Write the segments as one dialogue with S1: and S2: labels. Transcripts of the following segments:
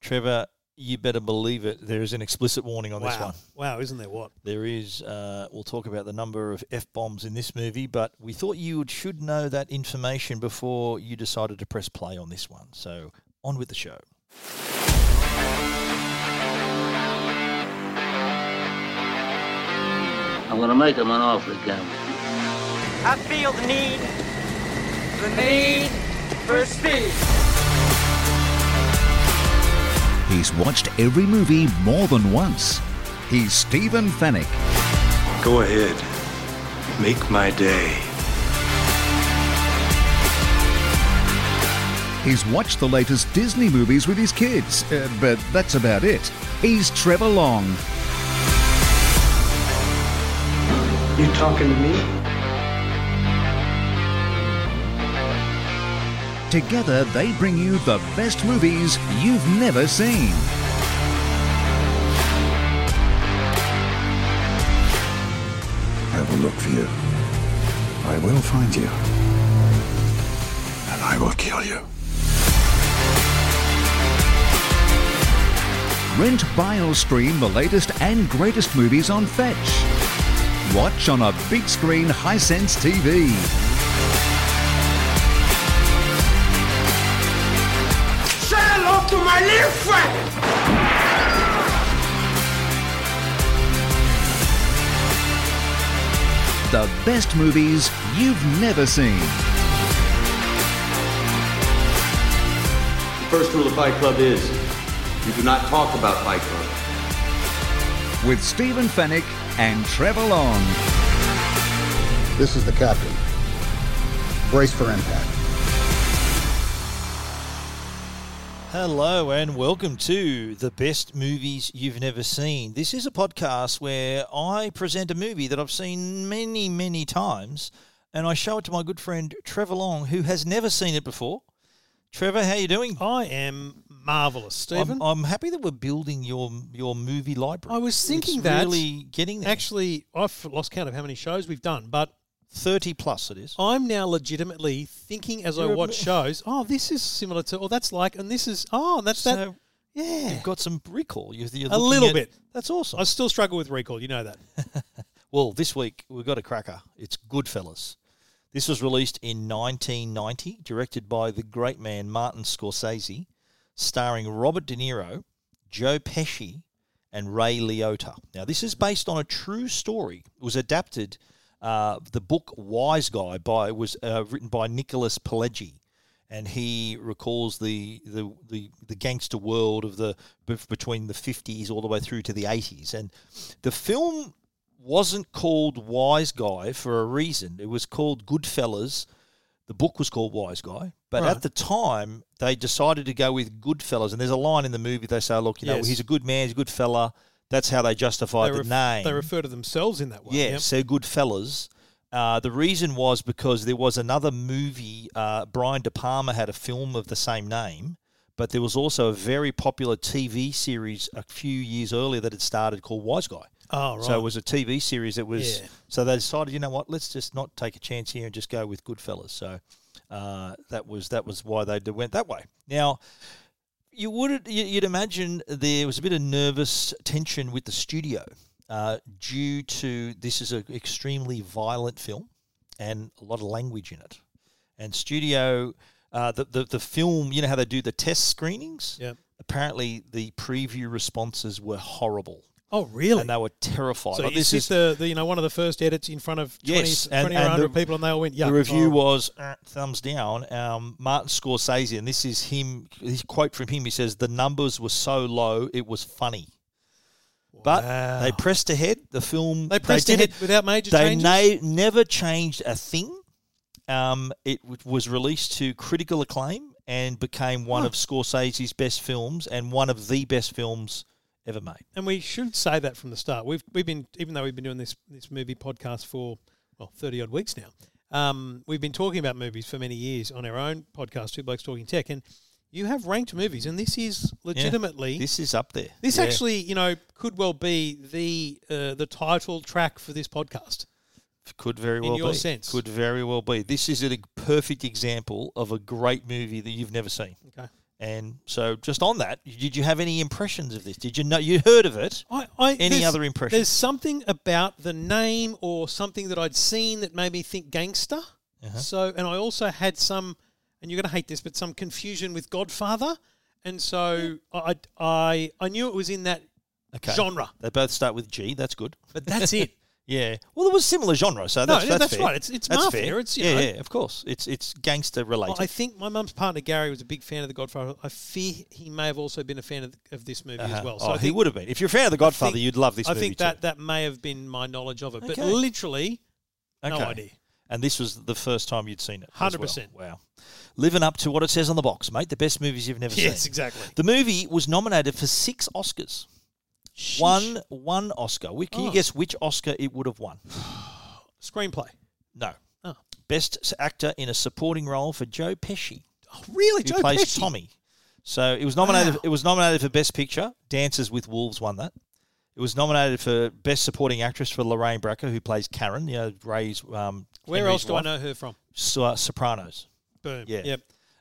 S1: Trevor, you better believe it. There is an explicit warning on
S2: wow.
S1: this one.
S2: Wow, isn't there what?
S1: There is. Uh, we'll talk about the number of f bombs in this movie, but we thought you would- should know that information before you decided to press play on this one. So on with the show.
S3: I'm gonna make him an offer again.
S4: I feel the need, the need for speed.
S5: He's watched every movie more than once. He's Stephen Fennick.
S6: Go ahead. Make my day.
S5: He's watched the latest Disney movies with his kids, uh, but that's about it. He's Trevor Long.
S6: You talking to me?
S5: Together, they bring you the best movies you've never seen.
S7: I will look for you. I will find you. And I will kill you.
S5: Rent, buy, or stream the latest and greatest movies on Fetch. Watch on a big screen Hisense TV.
S4: Say hello to my little friend!
S5: The best movies you've never seen.
S8: The first rule of Fight Club is you do not talk about Fight Club.
S5: with Stephen Fennick and Trevor Long.
S9: This is the captain. Brace for impact.
S1: Hello and welcome to the best movies you've never seen. This is a podcast where I present a movie that I've seen many, many times, and I show it to my good friend Trevor Long, who has never seen it before. Trevor, how you doing?
S2: I am marvelous, Stephen.
S1: I'm, I'm happy that we're building your your movie library.
S2: I was thinking
S1: It's
S2: that.
S1: really getting there.
S2: Actually, I've lost count of how many shows we've done, but
S1: thirty plus it is.
S2: I'm now legitimately thinking as I
S1: You're a
S2: watch
S1: mi-
S2: shows. Oh, this is similar to, or that's like, and this is, oh, and that's that.
S1: So
S2: Yeah,
S1: you've got some recall. You're, you're
S2: A
S1: looking
S2: little
S1: at-
S2: bit.
S1: That's awesome.
S2: I still struggle with recall. You know that.
S1: Well, this week we've got a cracker. It's Goodfellas. This was released in 1990, directed by the great man Martin Scorsese, starring Robert De Niro, Joe Pesci, and Ray Liotta. Now, this is based on a true story. It was adapted. Uh, the book Wise Guy by was uh, written by Nicholas Pileggi, and he recalls the the, the, the gangster world of the bef- between the 50s all the way through to the 80s. And the film wasn't called Wise Guy for a reason. It was called Goodfellas. The book was called Wise Guy, but
S2: Right.
S1: at the time they decided to go with Goodfellas. And there's a line in the movie they say, "Look, you know,
S2: Yes.
S1: he's a good man, he's a good fella." That's how they justified
S2: they,
S1: the
S2: ref-
S1: name.
S2: they refer to themselves in that way.
S1: Yeah, so Goodfellas. Uh, the reason was because there was another movie. Uh, Brian De Palma had a film of the same name, but there was also a very popular TV series a few years earlier that had started called Wise Guy.
S2: Oh, right.
S1: So it was a TV series that was.
S2: Yeah.
S1: So they decided, you know what, let's just not take a chance here and just go with Goodfellas. So uh, that was that was why they d- went that way. Now you would you- you'd imagine there was a bit of nervous tension with the studio uh, due to this is an extremely violent film and a lot of language in it and studio uh, the, the the film you know how they do the test screenings
S2: Yep.
S1: apparently the preview responses were horrible
S2: Oh, really?
S1: and they were terrified
S2: so
S1: Like,
S2: is this the, the you know one of the first edits in front of 20,
S1: Yes,
S2: 20
S1: and-
S2: or
S1: and the-
S2: 100 people, and they all went, Oh. "Yeah."
S1: the review was uh, thumbs down. Um, Martin Scorsese, and this is him. His quote from him: He says, "The numbers were so low, it was funny." But
S2: Wow.
S1: they pressed ahead. The film
S2: Ah. They pressed
S1: did
S2: ahead
S1: it
S2: without major
S1: They
S2: changes?
S1: na- never changed a thing. Um, it w- was released to critical acclaim and became one of Scorsese's best films and one of the best films ever made.
S2: and we should say that from the start. We've we've been even though we've been doing this this movie podcast for well thirty odd weeks now. Um, we've been talking about movies for many years on our own podcast, Two Blokes Talking Tech, and you have ranked movies, and this is
S1: Yeah.
S2: legitimately this,
S1: this is up there. Yeah.
S2: actually you know could well be the uh, the title track for this podcast.
S1: Could very
S2: In
S1: well
S2: your
S1: be.
S2: sense.
S1: Could very well be. This is a perfect example of a great movie that you've never seen.
S2: Okay,
S1: And so, just on that, did you have any impressions of this? Did you know you heard of it?
S2: I, I,
S1: any
S2: there's-
S1: other impressions?
S2: There's something about the name or something that I'd seen that made me think gangster.
S1: Uh-huh.
S2: So, and I also had some, and you're going to hate this, but some confusion with Godfather. And so I, I, I knew it was in that
S1: Okay.
S2: genre,
S1: They both start with G. That's good.
S2: but that's it.
S1: Yeah. Well, there was similar genre, so that's
S2: no,
S1: that's,
S2: that's
S1: fair.
S2: right. It's- it's
S1: that's
S2: mafia,
S1: fair.
S2: it's, you
S1: yeah,
S2: know.
S1: yeah, of course. It's it's gangster related.
S2: Well, I think my mum's partner Gary was a big fan of The Godfather. I fear he may have also been a fan of, of this movie as
S1: Uh-huh.
S2: well. So
S1: oh,
S2: I
S1: he
S2: think,
S1: would have been. If you're a fan of The Godfather,
S2: think-
S1: you'd love this
S2: I
S1: movie
S2: think
S1: too.
S2: that that may have been my knowledge of it, but
S1: Okay.
S2: literally no idea.
S1: And this was the first time you'd seen it. as
S2: 100%.
S1: well. Wow. Living up to what it says on the box, mate. The best movies you've never
S2: Yes,
S1: seen.
S2: exactly.
S1: The movie was nominated for six Oscars. One one Oscar. We- Can you
S2: Oh.
S1: guess which Oscar it would have won?
S2: Screenplay.
S1: No.
S2: Oh.
S1: Best s- actor in a supporting role for Joe Pesci,
S2: Oh, really?
S1: who
S2: Joe
S1: plays
S2: Pesci?
S1: Tommy. So it was nominated.
S2: Wow.
S1: It was nominated for Best Picture. Dances with Wolves won that. It was nominated for Best Supporting Actress for Lorraine Bracco, who plays Karen. You know, Ray's. Um,
S2: Where
S1: Henry's
S2: else do
S1: wife.
S2: I know her from?
S1: So, uh, Sopranos.
S2: Boom.
S1: Yeah.
S2: Yep.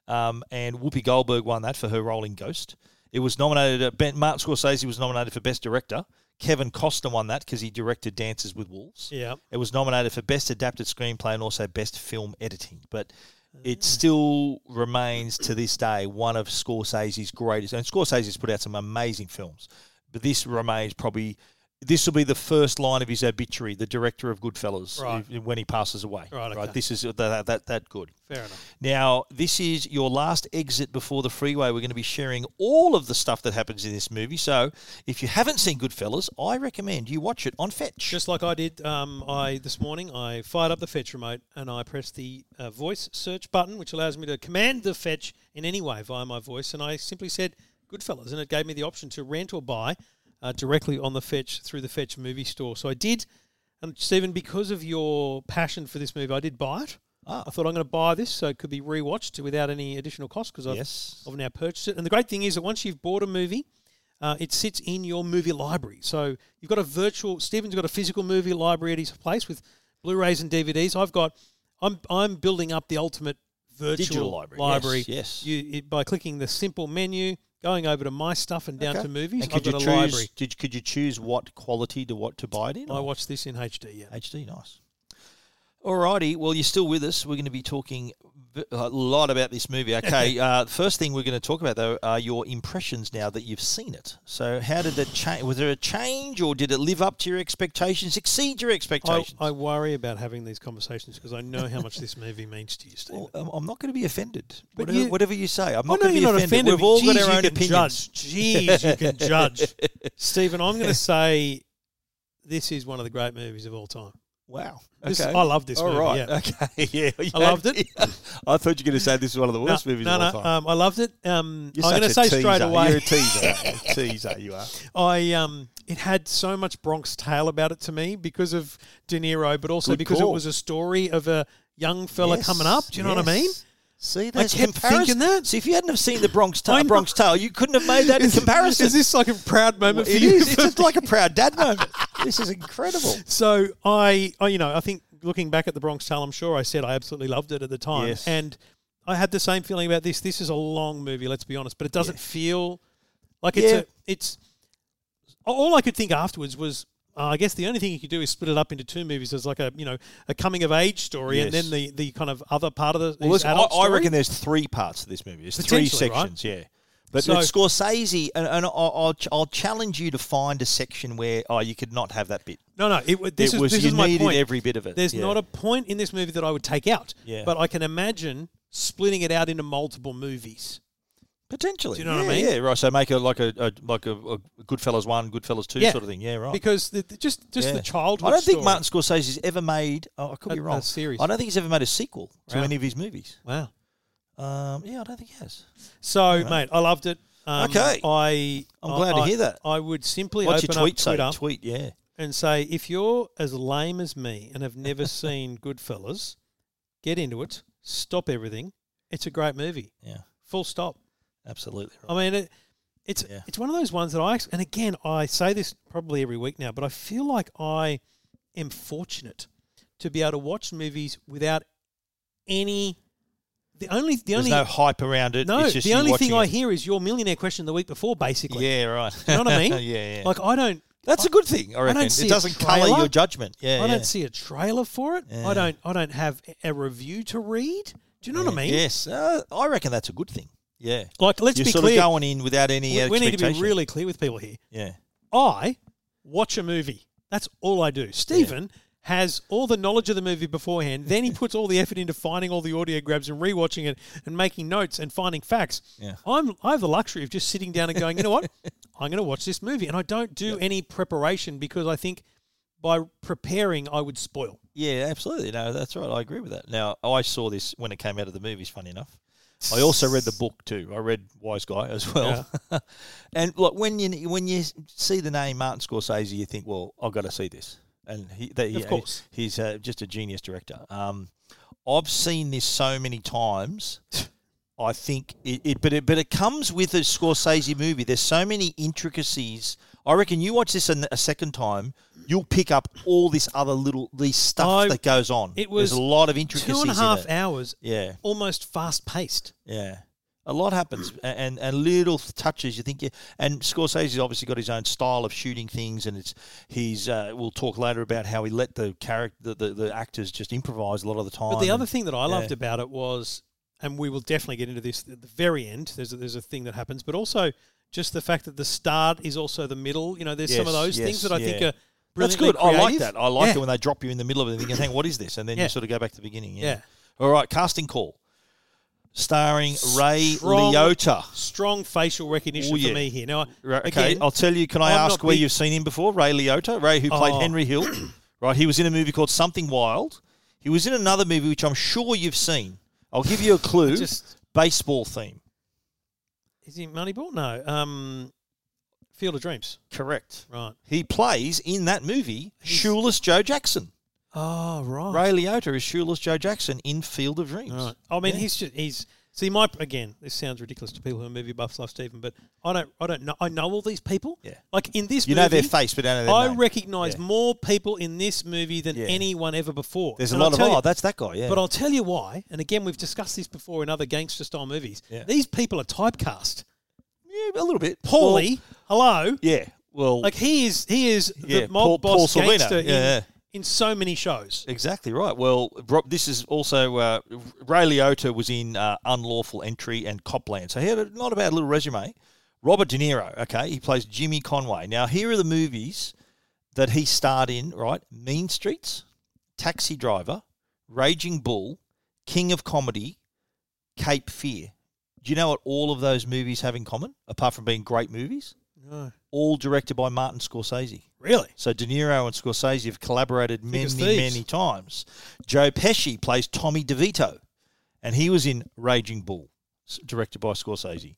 S1: Um, and Whoopi Goldberg won that for her role in Ghost. It was nominated. Uh, ben, Martin Scorsese was nominated for Best Director. Kevin Costner won that because he directed Dances with Wolves.
S2: Yeah.
S1: It was nominated for Best Adapted Screenplay and also Best Film Editing. But
S2: Mm.
S1: it still remains to this day one of Scorsese's greatest. And Scorsese's put out some amazing films, but this remains probably. This will be the first line of his obituary, the director of Goodfellas,
S2: Right.
S1: if- when he passes away.
S2: Right, okay.
S1: This is uh, that, that, that good.
S2: Fair enough.
S1: Now, this is your last exit before the freeway. We're going to be sharing all of the stuff that happens in this movie. So, if you haven't seen Goodfellas, I recommend you watch it on Fetch.
S2: Just like I did, um, I this morning I fired up the fetch remote and I pressed the uh, voice search button, which allows me to command the fetch in any way via my voice. And I simply said "Goodfellas," and it gave me the option to rent or buy uh, directly on the fetch through the fetch movie store. So I did, and Stephen, because of your passion for this movie, I did buy it.
S1: Ah.
S2: I thought I'm going to buy this so it could be rewatched without any additional cost because I've,
S1: Yes.
S2: I've now purchased it. And the great thing is that once you've bought a movie, uh, it sits in your movie library. So you've got a virtual. Stephen's got a physical movie library at his place with Blu-rays and DVDs. I've got. I'm I'm building up the ultimate virtual
S1: Digital library, yes, yes.
S2: You it, by clicking the simple menu, going over to my stuff and down
S1: Okay.
S2: to movies.
S1: And
S2: I've
S1: could you
S2: got a
S1: choose?
S2: library.
S1: Did, could you choose what quality to what to buy it in?
S2: I
S1: or-
S2: watched this in HD. Yeah.
S1: HD, nice. Alrighty, well, you're still with us. We're going to be talking v- a lot about this movie. Okay, uh, first thing we're going to talk about though are your impressions now that you've seen it. So, how did it change? Was there a change, or did it live up to your expectations, exceed your
S2: I,
S1: expectations?
S2: I worry about having these conversations because I know how much this movie means to you, Stephen.
S1: Well, um, I'm- I'm not going to be offended.
S2: But
S1: Whatever you,
S2: you-
S1: whatever you say, I'm
S2: I
S1: not
S2: know
S1: going to be
S2: you're not offended.
S1: offended. We've all
S2: but
S1: got
S2: geez,
S1: our
S2: you
S1: own
S2: can
S1: opinions.
S2: Judge. Jeez, you can judge. Stephen, I'm going to say this is one of the great movies of all time.
S1: Wow.
S2: This- I love this
S1: All
S2: movie,
S1: right.
S2: yeah.
S1: Okay. Yeah. you
S2: I loved
S1: had-
S2: it.
S1: I thought you were going to say this is one of the worst
S2: no,
S1: movies
S2: no,
S1: of all
S2: no,
S1: time.
S2: um, I loved it. Um,
S1: You're
S2: I'm going to
S1: such
S2: say
S1: a
S2: straight
S1: teaser.
S2: away,
S1: You're a teaser. a teaser, you are.
S2: I um, it had so much Bronx Tale about it to me because of De Niro, but also
S1: Good
S2: because
S1: call.
S2: it was a story of a young fella coming up. Do you know what I mean?
S1: See, that's
S2: kept
S1: comparison.
S2: thinking that.
S1: See, if you hadn't have seen the Bronx
S2: I
S1: Tale,
S2: know.
S1: Bronx Tale, you couldn't have made that in comparison.
S2: Is this like a proud moment for
S1: It
S2: you?
S1: is. It's just like a proud dad moment. This is incredible.
S2: So I, I, you know, I think looking back at the Bronx Tale, I'm sure I said I absolutely loved it at the time,
S1: Yes.
S2: and I had the same feeling about this. This is a long movie, let's be honest, but it doesn't feel like it's
S1: Yeah.
S2: a, it's. All I could think afterwards was, uh, I guess the only thing you could do is split it up into two movies as like a you know a coming of age story, and
S1: Yes.
S2: then the the kind of other part of the
S1: Well,
S2: his
S1: listen, I,
S2: adult
S1: I
S2: story.
S1: reckon there's three parts to this movie. There's three
S2: Potentially, right?
S1: sections, yeah. But
S2: So-
S1: with Scorsese, and, and I'll, I'll, ch- I'll challenge you to find a section where oh you could not have that bit.
S2: No, no. It, w- this
S1: It
S2: is,
S1: was-
S2: this
S1: you
S2: is my
S1: needed
S2: point.
S1: every bit of it,
S2: There's
S1: yeah.
S2: not a point in this movie that I would take out.
S1: Yeah.
S2: But I can imagine splitting it out into multiple movies.
S1: Potentially,
S2: Do you know what I
S1: yeah,
S2: mean?
S1: Yeah, right. So make it like a, a like a, a Goodfellas one, Goodfellas two
S2: Yeah.
S1: sort of thing. Yeah, right.
S2: Because the, the- just just
S1: Yeah.
S2: the childhood.
S1: I don't think
S2: story.
S1: Martin Scorsese's ever made. Oh, I could be
S2: A- a
S1: wrong.
S2: series.
S1: I don't think he's ever made a sequel to
S2: Wow.
S1: any of his movies.
S2: Wow.
S1: Um, yeah, I don't think he has.
S2: So, mate, I loved it. Um,
S1: Okay.
S2: I
S1: I'm
S2: I-
S1: glad to
S2: I-
S1: hear that.
S2: I would simply
S1: What's your
S2: open
S1: tweet
S2: up
S1: say?
S2: Twitter
S1: Tweet, yeah.
S2: and say, if you're as lame as me and have never seen Goodfellas, get into it. Stop everything. It's a great movie.
S1: Yeah,
S2: Full stop.
S1: absolutely. Right.
S2: I mean, it, it's
S1: Yeah.
S2: it's one of those ones that I and again I say this probably every week now, but I feel like I am fortunate to be able to watch movies without any The only the
S1: There's
S2: only
S1: no hype around it.
S2: no
S1: it's just
S2: the
S1: you
S2: only
S1: watching
S2: thing I
S1: it.
S2: hear is your millionaire question the week before, basically.
S1: Yeah, right.
S2: You know what I mean?
S1: yeah, yeah.
S2: Like I don't.
S1: That's a good thing. I
S2: I don't
S1: reckon
S2: see
S1: it
S2: a
S1: doesn't colour
S2: trailer.
S1: your judgment. Yeah,
S2: I
S1: yeah.
S2: don't see a trailer for it. I don't. I don't have a review to read. Do you know what I mean?
S1: Yes, uh, I reckon that's a good thing. Yeah,
S2: Like, let's
S1: you're
S2: be
S1: sort
S2: clear.
S1: of going in without any
S2: We- we need to be
S1: expectation.
S2: really clear with people here.
S1: yeah.
S2: I watch a movie. That's all I do. Stephen has all the knowledge of the movie beforehand. Then he puts all the effort into finding all the audio grabs and rewatching it and making notes and finding facts.
S1: Yeah.
S2: I'm I have the luxury of just sitting down and going, you know what? I'm going to watch this movie, and I don't do any preparation because I think by preparing I would spoil.
S1: Yeah, absolutely. No, that's right. I agree with that. Now, I saw this when it came out of the movies, funny enough. I also read the book too. I read Wise Guy as well. and look, when you when you see the name Martin Scorsese, you think, well, I've got to see this. And he, that, he-
S2: Of course.
S1: he's uh, just a genius director. Um, I've seen this so many times. I think it, it, but it, but it comes with a Scorsese movie. There's so many intricacies. I reckon you watch this an, a second time, you'll pick up all this other little these stuff
S2: I-
S1: that goes on.
S2: it was
S1: There's a lot of intricacies.
S2: Two and a
S1: in
S2: half
S1: it.
S2: hours,
S1: Yeah,
S2: almost fast paced.
S1: yeah. A lot happens, a- and and little touches. You think, yeah. And Scorsese's obviously got his own style of shooting things, and it's he's. Uh, we'll talk later about how he let the character, the, the, the actors, just improvise a lot of the time.
S2: But the
S1: and-
S2: other thing that I loved
S1: yeah.
S2: about it was, and we will definitely get into this at the very end. There's a, there's a thing that happens, but also just the fact that the start is also the middle. You know, there's some of
S1: Yes,
S2: those things
S1: yes,
S2: that I think
S1: yeah.
S2: are
S1: That's
S2: brilliantly
S1: good. I like
S2: creative.
S1: that. I like
S2: Yeah.
S1: it when they drop you in the middle of it and you can think, what is this? And then
S2: Yeah.
S1: you sort of go back to the beginning. Yeah.
S2: Yeah.
S1: All right, casting call. Starring Ray
S2: Strong-
S1: Liotta.
S2: Strong facial recognition
S1: Oh, yeah.
S2: for me here. Now,
S1: Ra- Okay,
S2: again,
S1: I'll tell you, can I
S2: I'm
S1: ask
S2: not
S1: where
S2: big-
S1: you've seen him before? Ray Liotta, Ray who played
S2: Oh.
S1: Henry Hill. right, he was in a movie called Something Wild. He was in another movie which I'm sure you've seen. I'll give you a clue.
S2: just-
S1: Baseball theme.
S2: is he Moneyball? No, um, Field of Dreams.
S1: Correct.
S2: Right.
S1: He plays in that movie Shoeless Joe Jackson.
S2: Oh, right.
S1: Ray Liotta is Shoeless Joe Jackson in Field of Dreams.
S2: Right. I mean,
S1: Yeah.
S2: he's just he's see my again. This sounds ridiculous to people who are movie buffs like Stephen, but I don't I don't know I know all these people.
S1: Yeah.
S2: Like in this,
S1: You know
S2: movie,
S1: their face, but don't know their
S2: I
S1: name.
S2: recognise
S1: Yeah.
S2: more people in this movie than
S1: Yeah.
S2: anyone ever before.
S1: There's a
S2: And I'll
S1: lot of
S2: tell you-
S1: oh, that's that guy. Yeah,
S2: But I'll tell you why. And again, we've discussed this before in other gangster style movies.
S1: Yeah.
S2: These people are typecast.
S1: yeah, a little bit.
S2: Paulie, hello.
S1: Well, yeah. Well,
S2: Like he is he is
S1: Yeah,
S2: the mob
S1: Paul-
S2: boss
S1: Paul Sorvino.
S2: gangster in,
S1: Yeah, yeah.
S2: in so many shows.
S1: exactly right. Well, Rob, this is also uh, Ray Liotta was in uh, Unlawful Entry and Copland, so he had a, not a bad little resume. Robert De Niro, okay, he plays Jimmy Conway. Now, here are the movies that he starred in. Right, Mean Streets, Taxi Driver, Raging Bull, King of Comedy, Cape Fear. Do you know what all of those movies have in common, apart from being great movies?
S2: No.
S1: All directed by Martin Scorsese.
S2: Really?
S1: So De Niro and Scorsese have collaborated many,
S2: as thieves.
S1: many times. Joe Pesci plays Tommy DeVito, and he was in Raging Bull, s- directed by Scorsese.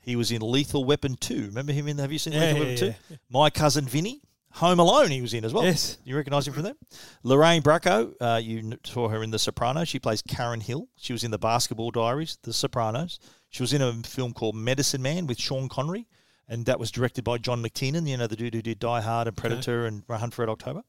S1: He was in Lethal Weapon 2. Remember him in? Have you seen
S2: Yeah,
S1: Lethal
S2: yeah,
S1: Weapon 2?
S2: yeah,
S1: My Cousin Vinny. Home Alone, he was in as well.
S2: Yes.
S1: You recognise him from that? Lorraine Bracco, uh, you kn- saw her in The Sopranos. She plays Karen Hill. She was in The Basketball Diaries, The Sopranos. She was in a film called Medicine Man with Sean Connery, and that was directed by John McTiernan, you know, the dude who did Die Hard and Predator and Hunt for Red October.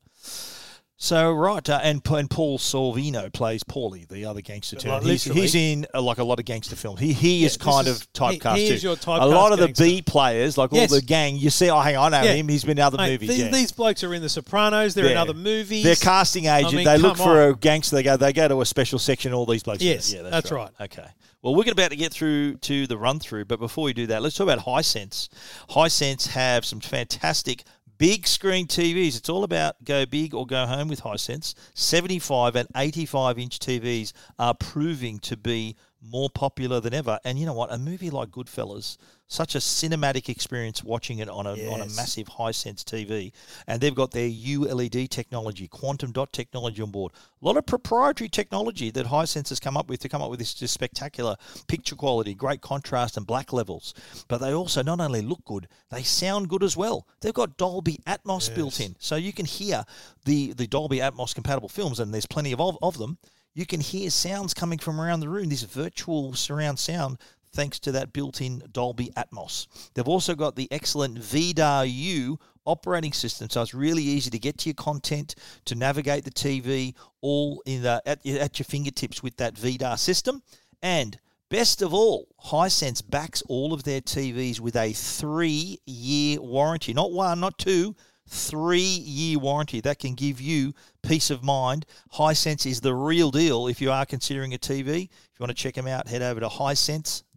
S1: So right, uh, and and Paul Sorvino plays Paulie, the other gangster.
S2: Like,
S1: too. And he's,
S2: literally.
S1: he's in uh, like a lot of gangster films. He he is
S2: this
S1: kind
S2: is-
S1: of typecast.
S2: he- he
S1: too.
S2: is your
S1: a lot
S2: typecast
S1: of the
S2: gangster.
S1: B players, like
S2: Yes.
S1: all the gang, you see. Oh, hang on, I know
S2: Yeah.
S1: him. He's been in other
S2: Mate,
S1: movies.
S2: these,
S1: yeah.
S2: these blokes are in the Sopranos. They're in
S1: Yeah.
S2: other movies.
S1: They're casting agent.
S2: mean,
S1: they look
S2: come
S1: for
S2: on.
S1: a gangster. They go. They go to a special section. All these places.
S2: Yes, that's
S1: Okay. Well, we're about to get through to the run through, but before we do that, let's talk about High Sense. High Sense have some fantastic big screen TVs. It's all about go big or go home with High Sense. Seventy-five and eighty-five inch TVs are proving to be more popular than ever. And you know what? A movie like Goodfellas, such a cinematic experience watching it on a on a
S2: Yes.
S1: massive high sense TV, and they've got their ULED technology, quantum dot technology on board. A lot of proprietary technology that Hisense has come up with to come up with this just spectacular picture quality, great contrast, and black levels. But they also not only look good, they sound good as well. They've got Dolby Atmos built in, so you can hear the the Dolby Atmos compatible films, and there's plenty of of, of them. You can hear sounds coming from around the room. This virtual surround sound thanks to that built-in Dolby Atmos. They've also got the excellent VDAR U operating system, so it's really easy to get to your content, to navigate the TV, all in the, at, at your fingertips with that VDAR system. And best of all, Hisense backs all of their TVs with a three year warranty. Not one, not two, three year warranty. That can give you peace of mind. Hisense is the real deal if you are considering a TV. If you want to check them out, head over to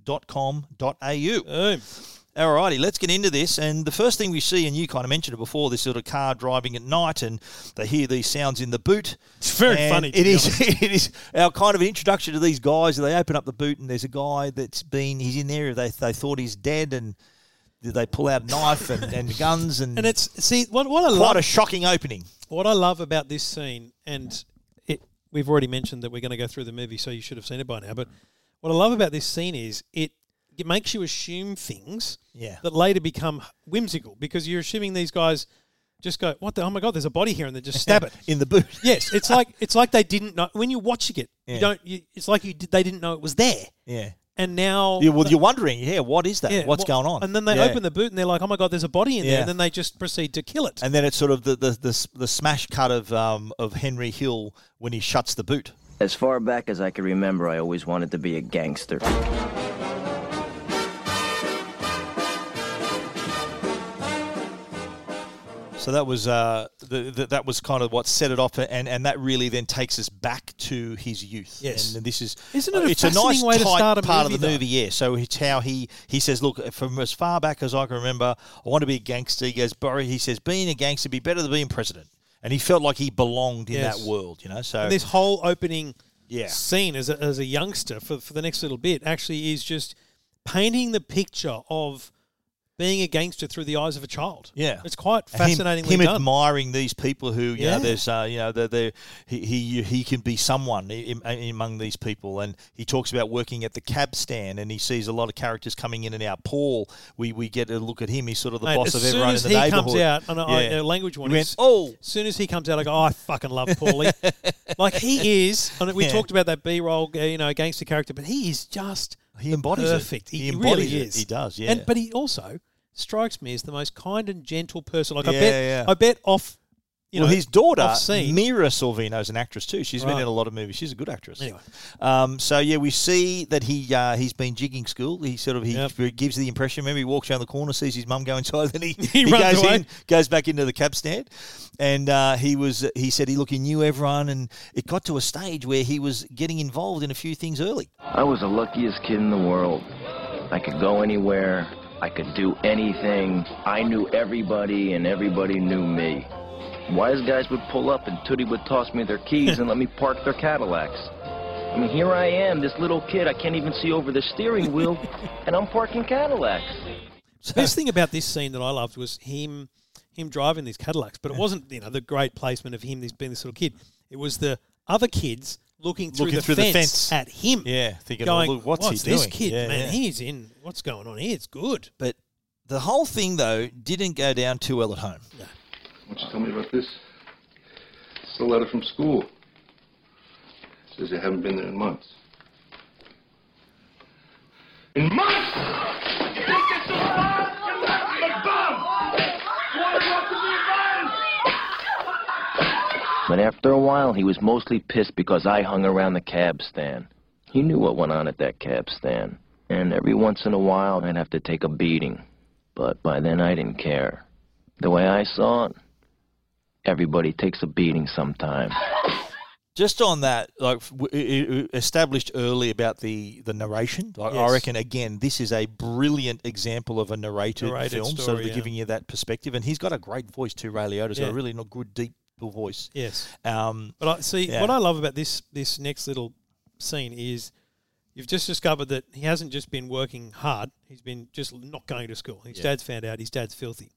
S1: hisense.com.au.
S2: Boom.
S1: Alrighty, let's get into this. And the first thing we see, and you kind of mentioned it before, this sort of car driving at night, and they hear these sounds in the boot.
S2: It's very
S1: And
S2: funny, to
S1: It
S2: be
S1: is.
S2: honest.
S1: It is our kind of introduction to these guys. They open up the boot, and there's a guy that's been. He's in there. They they thought he's dead, and they pull out knife and, and guns, and,
S2: And it's see what what I love
S1: quite a shocking opening.
S2: what I love about this scene, and it, we've already mentioned that we're going to go through the movie, so you should have seen it by now. But what I love about this scene is it it makes you assume things
S1: Yeah.
S2: that later become whimsical because you're assuming these guys just go, "What the? Oh my god, there's a body here," and they just stab it.
S1: in the boot.
S2: Yes, it's like it's like they didn't know when you're watching it.
S1: Yeah.
S2: You don't. You, it's like you did, they didn't know it was there,
S1: Yeah.
S2: and now
S1: You, well, you're wondering, yeah, what is that?
S2: Oh, Yeah,
S1: What's
S2: what-
S1: going on?
S2: And then they
S1: Yeah.
S2: open the boot and they're like, "Oh my god, there's a body in
S1: Yeah.
S2: there," and then they just proceed to kill it.
S1: And then it's sort of the the, the, the smash cut of um, of Henry Hill when he shuts the boot.
S10: As far back as I can remember, I always wanted to be a gangster.
S1: So that was uh, the, the, that was kind of what set it off, and, and that really then takes us back to his youth.
S2: Yes.
S1: and this is
S2: Isn't it a
S1: it's a nice
S2: fascinating way to
S1: tight
S2: start a
S1: part
S2: movie,
S1: of the
S2: though?
S1: movie, yeah. So it's how he he says, look, from as far back as I can remember, I want to be a gangster. He goes, Barry. He says, being a gangster would be better than being president, and he felt like he belonged in
S2: Yes.
S1: that world, you know. So
S2: And this whole opening
S1: Yeah.
S2: scene as a, as a youngster for, for the next little bit actually is just painting the picture of being a gangster through the eyes of a child.
S1: Yeah,
S2: It's quite
S1: And him-
S2: fascinatingly
S1: Him,
S2: done.
S1: admiring these people who, you
S2: Yeah.
S1: know, there's, uh, you know, they're, they're, he, he he can be someone in, in- among these people, and he talks about working at the cab stand, and he sees a lot of characters coming in and out. Paul, we, we get a look at him. He's sort of the
S2: Mate,
S1: boss
S2: as
S1: of
S2: soon
S1: everyone
S2: as
S1: in the
S2: he
S1: neighborhood.
S2: comes out, and I,
S1: Yeah.
S2: I, uh, language one,
S1: He
S2: as
S1: went, oh,
S2: soon as he comes out, I go, oh, I fucking love Paulie. like he is, and we
S1: Yeah.
S2: talked about that B roll, you know, gangster character, but he is just
S1: he embodies
S2: perfect.
S1: it.
S2: He,
S1: embodies
S2: really
S1: it.
S2: is.
S1: He does. Yeah.
S2: And but he also strikes me as the most kind and gentle person. Like I
S1: Yeah,
S2: bet,
S1: yeah.
S2: I bet off. You
S1: well,
S2: know,
S1: his daughter,
S2: off scene.
S1: Mira Sorvino, is an actress too. She's been
S2: Right.
S1: in a lot of movies. She's a good actress.
S2: Anyway.
S1: um, so yeah, we see that he uh, he's been jigging school. He sort of he
S2: Yep.
S1: gives the impression. Remember, he walks around the corner, sees his mum go inside, then he,
S2: He runs
S1: goes
S2: away.
S1: in, goes back into the cab stand, and uh, he was he said he look he knew everyone, and it got to a stage where he was getting involved in a few things early.
S10: I was the luckiest kid in the world. I could go anywhere, I could do anything. I knew everybody, and everybody knew me. Wise guys would pull up, and Tootie would toss me their keys and let me park their Cadillacs. I mean, here I am, this little kid. I can't even see over the steering wheel, and I'm parking Cadillacs.
S2: The best thing about this scene that I loved was him him driving these Cadillacs, but it wasn't you know the great placement of him this being this little kid. It was the other kids looking through,
S1: Looking
S2: the,
S1: through the
S2: fence
S1: fence.
S2: at him.
S1: Yeah, thinking,
S2: going,
S1: "Oh, look, what's he
S2: this
S1: doing?"
S2: kid,
S1: Yeah,
S2: man?
S1: yeah.
S2: He's in. What's going on here? It's good.
S1: But the whole thing though didn't go down too well at home.
S7: Why don't you tell me about this? It's a letter from school. says you haven't been there in months. In months? You think this is fun? You're nothing but bums! You wanna go to the environment?
S10: But after a while, he was mostly pissed because I hung around the cab stand. He knew what went on at that cab stand. And every once in a while, I'd have to take a beating. But by then, I didn't care. The way I saw it, everybody takes a beating sometime.
S1: just on that, like f- w- i- i- established early about the the narration. Like,
S2: Yes.
S1: I reckon again, this is a brilliant example of a narrated,
S2: Narrated
S1: film, so
S2: story,
S1: they're
S2: yeah.
S1: giving you that perspective. And he's got a great voice too, Ray Liotta's
S2: Yeah.
S1: got a really not good deep voice.
S2: Yes.
S1: Um,
S2: But I see
S1: Yeah.
S2: what I love about this this next little scene is you've just discovered that he hasn't just been working hard; he's been just not going to school. His dad's found out. His dad's filthy,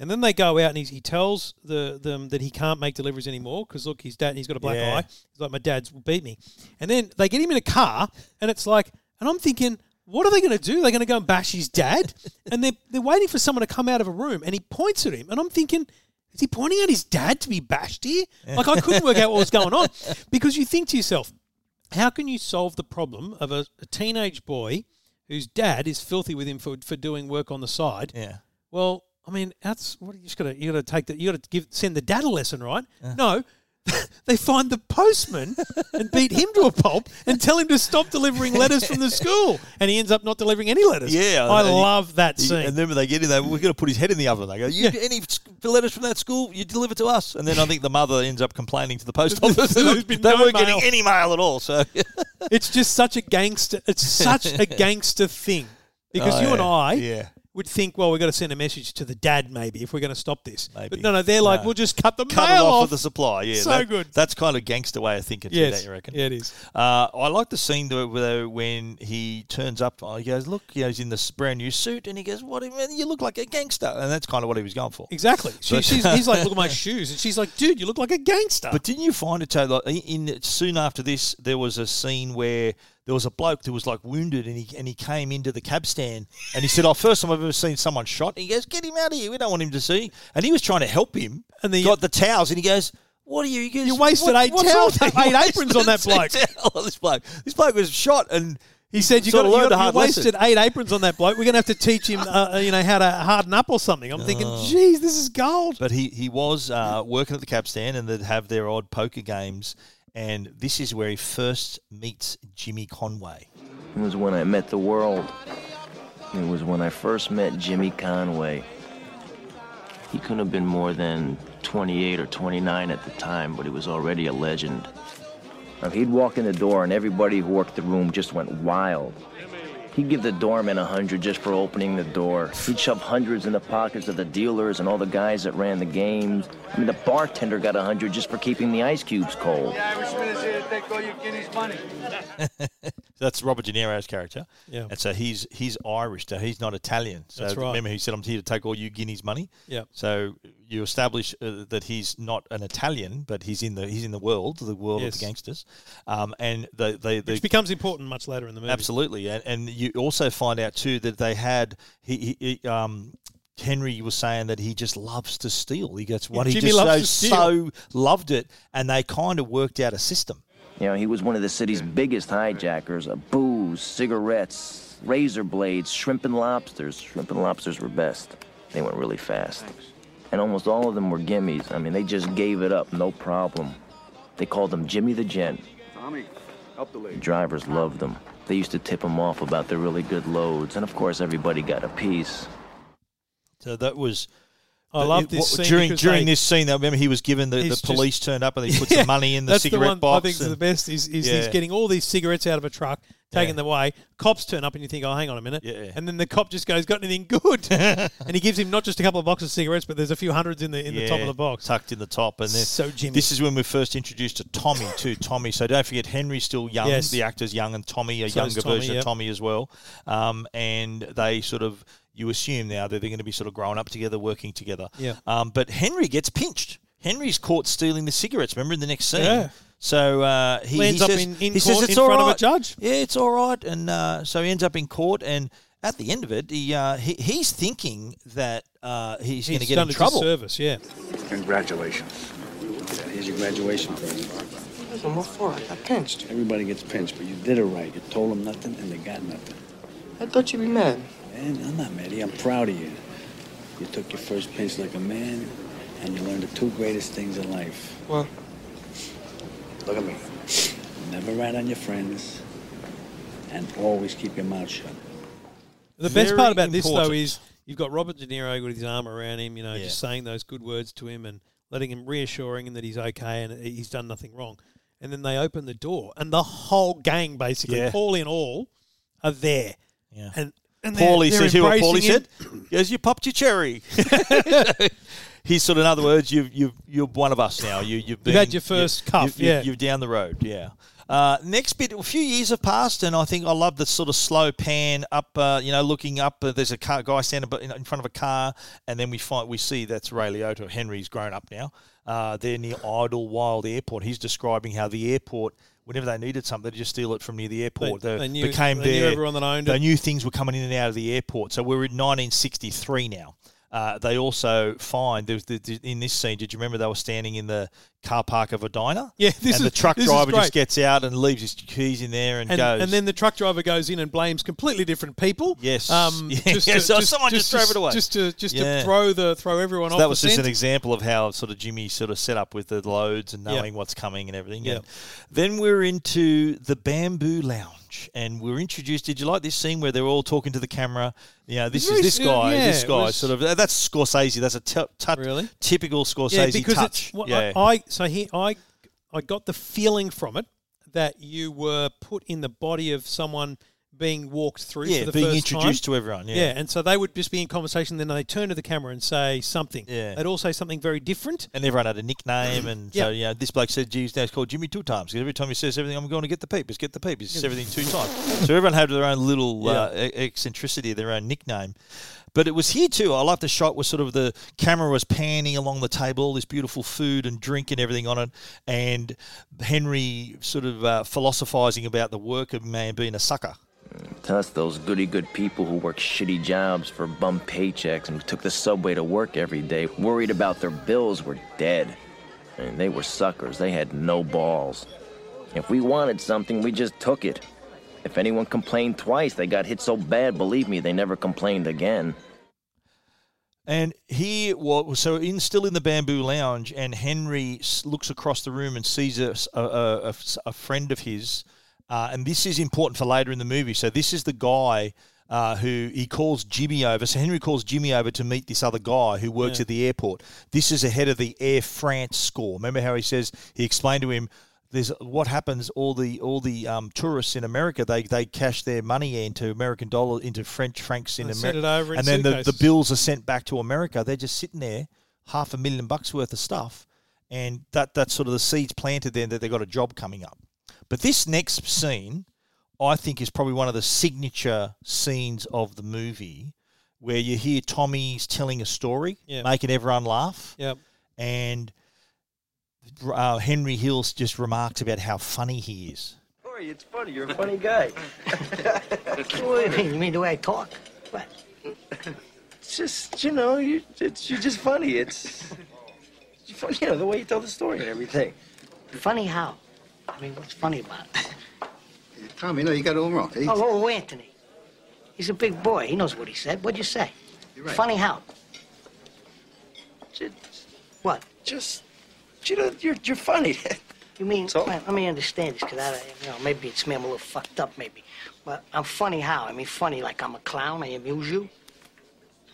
S2: and then they go out and he's, he tells the them that he can't make deliveries anymore because look, his dad he's got a black
S1: Yeah.
S2: eye. He's like, my dad's will beat me, and then they get him in a car, and it's like, and I'm thinking. What are they going to do? They're going to go and bash his dad, and they're they're waiting for someone to come out of a room, and he points at him, and I'm thinking, is he pointing at his dad to be bashed here? Like I couldn't work out what was going on because you think to yourself, how can you solve the problem of a, a teenage boy whose dad is filthy with him for, for doing work on the side?
S1: yeah,
S2: Well, I mean, that's what you just got to you got to take that you got to give send the dad a lesson, right? No, they find the postman and beat him to a pulp and tell him to stop delivering letters from the school. And he ends up not delivering any letters.
S1: Yeah,
S2: I
S1: and he-
S2: love that
S1: He-
S2: scene.
S1: And then when they get in there, we're going to put his head in the oven. They go, you,
S2: Yeah.
S1: any s- letters from that school, you deliver to us. And then I think the mother ends up complaining to the post office. that
S2: There's been
S1: they
S2: no
S1: weren't
S2: mail.
S1: getting any mail at all. So
S2: it's just such a gangster. It's such a gangster thing because
S1: Oh,
S2: you and
S1: yeah.
S2: I
S1: Yeah.
S2: would think, well, we've got to send a message to the dad maybe if we're going to stop this. But
S1: Maybe.
S2: no, no, they're like,
S1: No.
S2: we'll just cut the
S1: cut it
S2: mail
S1: off,
S2: off.
S1: at the supply. Yeah,
S2: So
S1: that-
S2: good.
S1: That's kind of gangster way of thinking. Yes,
S2: Yes,
S1: that, you reckon?
S2: yeah, it is.
S1: Uh, I like the scene though where- when he turns up. oh, He goes, "Look, you know, he's in this brand new suit," and he goes, "What? do you mean? You look like a gangster." And that's kind of what he was going for.
S2: Exactly. She,
S1: But-
S2: she's, he's like, look at my shoes, and she's like, dude, you look like a gangster.
S1: But didn't you find it, Taylor? In, in soon after this, there was a scene where there was a bloke that was like wounded, and he and he came into the cab stand, and he said, "Oh, first time I've ever seen someone shot." And he goes, "Get him out of here! We don't want him to see." And he was trying to help him,
S2: And
S1: and
S2: the-
S1: he got the towels, and he goes. What are you? He goes,
S2: You wasted
S1: "What-
S2: eight
S1: what's
S2: towels-
S1: wrong with you?
S2: eight
S1: You
S2: aprons on that
S1: wasted
S2: bloke."
S1: eight towels on this bloke. This bloke was shot, and
S2: he said, you got,
S1: sort
S2: you,
S1: of learned a
S2: got,
S1: hard
S2: you wasted
S1: lesson.
S2: eight aprons on that bloke. We're going to have to teach him, uh, you know, how to harden up or something. I'm thinking,
S1: Oh.
S2: geez, this is gold.
S1: But he he was uh, working at the cab stand, and they'd have their odd poker games, and this is where he first meets Jimmy Conway.
S10: It was when I met the world. It was when I first met Jimmy Conway. He couldn't have been more than 28 or 29 at the time, but he was already a legend. Now, he'd walk in the door, and everybody who worked the room just went wild. He'd give the doorman a hundred just for opening the door. He'd shove hundreds in the pockets of the dealers and all the guys that ran the games. I mean, the bartender got a hundred just for keeping the ice cubes cold.
S7: Irishman is here to take all your guineas money.
S1: That's Robert De Niro's character.
S2: Yeah.
S1: And so he's he's Irish, so he's not Italian. So
S2: That's right.
S1: Remember, he said, "I'm here to take all you guineas money."
S2: Yeah.
S1: So you establish uh, that he's not an Italian, but he's in the he's in the world, the world
S2: Yes.
S1: of the gangsters, um, and they they, they
S2: Which becomes important much later in the movie.
S1: absolutely, and, and you also find out too that they had he, he, he um. Henry was saying that he just loves to steal. He gets what he
S2: Jimmy
S1: just so,
S2: loves to
S1: so loved it, and they kind of worked out a system.
S10: You know, he was one of the city's biggest hijackers of booze, cigarettes, razor blades, shrimp and lobsters. Shrimp and lobsters were best. They went really fast. And almost all of them were gimmies. I mean, they just gave it up, no problem. They called them Jimmy the Gent.
S8: Tommy, up the
S10: The
S8: leg.
S10: drivers loved them. They used to tip them off about their really good loads. And of course, everybody got a piece.
S1: So that was
S2: I love
S1: It-
S2: this
S1: what-
S2: scene
S1: during
S2: because
S1: during
S2: they-
S1: this scene. That remember he was given the,
S2: He's
S1: the
S2: just-
S1: police turned up and he put some money in the
S2: That's
S1: cigarette
S2: the one
S1: box.
S2: I think is the
S1: and-
S2: best is, is he's
S1: Yeah.
S2: getting all these cigarettes out of a truck, taking
S1: Yeah.
S2: them away. Cops turn up and you think, oh, hang on a minute.
S1: Yeah.
S2: And then the cop just goes, got anything good? and he gives him not just a couple of boxes of cigarettes, but there's a few hundreds in the in the top
S1: Yeah,
S2: of the box.
S1: tucked in the top, and then
S2: So Jimmy.
S1: This is when we're first introduced to Tommy too. Tommy, so don't forget Henry's still young.
S2: Yes.
S1: The actor's young, and Tommy a
S2: So is
S1: younger
S2: Tommy,
S1: version
S2: yep.
S1: of Tommy as well. Um, and they sort of you assume now that they're going to be sort of growing up together, working together.
S2: Yeah.
S1: Um, but Henry gets pinched. Henry's caught stealing the cigarettes. Remember in the next scene.
S2: Yeah.
S1: So uh, he, he
S2: Lands up
S1: says,
S2: in- in
S1: he
S2: court
S1: says it's
S2: in front
S1: all
S2: of a
S1: right.
S2: judge.
S1: yeah, it's all right. And uh, so he ends up in court, and at the end of it, he, uh, he he's thinking that uh, he's, going to get
S2: done
S1: in
S2: a
S1: trouble.
S2: disservice, yeah.
S8: Congratulations. Here's your graduation present.
S11: And what for? I got pinched.
S8: Everybody gets pinched, but you did it right. You told them nothing, and they got nothing.
S11: I thought you'd be mad.
S8: Man, I'm not mad at you. I'm proud of you. You took your first pinch like a man, and you learned the two greatest things in life.
S11: Well,
S8: Look at me. Never rat on your friends, and always keep your mouth shut.
S2: The best
S1: Very
S2: part about this, though,
S1: important.
S2: is you've got Robert De Niro with his arm around him, you know,
S1: Yeah.
S2: just saying those good words to him and letting him reassuring him that he's okay and he's done nothing wrong. And then they open the door, and the whole gang, basically,
S1: Yeah.
S2: all in all, are there.
S1: Yeah.
S2: And, and they're-
S1: Paulie
S2: they're
S1: says, "Hear what
S2: embracing
S1: Paulie
S2: him.
S1: said? He goes, you popped your cherry." He's sort of, in other words, you've you've you're one of us now. You you've been,
S2: had your first cuff,
S1: you've- you've-
S2: yeah.
S1: you're down the road. Yeah. Uh, next bit, a few years have passed, and I think I love the sort of slow pan up. Uh, you know, looking up. Uh, there's a car, guy standing bu- in in front of a car, and then we find we see that's Ray Liotta. Henry's grown up now. Uh, they're near Idlewild Airport. He's describing how the airport, whenever they needed something, they just steal it from near the airport.
S2: They- they knew-
S1: became
S2: they knew
S1: their-
S2: everyone that owned
S1: they
S2: it.
S1: knew new things were coming in and out of the airport. So we're in 1963 now. Uh, they also find there was the, the- in this scene. Did you remember they were standing in the car park of a diner?
S2: Yeah, this
S1: and
S2: is-
S1: the truck
S2: this is
S1: driver
S2: great.
S1: just gets out and leaves his keys in there and,
S2: And,
S1: goes.
S2: and then the truck driver goes in and blames completely different people.
S1: Yes.
S2: Um,
S1: Yeah,
S2: just to-
S1: yeah, so someone just
S2: to-
S1: drove it away.
S2: Just to just
S1: Yeah.
S2: to throw the throw everyone
S1: So
S2: off.
S1: that was
S2: the
S1: just an
S2: scent.
S1: example of how sort of Jimmy sort of set up with the loads and
S2: Yeah.
S1: knowing what's coming and everything.
S2: Yeah.
S1: And then we're into the bamboo lounge and we're introduced. Did you like this scene where they're all talking to the camera? You know, this
S2: Very
S1: is this
S2: s-
S1: guy,
S2: yeah,
S1: this
S2: it
S1: guy.
S2: was-
S1: Sort of that's Scorsese. That's a t- t- typical Scorsese touch.
S2: It's, well,
S1: yeah.
S2: I, I so he I I got the feeling from it that you were put in the body of someone being walked through
S1: Yeah,
S2: for the
S1: being
S2: first
S1: introduced
S2: time.
S1: to everyone, yeah.
S2: yeah, and so they would just be in conversation, then they turn to the camera and say something.
S1: Yeah.
S2: they'd all say something very different.
S1: and everyone had a nickname, and
S2: Yeah.
S1: so you know, this bloke said, "Geez, now it's called Jimmy two times." 'cause every time he says everything, I'm going to get the peepers, get the peepers. It's everything two times. So everyone had their own little uh, e- eccentricity, their own nickname. But it was here too. I like the shot where sort of the camera was panning along the table, all this beautiful food and drink and everything on it, and Henry sort of uh, philosophizing about the worker man being a sucker.
S10: To us, those goody good people who work shitty jobs for bum paychecks and took the subway to work every day, worried about their bills, were dead. I mean, they were suckers. They had no balls. If we wanted something, we just took it. If anyone complained twice, they got hit so bad, believe me, they never complained again.
S1: And he was so in still in the bamboo lounge, and Henry s- looks across the room and sees a s- a, a- a s- a friend of his, uh, and this is important for later in the movie. So this is the guy. Uh, who he calls Jimmy over. So Henry calls Jimmy over to meet this other guy who works
S2: Yeah.
S1: at the airport. This is ahead of the Air France score. Remember how he says he explained to him there's what happens all the all the um, tourists in America they they cash their money into American dollar into French francs in
S2: They send it
S1: America
S2: over in
S1: and then the, the
S2: suitcases.
S1: bills are sent back to America. They're just sitting there, half a million bucks worth of stuff, and that that's sort of the seeds planted then that they got a job coming up. But this next scene, I think, is probably one of the signature scenes of the movie, where you hear Tommy's telling a story,
S2: Yeah.
S1: making everyone laugh,
S2: Yeah,
S1: and uh, Henry Hills just remarks about how funny he is.
S12: Corey, it's funny. You're a funny guy. what do you mean? You mean the way I talk? What? It's just, you know, you, it's, you're just funny. It's, you funny, you know, the way you tell the story and everything.
S11: Funny how? I mean, what's funny about it?
S9: Tommy, no, you got it all wrong. He-
S11: Oh, oh, Anthony. He's a big boy. He knows what he said. What'd you say? Funny how? What?
S12: Just, you know, you're, you're funny.
S11: You mean,
S12: So-
S11: well, let me understand this, because I, you know, maybe it's me, I'm a little fucked up, maybe. But I'm funny how? I mean, funny like I'm a clown, I amuse you.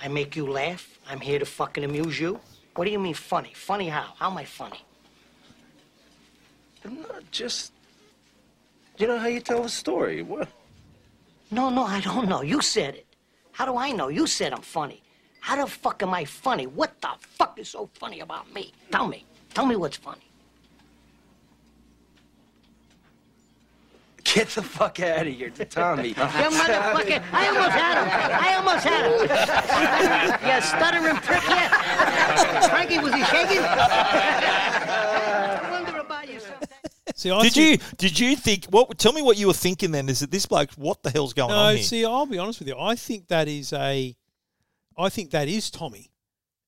S11: I make you laugh. I'm here to fucking amuse you. What do you mean funny? Funny how? How am I funny?
S12: Not just, you know, how you tell the story. What?
S11: No, no, I don't know. You said it. How do I know? You said I'm funny. How the fuck am I funny? What the fuck is so funny about me? Tell me. Tell me what's funny.
S12: Get the fuck out of here, Tommy.
S11: You motherfucker! I almost had him. I almost had him. you stuttering prick! You. Frankie, was he shaking? Wonder about yourself.
S2: See, I
S1: did
S2: see-
S1: you did you think what? Tell me what you were thinking then. Is that this bloke? What the hell's going
S2: No,
S1: on here?
S2: see, I'll be honest with you. I think that is a, I think that is Tommy,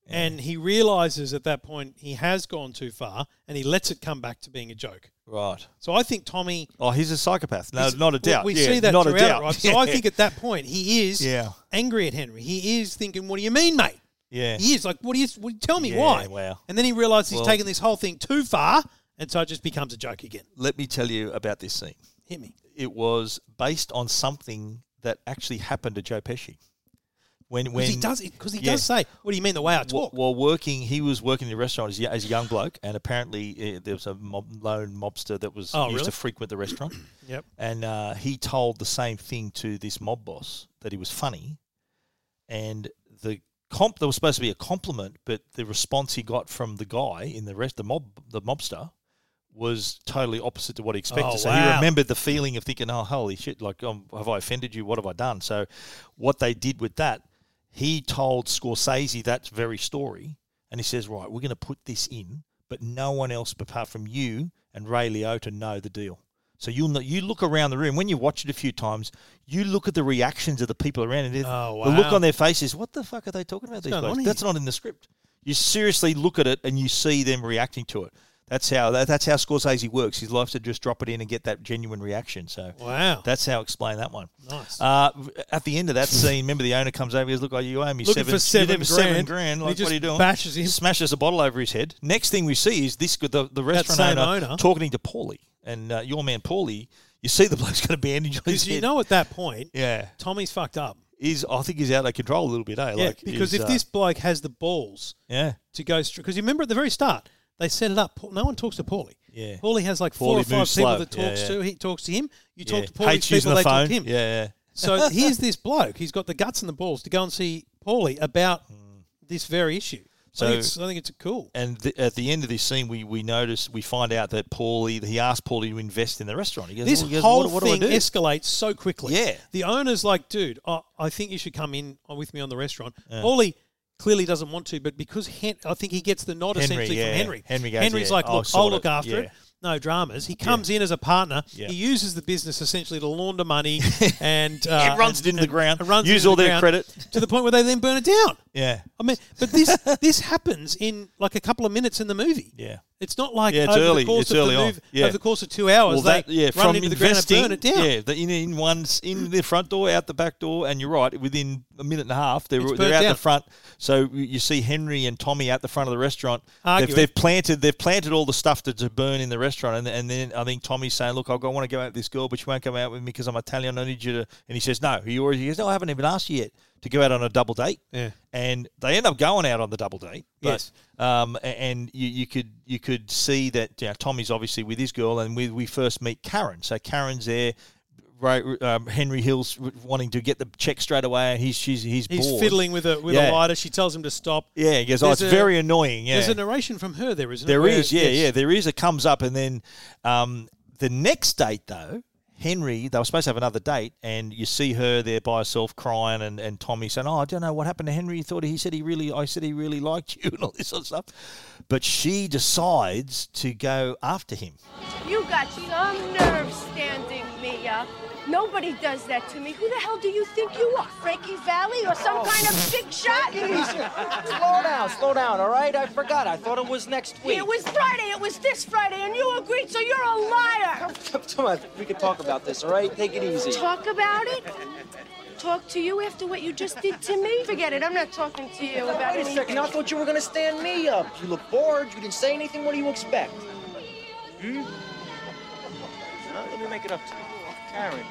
S2: and he realizes at that point he has gone too far, and he lets it come back to being a joke.
S1: right.
S2: So I think Tommy.
S1: Oh, he's a psychopath. No,
S2: is-
S1: not a doubt.
S2: We, we
S1: Yeah,
S2: see that
S1: not a
S2: throughout,
S1: doubt.
S2: right? So I think at that point he is
S1: Yeah.
S2: angry at Henry. He is thinking, "What do you mean, mate?
S1: Yeah.
S2: He is like, what do you? What, tell me
S1: Yeah,
S2: why?
S1: wow.
S2: And then he realizes he's
S1: Well-
S2: taken this whole thing too far, and so it just becomes a joke again.
S1: Let me tell you about this scene.
S2: Hit me.
S1: It was based on something that actually happened to Joe Pesci. When when
S2: Because he does, because he
S1: Yeah.
S2: does say, "What do you mean the way I
S1: Wh-
S2: talk?"
S1: While working, he was working in the restaurant as, y- as a young bloke, and apparently uh, there was a mob, lone mobster that was
S2: Oh,
S1: used
S2: really?
S1: to frequent the restaurant.
S2: Yep.
S1: And uh, he told the same thing to this mob boss that he was funny, and the comp there was supposed to be a compliment, but the response he got from the guy in the rest the mob the mobster was totally opposite to what he expected.
S2: Oh,
S1: so he
S2: wow.
S1: remembered the feeling of thinking, "Oh, holy shit! Like, um, have I offended you? What have I done?" So, what they did with that, he told Scorsese that very story, and he says, "Right, we're going to put this in, but no one else apart from you and Ray Liotta know the deal." So you'll know, you look around the room when you watch it a few times. You look at the reactions of the people around it.
S2: Oh,
S1: The look
S2: wow.
S1: on their faces. What the fuck are they talking about? these
S2: going
S1: blokes?
S2: on here?
S1: That's not in the script. You seriously look at it and you see them reacting to it. That's how that, that's how Scorsese works. He likes to just drop it in and get that genuine reaction. So
S2: Wow.
S1: that's how I explain that one.
S2: Nice.
S1: Uh, at the end of that scene, remember the owner comes over. He goes, "Look, you owe me
S2: Looking
S1: seven,
S2: for seven
S1: you owe me
S2: grand.
S1: grand.
S2: And
S1: Like,
S2: he just
S1: what are you doing?
S2: bashes him.
S1: Smashes a bottle over his head. Next thing we see is this the, the restaurant
S2: same
S1: owner,
S2: owner.
S1: talking to Paulie and uh, your man Paulie. You see the bloke's got a bandage on his
S2: Because
S1: head.
S2: you know at that point,
S1: yeah,
S2: Tommy's fucked up.
S1: he's I think he's out of control a little bit. Eh?
S2: yeah,
S1: like,
S2: because
S1: he's,
S2: if
S1: uh,
S2: this bloke has the balls
S1: yeah,
S2: to go straight, because you remember at the very start, they set it up. Paul- No one talks to Paulie.
S1: Yeah.
S2: Paulie has like four
S1: Paulie
S2: or five people
S1: moves slow.
S2: that
S1: Yeah,
S2: talks
S1: yeah.
S2: to. He talks to him. You
S1: yeah.
S2: talk to Paulie's
S1: Hates
S2: people.
S1: using the
S2: They
S1: phone.
S2: talk to him.
S1: Yeah, yeah.
S2: So here's this bloke. He's got the guts and the balls to go and see Paulie about this very issue. So I
S1: Hmm. So-
S2: think it's, I think it's cool.
S1: And th- at the end of this scene, we, we notice we find out that Paulie he asked Paulie to invest in the restaurant. He goes,
S2: This
S1: "Oh," he goes,
S2: whole
S1: what, what
S2: thing
S1: do I do?
S2: escalates so quickly.
S1: Yeah.
S2: The owner's like, dude, I I think you should come in with me on the restaurant.
S1: Yeah.
S2: Paulie clearly doesn't want to, but because Hen- I think he gets the nod
S1: Henry,
S2: essentially
S1: yeah.
S2: from Henry.
S1: Henry goes,
S2: Henry's
S1: yeah,
S2: like,
S1: I'll
S2: look, I'll,
S1: sort
S2: look
S1: it.
S2: after it.
S1: Yeah.
S2: No dramas. He comes in as a partner.
S1: Yeah.
S2: He uses the business essentially to launder money and uh,
S1: It runs
S2: and-
S1: it into the
S2: and-
S1: ground,
S2: and runs it
S1: use
S2: into
S1: all
S2: the
S1: their
S2: ground
S1: credit.
S2: to the point where they then burn it down.
S1: Yeah,
S2: I mean, but this this happens in like a couple of minutes in the movie.
S1: yeah.
S2: It's not like
S1: Yeah, it's
S2: over
S1: early.
S2: the course
S1: It's
S2: of
S1: early
S2: the
S1: on.
S2: move,
S1: Yeah.
S2: over the course of two hours,
S1: Well, that
S2: they
S1: yeah,
S2: run
S1: from
S2: into the ground and
S1: investing,
S2: burn it down.
S1: yeah, the, in, in one s- in the front door, out the back door, and you're right. Within a minute and a half, they're
S2: It's
S1: they're
S2: burnt
S1: out
S2: down.
S1: the front. So you- you see Henry and Tommy out the front of the restaurant. They've,
S2: Arguing.
S1: they've planted they've planted all the stuff to, to burn in the restaurant, and, and then I think Tommy's saying, "Look, I want to go out with this girl, but she won't come out with me because I'm Italian. I need you to." And he says, "No." He already he goes, "No, I haven't even asked you yet to go out on a double date."
S2: Yeah.
S1: and they end up going out on the double date. But,
S2: Yes.
S1: um, a- and you, you could you could see that you know, Tommy's obviously with his girl, and we we first meet Karen. So Karen's there. Right, um, Henry Hill's wanting to get the check straight away. He's she's he's,
S2: He's
S1: bored.
S2: fiddling with a with
S1: Yeah.
S2: a lighter. She tells him to stop.
S1: Yeah, he goes, "Oh, it's
S2: There's a-
S1: very annoying." Yeah,
S2: There's a narration from her there, isn't
S1: there
S2: it?
S1: is, yeah, yeah. There is. It comes up, and then um, the next date though, Henry, they were supposed to have another date, and you see her there by herself crying, and, and Tommy saying, "Oh, I don't know what happened to Henry. He thought he said he really, I said he really liked you, and all this sort of stuff." But she decides to go after him.
S13: You got some nerve standing me up. Nobody does that to me. Who the hell do you think you are? Frankie Valley or some kind of big shot?
S4: slow down, slow down, all right? I forgot. I thought it was next week.
S13: It was Friday. It was this Friday, and you agreed, so you're a liar.
S4: Come on, we can talk about this, all right? Take it easy.
S13: Talk about it. Talk to you after what you just did to me. Forget it. I'm not talking to you about
S4: Wait a
S13: anything.
S4: second, I thought you were gonna stand me up. You look bored, you didn't say anything, what do you expect? Hmm? Huh? Let me make it up to you. Karen.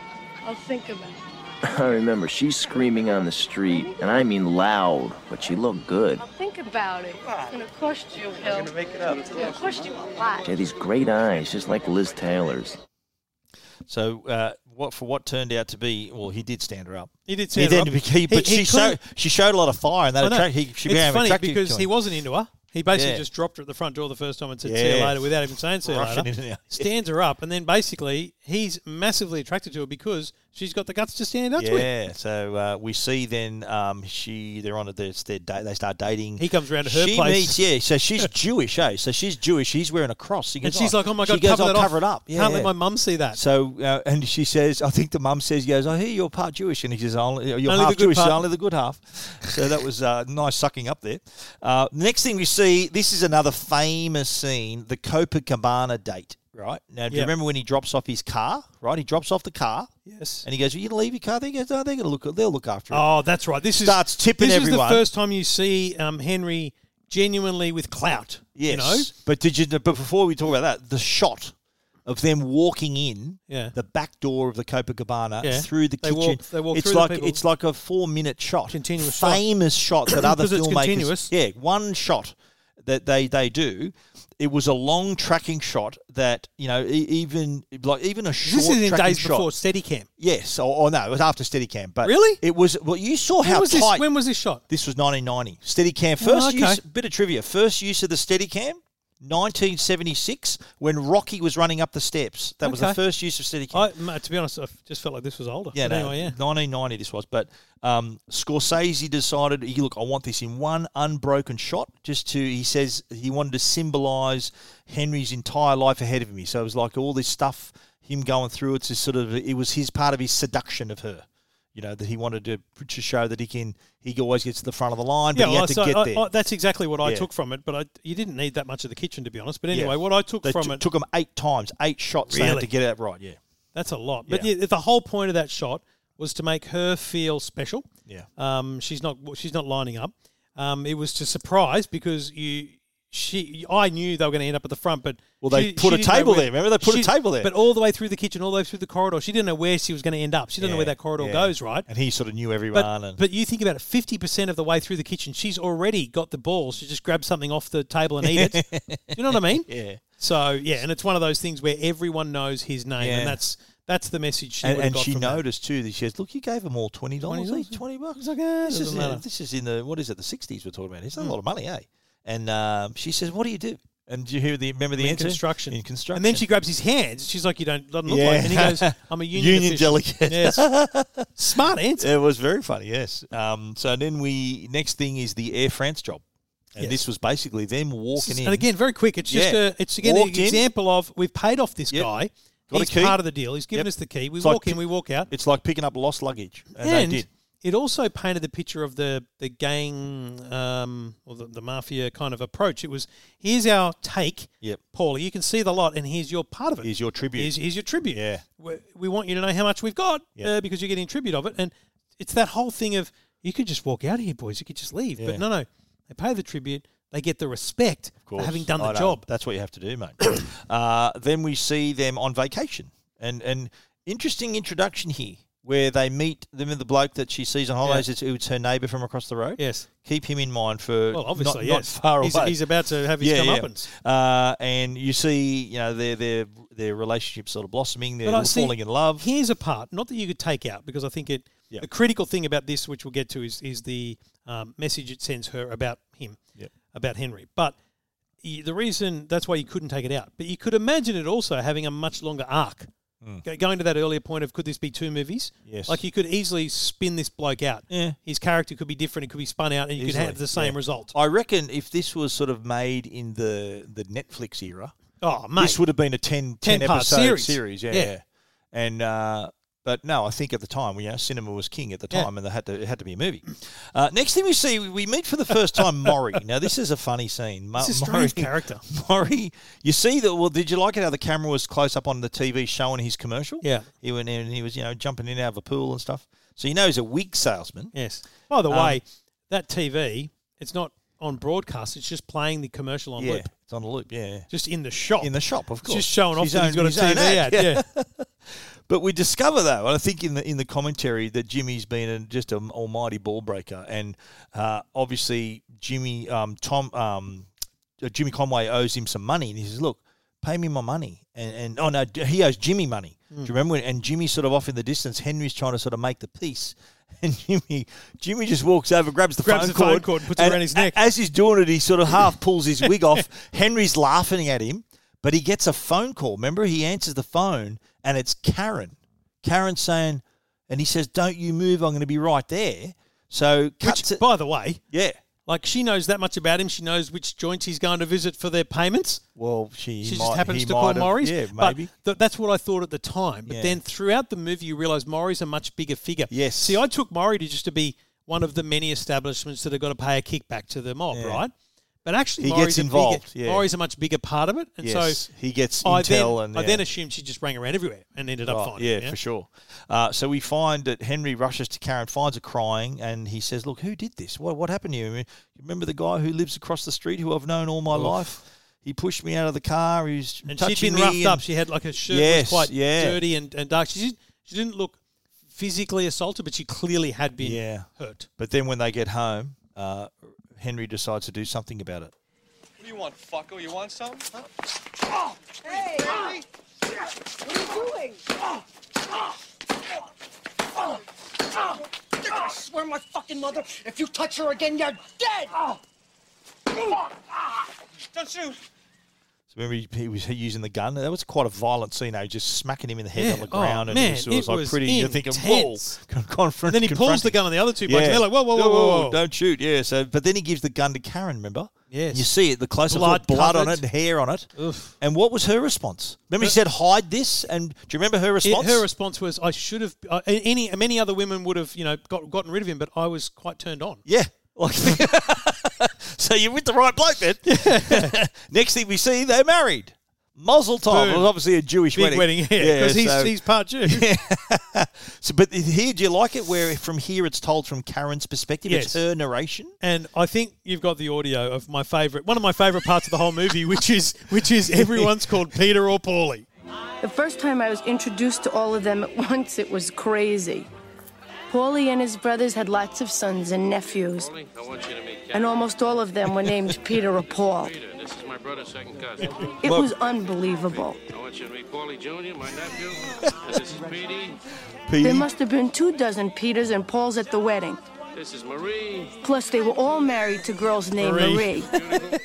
S13: I'll think about it.
S10: I remember she's screaming on the street, and I mean loud, but she looked good.
S13: Think about it. It's gonna cost you, Hill. I'm gonna
S4: make it up.
S13: It's gonna cost you a lot.
S10: She had these great eyes, just like Liz Taylor's.
S1: So uh, what for what turned out to be, well, he did stand her up.
S2: He did stand
S1: he
S2: her
S1: then
S2: up.
S1: became-
S2: He-
S1: but
S2: he
S1: she showed
S2: couldn't-
S1: she showed a lot of fire, and that
S2: I know.
S1: attract, he, she became
S2: it's funny
S1: attracted
S2: because
S1: to him.
S2: he wasn't into her. He basically
S1: Yeah.
S2: just dropped her at the front door the first time and said, "See you
S1: Yeah.
S2: later," without even saying "see you
S1: Rushing in and
S2: later."
S1: out.
S2: Stands her up, and then basically he's massively attracted to her because she's got the guts to stand up to him.
S1: yeah. So uh, we see then um, she they're on a, they're, they're da- they start dating.
S2: He comes round to her
S1: she
S2: place.
S1: Meets, yeah. So she's Jewish, eh? So she's Jewish. He's wearing a cross. He
S2: And
S1: goes,
S2: she's
S1: "Oh."
S2: like, "Oh my
S1: She
S2: god,
S1: goes,
S2: cover
S1: "I'll
S2: that off.
S1: cover it up. Yeah,
S2: Can't let
S1: yeah."
S2: my mum see that."
S1: So uh, and she says, I think the mum says, he goes, I hear you're part Jewish, and he says, only you're
S2: Only the
S1: half
S2: good
S1: Jewish, so
S2: part.
S1: only the good half. So that was uh, nice sucking up there. Uh, next thing we see, this is another famous scene, the Copacabana date. Right now, do you
S2: Yeah.
S1: remember when he drops off his car? Right, he drops off the car.
S2: Yes.
S1: and he goes, "Are you gonna leave your car?" There he goes, "No, they're gonna look. They'll look after it."
S2: Oh, that's right. This
S1: Starts
S2: is,
S1: tipping
S2: this
S1: everyone.
S2: is the first time you see um, Henry genuinely with clout.
S1: Yes.
S2: You know?
S1: But did you? But before we talk about that, the shot of them walking in
S2: Yeah.
S1: the back door of the Copacabana
S2: Yeah.
S1: Uh, through the
S2: They
S1: kitchen.
S2: walk- they walk
S1: it's
S2: through the
S1: like
S2: people.
S1: it's like a four minute shot,
S2: Continuous shot.
S1: famous shot, that other
S2: 'Cause it's
S1: filmmakers.
S2: continuous.
S1: Yeah, one shot that they they do. It was a long tracking shot that you know e- even like even a short.
S2: This is in
S1: tracking
S2: days
S1: shot.
S2: before Steadicam.
S1: Yes, or, or no, it was after Steadicam. But
S2: Really?
S1: it was. Well, you saw
S2: When
S1: how
S2: was
S1: tight.
S2: this? When was this shot?
S1: This was 1990. Steadicam.
S2: Oh,
S1: First
S2: okay.
S1: use, bit of trivia. First use of the Steadicam, 1976, when Rocky was running up the steps. That was the
S2: Okay.
S1: first use of Steadicam.
S2: I, m- to be honest, I f- just felt like this was older.
S1: yeah,
S2: But
S1: no,
S2: anyway, yeah.
S1: 1990 this was. But um, Scorsese decided, he, look, I want this in one unbroken shot. Just to, he says he wanted to symbolise Henry's entire life ahead of him. So it was like all this stuff him going through it's just sort of it was his part of his seduction of her. You know that he wanted to to show that he can he always gets to the front of the line, but he
S2: well,
S1: had to
S2: so
S1: get
S2: I-
S1: there.
S2: I- that's exactly what I
S1: Yeah.
S2: took from it, but I, you didn't need that much of the kitchen, to be honest. But
S1: Yeah.
S2: anyway, what I took
S1: They
S2: from
S1: t-
S2: it
S1: took him eight times, eight shots they had
S2: Really?
S1: to get out right. Yeah,
S2: That's a lot. But yeah. the whole point of that shot was to make her feel special.
S1: Yeah.
S2: Um, she's not she's not lining up. Um, it was to surprise because you she I knew they were going to end up at the front, but
S1: Well, they
S2: she-
S1: put
S2: she
S1: a
S2: didn't know
S1: table
S2: where-
S1: there, remember? They put a
S2: she-
S1: table there.
S2: But all the way through the kitchen, all the way through the corridor, she didn't know where she was going to end up. She didn't know where that corridor
S1: yeah.
S2: goes, right?
S1: And he sort of knew everyone.
S2: But,
S1: and
S2: but you think about it, fifty percent of the way through the kitchen, she's already got the balls to just grab something off the table and eat it. Do you know what I mean?
S1: Yeah.
S2: So yeah, and it's one of those things where everyone knows his name,
S1: Yeah.
S2: and that's that's the message she
S1: and,
S2: would've
S1: and
S2: got
S1: she
S2: from
S1: noticed too that she says, "Look, you gave them all twenty dollars each. Twenty bucks. This is,
S2: doesn't matter. Mm.
S1: this is in the what is it? The sixties we're talking about. It's not a lot of money, eh?" And um, she says, "What do you do?" And do you hear the remember the
S2: In
S1: answer?
S2: construction.
S1: In construction.
S2: And then she grabs his hands. She's like, "You don't doesn't look
S1: Yeah.
S2: like." And he goes, "I'm a union
S1: Union
S2: official."
S1: delegate.
S2: Yes. Smart answer.
S1: It was very funny, yes. Um, so then we next thing is the Air France job, and
S2: Yes.
S1: this was basically them walking in.
S2: And again, very quick. It's just
S1: Yeah.
S2: a, it's again
S1: Walked
S2: an
S1: in.
S2: example of we've paid off this guy.
S1: Got a
S2: He's
S1: key.
S2: part of the deal. He's given
S1: Yep.
S2: us the key. We
S1: It's like
S2: walk in,
S1: pi-
S2: we walk out.
S1: It's like picking up lost luggage, and,
S2: and
S1: they did.
S2: it also painted the picture of the the gang um, or the, the mafia kind of approach. It was here's our take,
S1: Yep.
S2: Paulie. You can see the lot, and here's your part of it.
S1: Here's your tribute.
S2: Here's, here's your tribute.
S1: Yeah.
S2: we, we want you to know how much we've got
S1: Yep.
S2: uh, because you're getting tribute of it, and it's that whole thing of you could just walk out of here, boys. You could just leave,
S1: Yeah.
S2: but no, no, they pay the tribute. They get the respect
S1: Of
S2: for
S1: course.
S2: having done
S1: I
S2: the
S1: know.
S2: job.
S1: That's what you have to do, mate. uh, then we see them on vacation, and and interesting introduction here where they meet them the bloke that she sees on holidays. It's, it's her neighbour from across the road.
S2: Yes.
S1: keep him in mind for
S2: Well, obviously,
S1: not,
S2: yes.
S1: not far
S2: He's-
S1: away.
S2: he's about to have his comeuppance.
S1: Uh, and you see, you know, their their their relationship sort of blossoming. They're
S2: But I
S1: all
S2: see-
S1: falling in love.
S2: Here's a part, not that you could take out, because I think it.
S1: Yep.
S2: The critical thing about this, which we'll get to, is is the um, message it sends her about him,
S1: Yep.
S2: about Henry. But y- the reason that's why you couldn't take it out, but you could imagine it also having a much longer arc. Go- Going to that earlier point of could this be two movies?
S1: Hmm. Yes.
S2: Like you could easily spin this bloke out.
S1: Yeah.
S2: His character could be different. It could be spun out, and you
S1: Easily,
S2: could have the same
S1: yeah.
S2: result.
S1: I reckon if this was sort of made in the the Netflix era,
S2: Oh, mate.
S1: this would have been a 10, 10
S2: 10-part
S1: episode
S2: series.
S1: series. yeah,
S2: Yeah.
S1: yeah. And uh, but no, I think at the time, you know, cinema was king at the
S2: Yeah.
S1: time, and they had to it had to be a movie. Uh, next thing we see, we- we meet for the first time Maury. Now this is a funny scene. Ma-
S2: It's a
S1: Maury-
S2: strange character.
S1: Maury, you see that? Well, did you like it how the camera was close up on the TV showing his commercial?
S2: Yeah.
S1: he went in and he was you know jumping in and out of a pool and stuff. So you know he's a wig salesman.
S2: Yes. By the
S1: Um,
S2: way, that TV, it's not on broadcast. It's just playing the commercial on
S1: yeah,
S2: loop.
S1: it's on a loop. Yeah,
S2: just in the shop.
S1: in the shop, of
S2: It's
S1: course.
S2: Just showing off
S1: His
S2: that
S1: own-
S2: he's got a
S1: his own
S2: TV ad. Yeah.
S1: But we discover though, and I think in the in the commentary that Jimmy's been a, just an almighty ball breaker, and uh, obviously Jimmy um, Tom um, uh, Jimmy Conway owes him some money, and he says, "Look, pay me my money." And, and oh no, he owes Jimmy money. Do you remember? When, and Jimmy's sort of off in the distance. Henry's trying to sort of make the peace, and Jimmy Jimmy just walks over, grabs the
S2: Grabs
S1: phone
S2: the
S1: cord,
S2: phone cord and puts it around his neck.
S1: a- As he's doing it, he sort of half pulls his wig off. Henry's laughing at him, but he gets a phone call. Remember, he answers the phone, and it's Karen. Karen saying, and he says, "Don't you move. I'm going to be right there." So cuts
S2: Which,
S1: it.
S2: by the way,
S1: Yeah.
S2: like she knows that much about him. She knows which joints he's going to visit for their payments.
S1: Well, she,
S2: She
S1: might,
S2: just happens
S1: he
S2: to call
S1: might have-
S2: Maurice.
S1: Yeah,
S2: But
S1: maybe.
S2: th- that's what I thought at the time. But
S1: Yeah.
S2: then throughout the movie, you realise Maury's a much bigger figure.
S1: Yes.
S2: See, I took Maury to just to be one of the many establishments that have got to pay a kickback to the mob,
S1: Yeah.
S2: right? But actually,
S1: He
S2: Maury's
S1: gets
S2: a
S1: involved,
S2: Bigger,
S1: yeah.
S2: Maury's a much bigger part of it, and
S1: yes,
S2: so
S1: he gets
S2: I then,
S1: intel, and
S2: I
S1: yeah.
S2: then assumed she just rang around everywhere and ended up
S1: Right,
S2: finding.
S1: yeah,
S2: him,
S1: for sure. Uh, so we find that Henry rushes to Karen, finds her crying, and he says, "Look, who did this? What what happened to you? Remember the guy who lives across the street who I've known all my life? He pushed me out of the car. He's
S2: and
S1: touching
S2: she'd been
S1: me
S2: roughed
S1: and-
S2: up. She had like a shirt
S1: Yes,
S2: was quite
S1: yeah.
S2: dirty and, and dark. She didn't, she didn't look physically assaulted, but she clearly had been
S1: yeah.
S2: hurt.
S1: But then when they get home, uh, Henry decides to do something about it.
S14: What do you want, fucko? You want some? Huh?
S7: Hey! What are you doing?
S13: I swear my fucking mother, if you touch her again, you're dead!
S14: Don't shoot.
S1: So remember he, he was using the gun. That was quite a violent scene. They were just smacking him in the head
S2: Yeah.
S1: on the
S2: Oh,
S1: ground, and
S2: man,
S1: it was, it was
S2: it
S1: like
S2: was
S1: pretty. You're thinking, whoa,
S2: intense.
S1: con- confront-
S2: And then he pulls the
S1: confronting.
S2: gun on the other two blokes, and they're like, whoa, whoa, whoa, whoa, whoa.
S1: don't shoot. Yeah. So, but then he gives the gun to Karen. Remember?
S2: Yes.
S1: You see it, the close up
S2: Blood
S1: blood, blood on
S2: covered.
S1: it, and hair on it.
S2: Oof.
S1: And what was her response? Remember, he said, "Hide this." And do you remember her
S2: It-
S1: response?
S2: her response was, "I should have." Uh, any many other women would have, you know, got, gotten rid of him, but I was quite turned on.
S1: Yeah. Like, so you're with the right bloke then. Next thing we see, they're married. Mazel tov.
S2: Boom.
S1: It was obviously a Jewish
S2: Big
S1: wedding.
S2: wedding, yeah, because he's,
S1: so-
S2: he's part Jew.
S1: so, but here, do you like it? Where from here it's told from Karen's perspective. It's her narration.
S2: And I think you've got the audio of my favorite, one of my favorite parts of the whole movie, which is which is everyone's called Peter or Paulie.
S15: The first time I was introduced to all of them at once, it was crazy. Paulie and his brothers had lots of sons and nephews,
S16: I want you to meet Kevin.
S15: and almost all of them were named Peter or Paul.
S16: Peter, this is my brother's second cousin.
S15: It was unbelievable.
S16: I want you to meet Paulie Jr., my nephew. And this is Petey.
S15: There must have been two dozen Peters and Pauls at the wedding.
S16: This is Marie.
S15: Plus, they were all married to girls named
S2: Marie.
S15: Marie.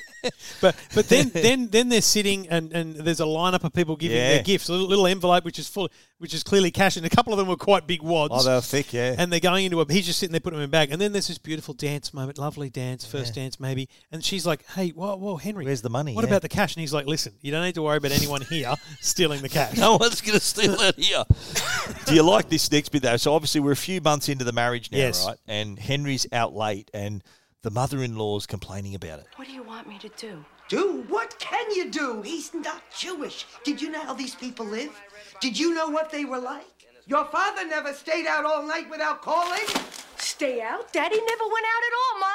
S2: But but then then then they're sitting and, and there's a lineup of people giving
S1: Yeah.
S2: their gifts, a little, little envelope which is full, which is clearly cash, and a couple of them were quite big wads.
S1: Oh, they were thick, yeah.
S2: And they're going into a. He's just sitting there putting them in bag, and then there's this beautiful dance moment, lovely dance, first
S1: Yeah.
S2: dance maybe, and she's like, "Hey, whoa, whoa, Henry,
S1: Where's the money?
S2: what
S1: Yeah.
S2: about the cash?" And he's like, "Listen, you don't need to worry about anyone here stealing the cash.
S1: No one's going to steal it here. Do you like this next bit though? So obviously we're a few months into the marriage now,
S2: Yes.
S1: right? And Henry's out late, and the mother-in-law's complaining about it.
S17: What do you want me to do?
S18: Do? What can you do? He's not Jewish. Did you know how these people live? Did you know what they were like? Your father never stayed out all night without calling.
S13: Stay out? Daddy never went out at all, Ma.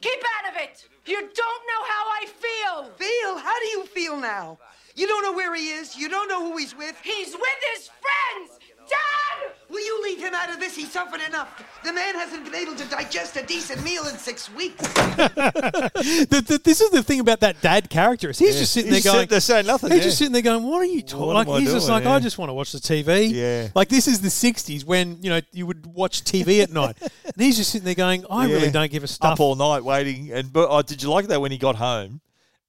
S13: Keep out of it. You don't know how I feel.
S18: Feel? How do you feel now? You don't know where he is. You don't know who he's with.
S13: He's with his friends. Dad!
S18: Will you leave him out of this? He suffered enough. The man hasn't been able to digest a decent meal in six weeks.
S2: The- the- this is the thing about that dad character. Is he's
S1: Yeah.
S2: just sitting
S1: He's
S2: there
S1: sitting
S2: going,
S1: there saying nothing,
S2: He's
S1: yeah.
S2: just sitting there going, "What are you talking?"
S1: What
S2: Like
S1: am I
S2: he's just
S1: doing,
S2: like,
S1: yeah.
S2: "I just want to watch the TV."
S1: Yeah.
S2: Like this is the '60s when you know you would watch TV at night, and he's just sitting there going, "I really
S1: Yeah.
S2: don't give a stuff."
S1: Up all night waiting, and but oh, did you like that when he got home,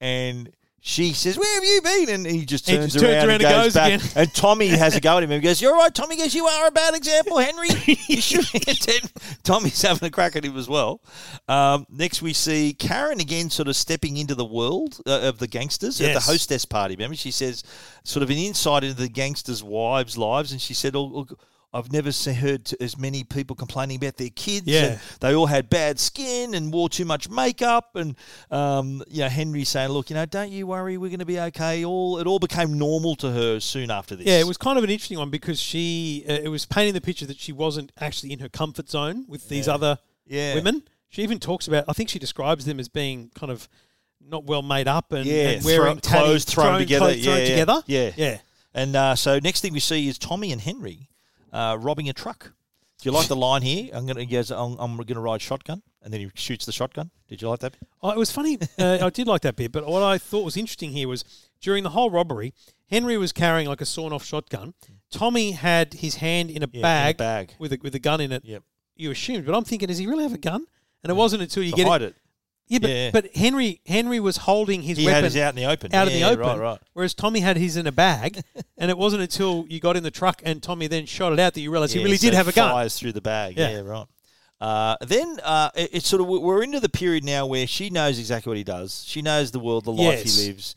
S1: and she says, "Where have you been?" And he just
S2: He
S1: turns,
S2: just turns
S1: around, and
S2: around and
S1: goes,
S2: goes
S1: back,
S2: again.
S1: and Tommy has a go at him and he goes, "You're right, Tommy." He Goes, "You are a bad example, Henry." You shouldn't have done-" Tommy's having a crack at him as well. Um, next, we see Karen again, sort of stepping into the world uh, of the gangsters at
S2: Yes.
S1: the hostess party. Remember, she says, sort of an insight into the gangsters' wives' lives, and she said, "Oh." look, I've never se- heard t- as many people complaining about their kids.
S2: Yeah.
S1: and they all had bad skin and wore too much makeup. And um, you know, Henry saying, "Look, you know, don't you worry, we're going to be okay." All it all became normal to her soon after this.
S2: Yeah, it was kind of an interesting one because she uh, it was painting the picture that she wasn't actually in her comfort zone with these
S1: Yeah.
S2: other
S1: Yeah.
S2: women. She even talks about I think she describes them as being kind of not well made up and,
S1: yeah,
S2: and wearing
S1: throw-
S2: tatty-
S1: clothes thrown together.
S2: clothes thrown
S1: yeah,
S2: together.
S1: Yeah,
S2: yeah.
S1: And uh, so next thing we see is Tommy and Henry uh, robbing a truck. Do you like the line here? I'm gonna yes, I'm, I'm gonna ride shotgun, and then he shoots the shotgun. Did you like that?
S2: Oh, it was funny. Uh, I did like that bit, but what I thought was interesting here was during the whole robbery, Henry was carrying like a sawn-off shotgun. Tommy had his hand in a
S1: in a
S2: bag,
S1: bag.
S2: with a, with a gun in it.
S1: Yep.
S2: You assumed, but I'm thinking, does he really have a gun? And it wasn't until you
S1: To
S2: get
S1: hide it.
S2: Yeah, but,
S1: Yeah.
S2: but Henry Henry was holding his
S1: He had
S2: weapon
S1: his out in the open.
S2: out in
S1: Yeah,
S2: the open,
S1: right, right.
S2: Whereas Tommy had his in a bag, and it wasn't until you got in the truck and Tommy then shot it out that you realised he
S1: Yeah,
S2: really
S1: so
S2: did have a gun.
S1: Fires through the bag.
S2: Yeah.
S1: Yeah, right. Uh, then uh, it- it's sort of we're into the period now where she knows exactly what he does. She knows the world, the life
S2: Yes.
S1: he lives.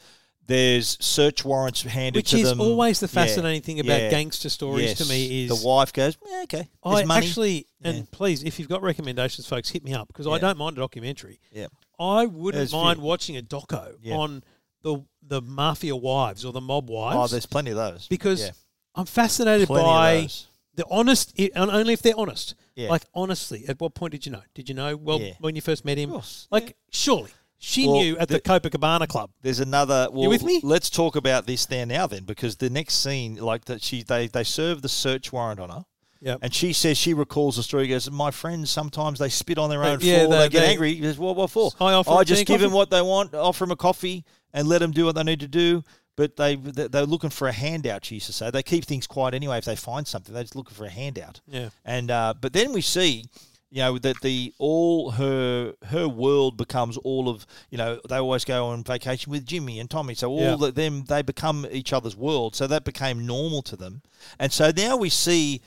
S1: There's search warrants handed
S2: Which
S1: to
S2: is
S1: them.
S2: always the
S1: Yeah,
S2: fascinating thing about
S1: yeah.
S2: gangster stories to
S1: Yes.
S2: me is
S1: the wife goes, "Yeah, okay,
S2: I
S1: there's money."
S2: actually, and please, if you've got recommendations, folks, hit me up because I
S1: Yeah.
S2: don't mind a documentary.
S1: Yeah.
S2: I wouldn't
S1: There's few.
S2: mind watching a doco
S1: Yeah.
S2: on the the mafia wives or the mob wives.
S1: oh, there's plenty of those
S2: because
S1: Yeah.
S2: I'm fascinated
S1: Plenty of
S2: by
S1: those.
S2: the honest, i- and only if they're honest.
S1: Yeah.
S2: Like honestly, at what point did you know? Did you know? Well,
S1: Yeah.
S2: when you first met him, like surely she
S1: Well,
S2: knew at the,
S1: the-
S2: Copacabana club.
S1: There's another. Well,
S2: with me?
S1: Let's talk about this there now then, because the next scene, like that, she they they serve the search warrant on her.
S2: Yep.
S1: And she says she recalls the story. Goes, my friends sometimes they spit on their
S2: They-
S1: own
S2: yeah,
S1: floor. They,
S2: they-
S1: get
S2: they-
S1: angry. He goes, what, what for?
S2: I offer them tea
S1: just
S2: and
S1: give them
S2: coffee."
S1: what they want. Offer them a coffee and let them do what they need to do. But they they- they're looking for a handout. She used to say they keep things quiet anyway. If they find something, they're just looking for a handout.
S2: Yeah.
S1: And uh, but then we see, you you know that the all her her world becomes all of you know they always go on vacation with Jimmy and Tommy so all
S2: Yeah.
S1: of them they become each other's world so that became normal to them and so now we see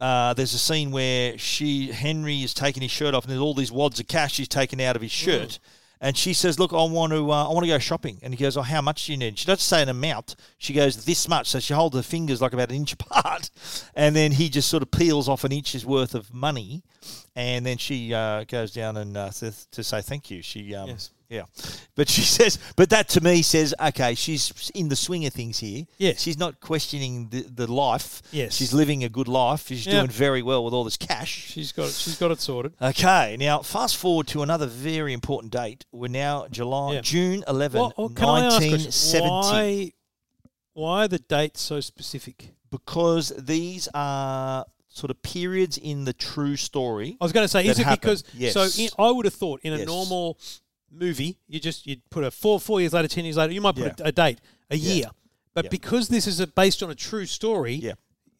S1: uh, there's a scene where she Henry is taking his shirt off and there's all these wads of cash he's taken out of his shirt. And she says, "Look, I want to, uh, I want to go shopping." And he goes, "Oh, how much do you need?" She doesn't say an amount. She goes, "This much." So she holds her fingers like about an inch apart, and then he just sort of peels off an inch's worth of money, and then she uh, goes down and uh, says- to say thank you. She, um,
S2: Yes.
S1: yeah, but she says, but that to me says, okay, she's in the swing of things here.
S2: Yes.
S1: she's not questioning the, the life.
S2: Yes.
S1: she's living a good life. She's
S2: Yeah.
S1: doing very well with all this cash.
S2: She's got it. She's got it sorted.
S1: Okay, now fast forward to another very important date. We're now July,
S2: Yeah.
S1: June 11,
S2: Well, well, can I ask a question? Why,
S1: 1970.
S2: why are the dates so specific?
S1: Because these are sort of periods in the true story.
S2: I was going to say,
S1: that
S2: is it
S1: happened.
S2: because?
S1: Yes.
S2: So in, I would have thought in a
S1: Yes.
S2: normal movie, you just you'd put a four four years later, ten years later, you might put
S1: Yeah.
S2: a, a date, a
S1: Yeah.
S2: year, but
S1: Yeah.
S2: because this is a, based on a true story,
S1: Yeah.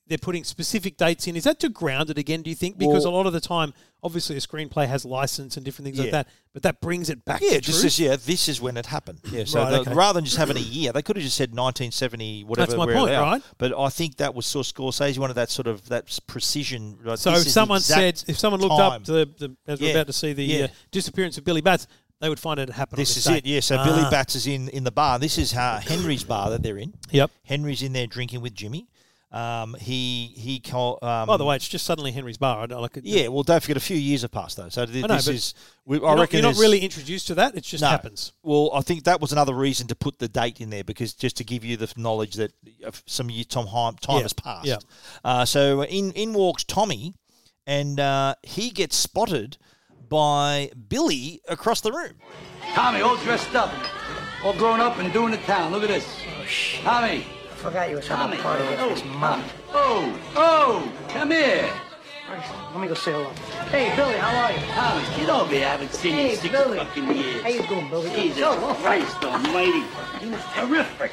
S2: they're putting specific dates in. Is that to ground it again? Do you think? Because a
S1: Well-
S2: lot of the time, obviously, a screenplay has license and different things like
S1: Yeah.
S2: that, but that brings it back.
S1: yeah,
S2: to
S1: just
S2: truth.
S1: says, yeah, this is when it happened. Yeah, so
S2: Right,
S1: the-
S2: okay.
S1: rather than just having a year, they could have just said 1970, whatever.
S2: my
S1: where they
S2: point,
S1: are.
S2: right?
S1: But I think that was sort of Scorsese wanted that sort of that s- precision. Right?
S2: So
S1: this
S2: if
S1: is the
S2: someone
S1: exact
S2: said, if someone looked
S1: time.
S2: up to the, the as
S1: Yeah,
S2: we're about to see the
S1: yeah.
S2: uh, disappearance of Billy Bats, they would find it happened.
S1: This
S2: on
S1: is
S2: this
S1: it,
S2: date.
S1: yeah. So Billy
S2: Ah.
S1: Bats is in, in the bar. This is uh, Henry's bar that they're in.
S2: Yep.
S1: Henry's in there drinking with Jimmy. Um, he he. Call, um,
S2: By the way, it's just suddenly Henry's bar. I don't like it.
S1: yeah. Well, don't forget a few years have passed though. So th-
S2: I know,
S1: this
S2: but
S1: is. We, I
S2: you're not,
S1: reckon
S2: you're not
S1: there's-
S2: really introduced to that. It just
S1: No.
S2: happens.
S1: Well, I think that was another reason to put the date in there because just to give you the knowledge that of some year Tom Heim, time
S2: Yeah,
S1: has passed.
S2: yeah.
S1: Uh, so in in walks Tommy, and uh, he gets spotted by Billy across the room.
S17: Tommy, all dressed up, all grown up and doing the town. Look at this. Tommy.
S11: I forgot you was having a party with this mom.
S17: Oh, oh, come here.
S11: Let me go say hello. Hey, Billy, how are you?
S17: Tommy, get over here. I haven't seen you in
S11: Hey,
S17: six
S11: Billy.
S17: fucking years.
S11: How you doing, Billy?
S17: Jesus
S11: Go, go.
S17: Christ almighty. You was terrific.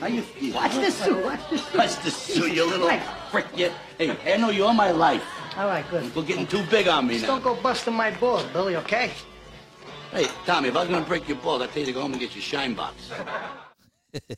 S17: How you feel?
S11: Watch this suit, watch this suit.
S17: Watch this suit, you little
S11: Christ.
S17: prick. You. Hey, I know you all my life.
S11: All right, good.
S17: You're getting too big on me
S11: Just
S17: now.
S11: don't go busting my balls, Billy, okay?
S17: Hey, Tommy, if I was going to break your balls, I'd tell you to go home and get your shine box.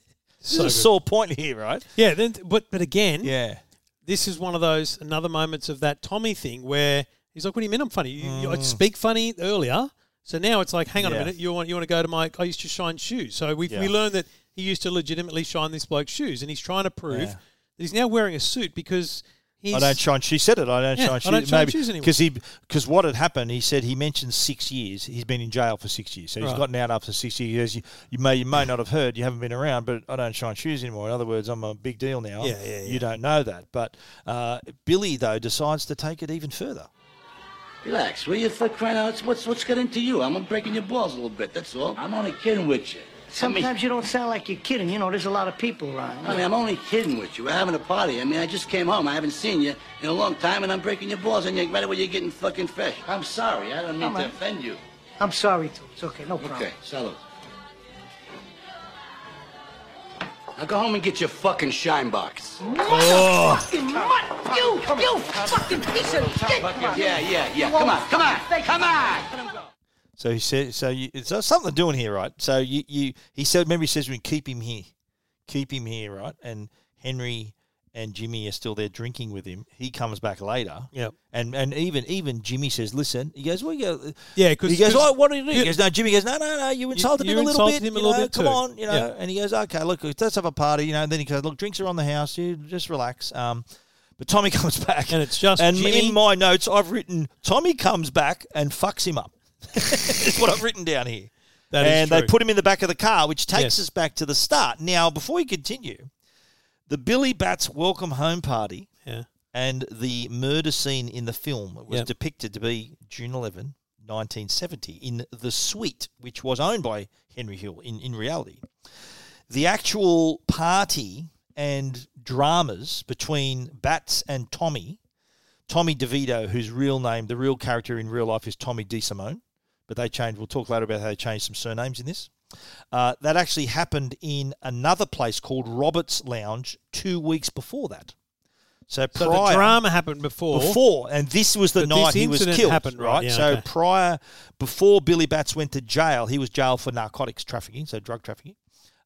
S1: So a
S2: good.
S1: sore point here, right?
S2: Yeah, then, but but again,
S1: Yeah.
S2: this is one of those another moments of that Tommy thing where he's like, "What do you mean I'm funny? You, you I
S1: Mm.
S2: speak funny earlier." So now it's like, "Hang on
S1: Yeah.
S2: a minute, you want you want to go to my? I used to shine shoes." So we
S1: Yeah.
S2: we learned that he used to legitimately shine this bloke's shoes, and he's trying to prove
S1: Yeah.
S2: that he's now wearing a suit because he's
S1: I don't shine. She said it. I don't
S2: Yeah,
S1: shine.
S2: I
S1: Shoes.
S2: don't shine
S1: maybe
S2: shoes anymore.
S1: Because he because what had happened, he said he mentioned six years. He's been in jail for six years, so he's
S2: Right.
S1: gotten out after six years. He goes, You, you may you may not have heard. You haven't been around, but I don't shine shoes anymore. In other words, I'm a big deal now.
S2: Yeah, yeah,
S1: You don't know that, but uh, Billy though decides to take it even further.
S17: Relax. Will you for crying out? What's what's got into you? I'm breaking your balls a little bit. That's all. I'm only kidding with you.
S11: Sometimes
S17: I mean,
S11: you don't sound like you're kidding. You know, there's a lot of people around.
S17: I mean, I'm only kidding with you. We're having a party. I mean, I just came home. I haven't seen you in a long time, and I'm breaking your balls, and you're right away you're getting fucking fresh. I'm sorry. I don't mean
S11: Come
S17: to
S11: on.
S17: offend you.
S11: I'm sorry, too. It's okay, no problem.
S17: Okay, salute. Now go home and get your fucking shine box.
S2: Oh.
S7: Motherfucking
S11: mutt! You, you fucking piece of shit!
S17: Yeah, yeah, yeah. Come on, come on, come on.
S1: So he said, so you, so something doing here, right? So you, you, he said, remember he says, we keep him here, keep him here, right? And Henry and Jimmy are still there drinking with him. He comes back later,
S2: Yep.
S1: And and even even Jimmy says, listen, he goes, well, you go,
S2: Yeah, 'cause-
S1: he goes,
S2: 'cause
S1: oh, what do you do? He
S2: you-
S1: goes, no, Jimmy goes, no, no, no, you insulted
S2: you
S1: him a little
S2: insulted
S1: bit,
S2: him a
S1: you
S2: little
S1: know,
S2: bit
S1: come
S2: too."
S1: on, you know.
S2: Yeah.
S1: And he goes, okay, look, let's have a party, you know. And then he goes, look, drinks are on the house, you just relax. Um, but Tommy comes back,
S2: And it's just
S1: and
S2: Jimmy-
S1: in my notes, I've written Tommy comes back and fucks him up. It's what I've written down here.
S2: That is
S1: and they
S2: true.
S1: put him in the back of the car, which takes
S2: Yes.
S1: us back to the start. Now, before we continue, the Billy Bats welcome home party
S2: Yeah.
S1: and the murder scene in the film was
S2: Yep.
S1: depicted to be June 11, 1970, in The Suite, which was owned by Henry Hill in, in reality. The actual party and dramas between Bats and Tommy, Tommy DeVito, whose real name, the real character in real life is Tommy DeSimone, but they changed, we'll talk later about how they changed some surnames in this. Uh, that actually happened in another place called Robert's Lounge two weeks before that. So,
S2: So the
S1: prior,
S2: drama happened before.
S1: before, and this was the
S2: But
S1: night
S2: this
S1: he was
S2: incident
S1: killed,
S2: happened, right?
S1: right?
S2: Yeah,
S1: so
S2: okay.
S1: prior, before Billy Bats went to jail, he was jailed for narcotics trafficking, so drug trafficking.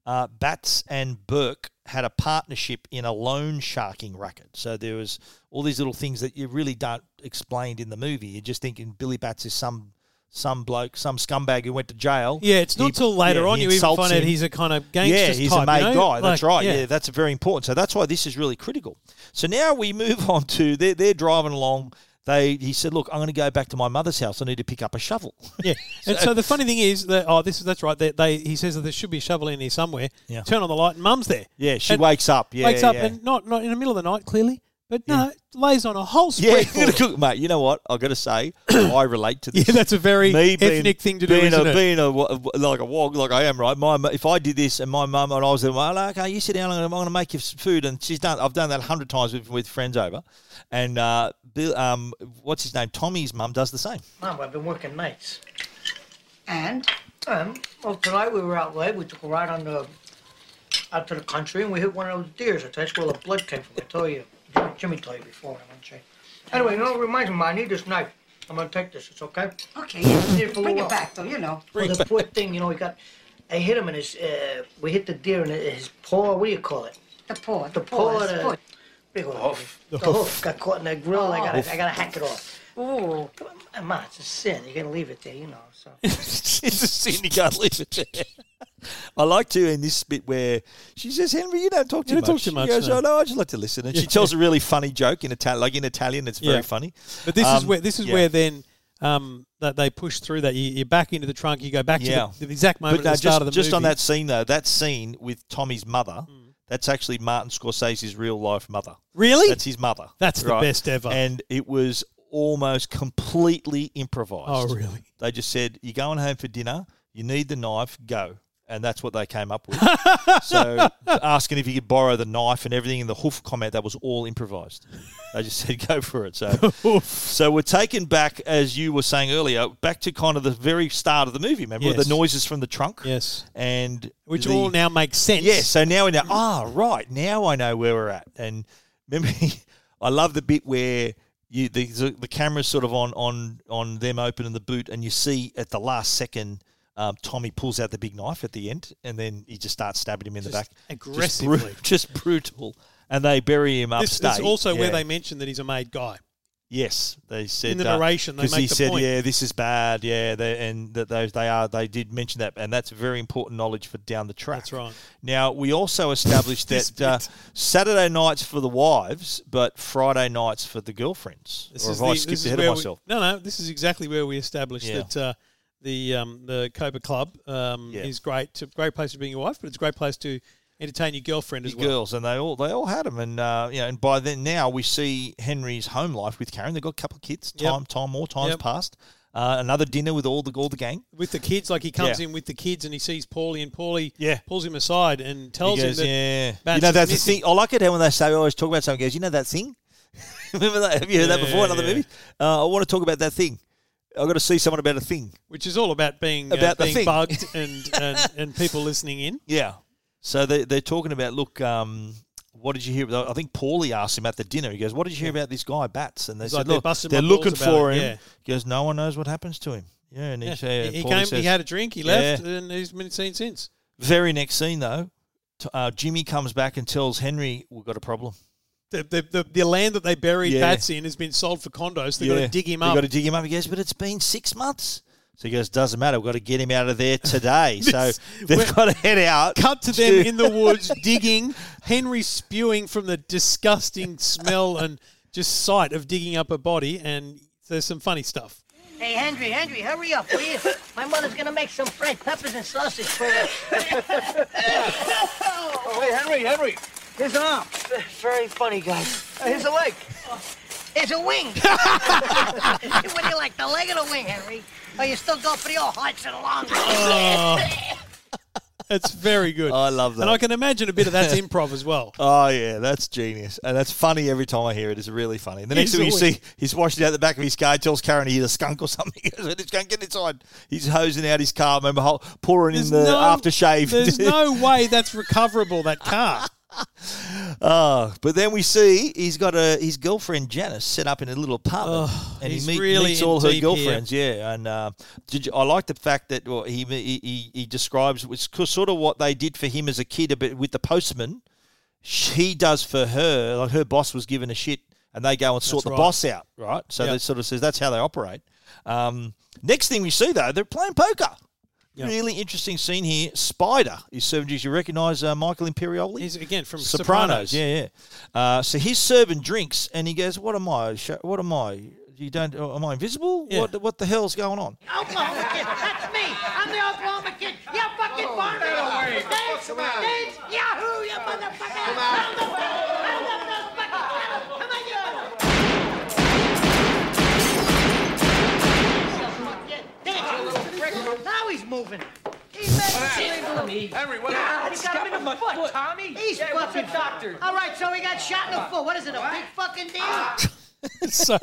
S1: Uh, Bats and Burke had a partnership in a loan sharking racket. So there was all these little things that you really don't explained in the movie. You're just thinking Billy Bats is some some bloke, some scumbag who went to jail.
S2: Yeah, it's not
S1: He-
S2: till later
S1: yeah,
S2: on
S1: he
S2: you even
S1: insults
S2: find out
S1: him.
S2: he's a kind of
S1: Yeah,
S2: gangster
S1: he's
S2: type,
S1: a made
S2: you know?
S1: guy. That's
S2: Like,
S1: right. Yeah. that's very important. So that's why this is really critical. So now we move on to they're, they're driving along. They he said, "Look, I'm going to go back to my mother's house. I need to pick up a shovel."
S2: Yeah, and so the funny thing is that oh, this is that's right. They, they he says that there should be a shovel in here somewhere.
S1: Yeah.
S2: Turn on the light, and Mum's there.
S1: Yeah, she
S2: And
S1: wakes up. Yeah,
S2: wakes up
S1: yeah.
S2: and not not in the middle of the night, clearly, but no, lays on a whole
S1: yeah,
S2: spread.
S1: mate. You know what? I've got to say, I relate to this.
S2: Yeah, that's a very
S1: Me being-
S2: ethnic thing to do,
S1: Being,
S2: isn't
S1: a,
S2: it?
S1: being a wa- like a wog, like I am, right? My mu- if I did this and my mum and I was there, well, okay, you sit down. I'm going to make you some food, and she's done. I've done that a hundred times with, with friends over, and uh, Bill, um, what's his name? Tommy's mum does the same.
S11: Mom, I've been working nights. And? Um, well, tonight we were out late. We took a ride on the, out to the country, and we hit one of those deers. That's where the blood came from. I told you, Jimmy, Jimmy told you before. when I went check. Anyway, you know, it reminds me, Mom, I need this knife. I'm gonna take this. It's okay.
S18: Okay, yeah.
S11: Need it for a
S18: Bring it
S11: while.
S18: back, though, you know.
S11: Well, the poor thing, you know, he got. I hit him in his. Uh, we hit the deer in his paw. What do you call it?
S18: The paw.
S11: The paw.
S18: his
S11: The,
S18: foot.
S11: Big hoof. The hoof Oh, got caught in that grill. I gotta. I gotta hack it off. Ooh. Come on, it's a sin. You're gonna leave it there, you know. So.
S1: it's a sin you can't leave it there. I like to in this bit where she says, "Henry, you don't talk too
S2: You
S1: much."
S2: don't talk too much,
S1: She goes,
S2: no.
S1: "Oh no, I just like to listen." And she
S2: Yeah.
S1: tells a really funny joke in Italian, like in Italian, it's very
S2: Yeah.
S1: funny.
S2: But this is
S1: Um,
S2: where this is
S1: yeah.
S2: where then um, that they push through that you, you're back into the trunk. You go back to the, the exact moment
S1: no,
S2: at the start
S1: just,
S2: of the
S1: just
S2: movie. Hmm.
S1: on that scene though, that scene with Tommy's mother, that's actually Martin Scorsese's real life mother.
S2: Really?
S1: That's his mother.
S2: That's the best ever.
S1: And it was almost completely improvised.
S2: Oh, really?
S1: They just said, "You're going home for dinner. You need the knife. Go." And that's what they came up with. so asking if you could borrow the knife and everything in the hoof comment that was all improvised. They just said go for it. So so we're taken back as you were saying earlier, back to kind of the very start of the movie, remember with
S2: Yes.
S1: the noises from the trunk?
S2: Yes.
S1: And
S2: Which
S1: the-
S2: all now makes sense.
S1: Yeah, so now we know ah right, now I know where we're at. And remember I love the bit where you the the camera's sort of on on on them opening the boot and you see at the last second um, Tommy pulls out the big knife at the end, and then he just starts stabbing him in the
S2: Just
S1: back
S2: aggressively.
S1: just, bru- just brutal. And they bury him
S2: This
S1: upstate.
S2: is also where
S1: Yeah.
S2: they mention that he's a made guy.
S1: Yes, they said
S2: the narration, they
S1: because he
S2: make the
S1: said,
S2: point.
S1: "Yeah, this is bad." Yeah, they, and that those they are. They did mention that, and that's very important knowledge for down the track. That's
S2: right.
S1: Now we also established
S2: This
S1: that uh, Saturday nights for the wives, but Friday nights for the girlfriends. or have I
S2: the-
S1: skipped
S2: is
S1: ahead
S2: where
S1: of
S2: we-
S1: myself?
S2: no, no. This is exactly where we established
S1: Yeah.
S2: that uh, the um, the Cobra Club um,
S1: Yeah.
S2: is great. To, great place to bring your wife, but it's a great place to entertain your girlfriend as
S1: The
S2: well.
S1: girls, and they all they all had them, and uh, you know, and by then now we see Henry's home life with Karen. They've got a couple of kids.
S2: Yep.
S1: Time, time, more times
S2: Yep.
S1: passed. Uh, another dinner with all the all the gang.
S2: With the kids, like he comes
S1: Yeah.
S2: in with the kids and he sees Paulie, and Paulie pulls him aside and tells
S1: He goes,
S2: him that
S1: yeah.
S2: Bats
S1: you know
S2: is
S1: that's the
S2: missing.
S1: thing. I like it how when they say always talk about something. Goes, you know that thing. Remember that? Have you heard that
S2: Yeah,
S1: before in
S2: yeah,
S1: other
S2: yeah.
S1: movies? Uh, I want to talk about that thing. I've got to see someone about a thing.
S2: which is all about being uh,
S1: About the
S2: being
S1: thing.
S2: bugged and, and and people listening in.
S1: Yeah. So they, they're talking about look. Um, what did you hear? about I think Paulie asked him at the dinner. He goes, "What did you hear about this guy Bats?" And they
S2: He's
S1: said,
S2: like, they're
S1: "Look,
S2: busting
S1: they're
S2: my
S1: looking
S2: balls about
S1: for
S2: it,
S1: him."
S2: yeah.
S1: He goes, "No one knows what happens to him." Yeah, and he,
S2: Yeah.
S1: said-
S2: He, he
S1: Paulie
S2: came.
S1: says-
S2: he had a drink. He
S1: Yeah.
S2: left, and he's been seen since.
S1: Very next scene though, t- uh, Jimmy comes back and tells Henry, "We've got a problem."
S2: The, the, the, the land that they buried
S1: Yeah.
S2: Bats in has been sold for condos. They've got to dig him
S1: They've
S2: up.
S1: got to dig him up. He goes, but it's been six months. So he goes, doesn't matter. We've got to get him out of there today. so
S2: This- we're-
S1: they've got to head out.
S2: Cut to them
S1: to-
S2: in the woods digging. Henry spewing from the disgusting smell and just sight of digging up a body, and there's some funny stuff.
S11: Hey, Henry, Henry, hurry up, will you? My mother's gonna make some fried peppers and sausage for us. oh, hey, Henry, Henry. Here's an arm. Very funny, guys. Here's a leg. Here's a wing. what do you like, the leg or the wing, Henry? Oh, you still go for the old hearts and lungs.
S2: It's very good.
S1: I love that.
S2: Ah. And I can imagine a bit of that's improv as well.
S1: Oh yeah, that's genius, and that's funny every time I hear it. It's really funny. The next
S2: He's
S1: thing you
S2: always-
S1: see, he's washing out the back of his car. Tells Karen he's a skunk or something. He goes, "It's going to get inside." He's hosing out his car. Remember, hol- pouring in the aftershave.
S2: There's no way that's recoverable. That car.
S1: Oh, but then we see he's got a his girlfriend Janice set up in a little apartment,
S2: Oh,
S1: and he
S2: he's
S1: meet,
S2: really
S1: meets
S2: in
S1: all her
S2: deep here.
S1: girlfriends. Yeah, and uh, did you, I like the fact that well, he, he he he describes it's co- sort of what they did for him as a kid, but with the postman, sh- he does for her. Like her boss was given a shit, and they go and sort
S2: That's
S1: the
S2: right.
S1: boss out, right? So
S2: Yep.
S1: that sort of says that's how they operate. Um, next thing we see though, they're playing poker.
S2: Yep.
S1: Really interesting scene here. Spider is serving. You recognise uh, Michael Imperioli?
S2: He's again from
S1: Sopranos. Yeah, yeah. Uh, so his servant drinks, and he goes, "What am I? Sh- What am I? You don't? uh, Am I invisible?
S2: Yeah.
S1: What? the- What the hell's going on?"
S7: Oklahoma kid, that's me. I'm the Oklahoma kid. You fucking oh, barney. Get away. Dance, dance, yahoo, you motherfucker. Come out.
S11: Now he's moving.
S7: Henry, what
S11: Ah,
S7: happened?
S11: he got him in the foot, Tommy. He's
S7: Yeah, what's
S11: fucking
S7: the doctor?
S11: All right, so he got shot in the foot. What is it? A big fucking deal?
S2: so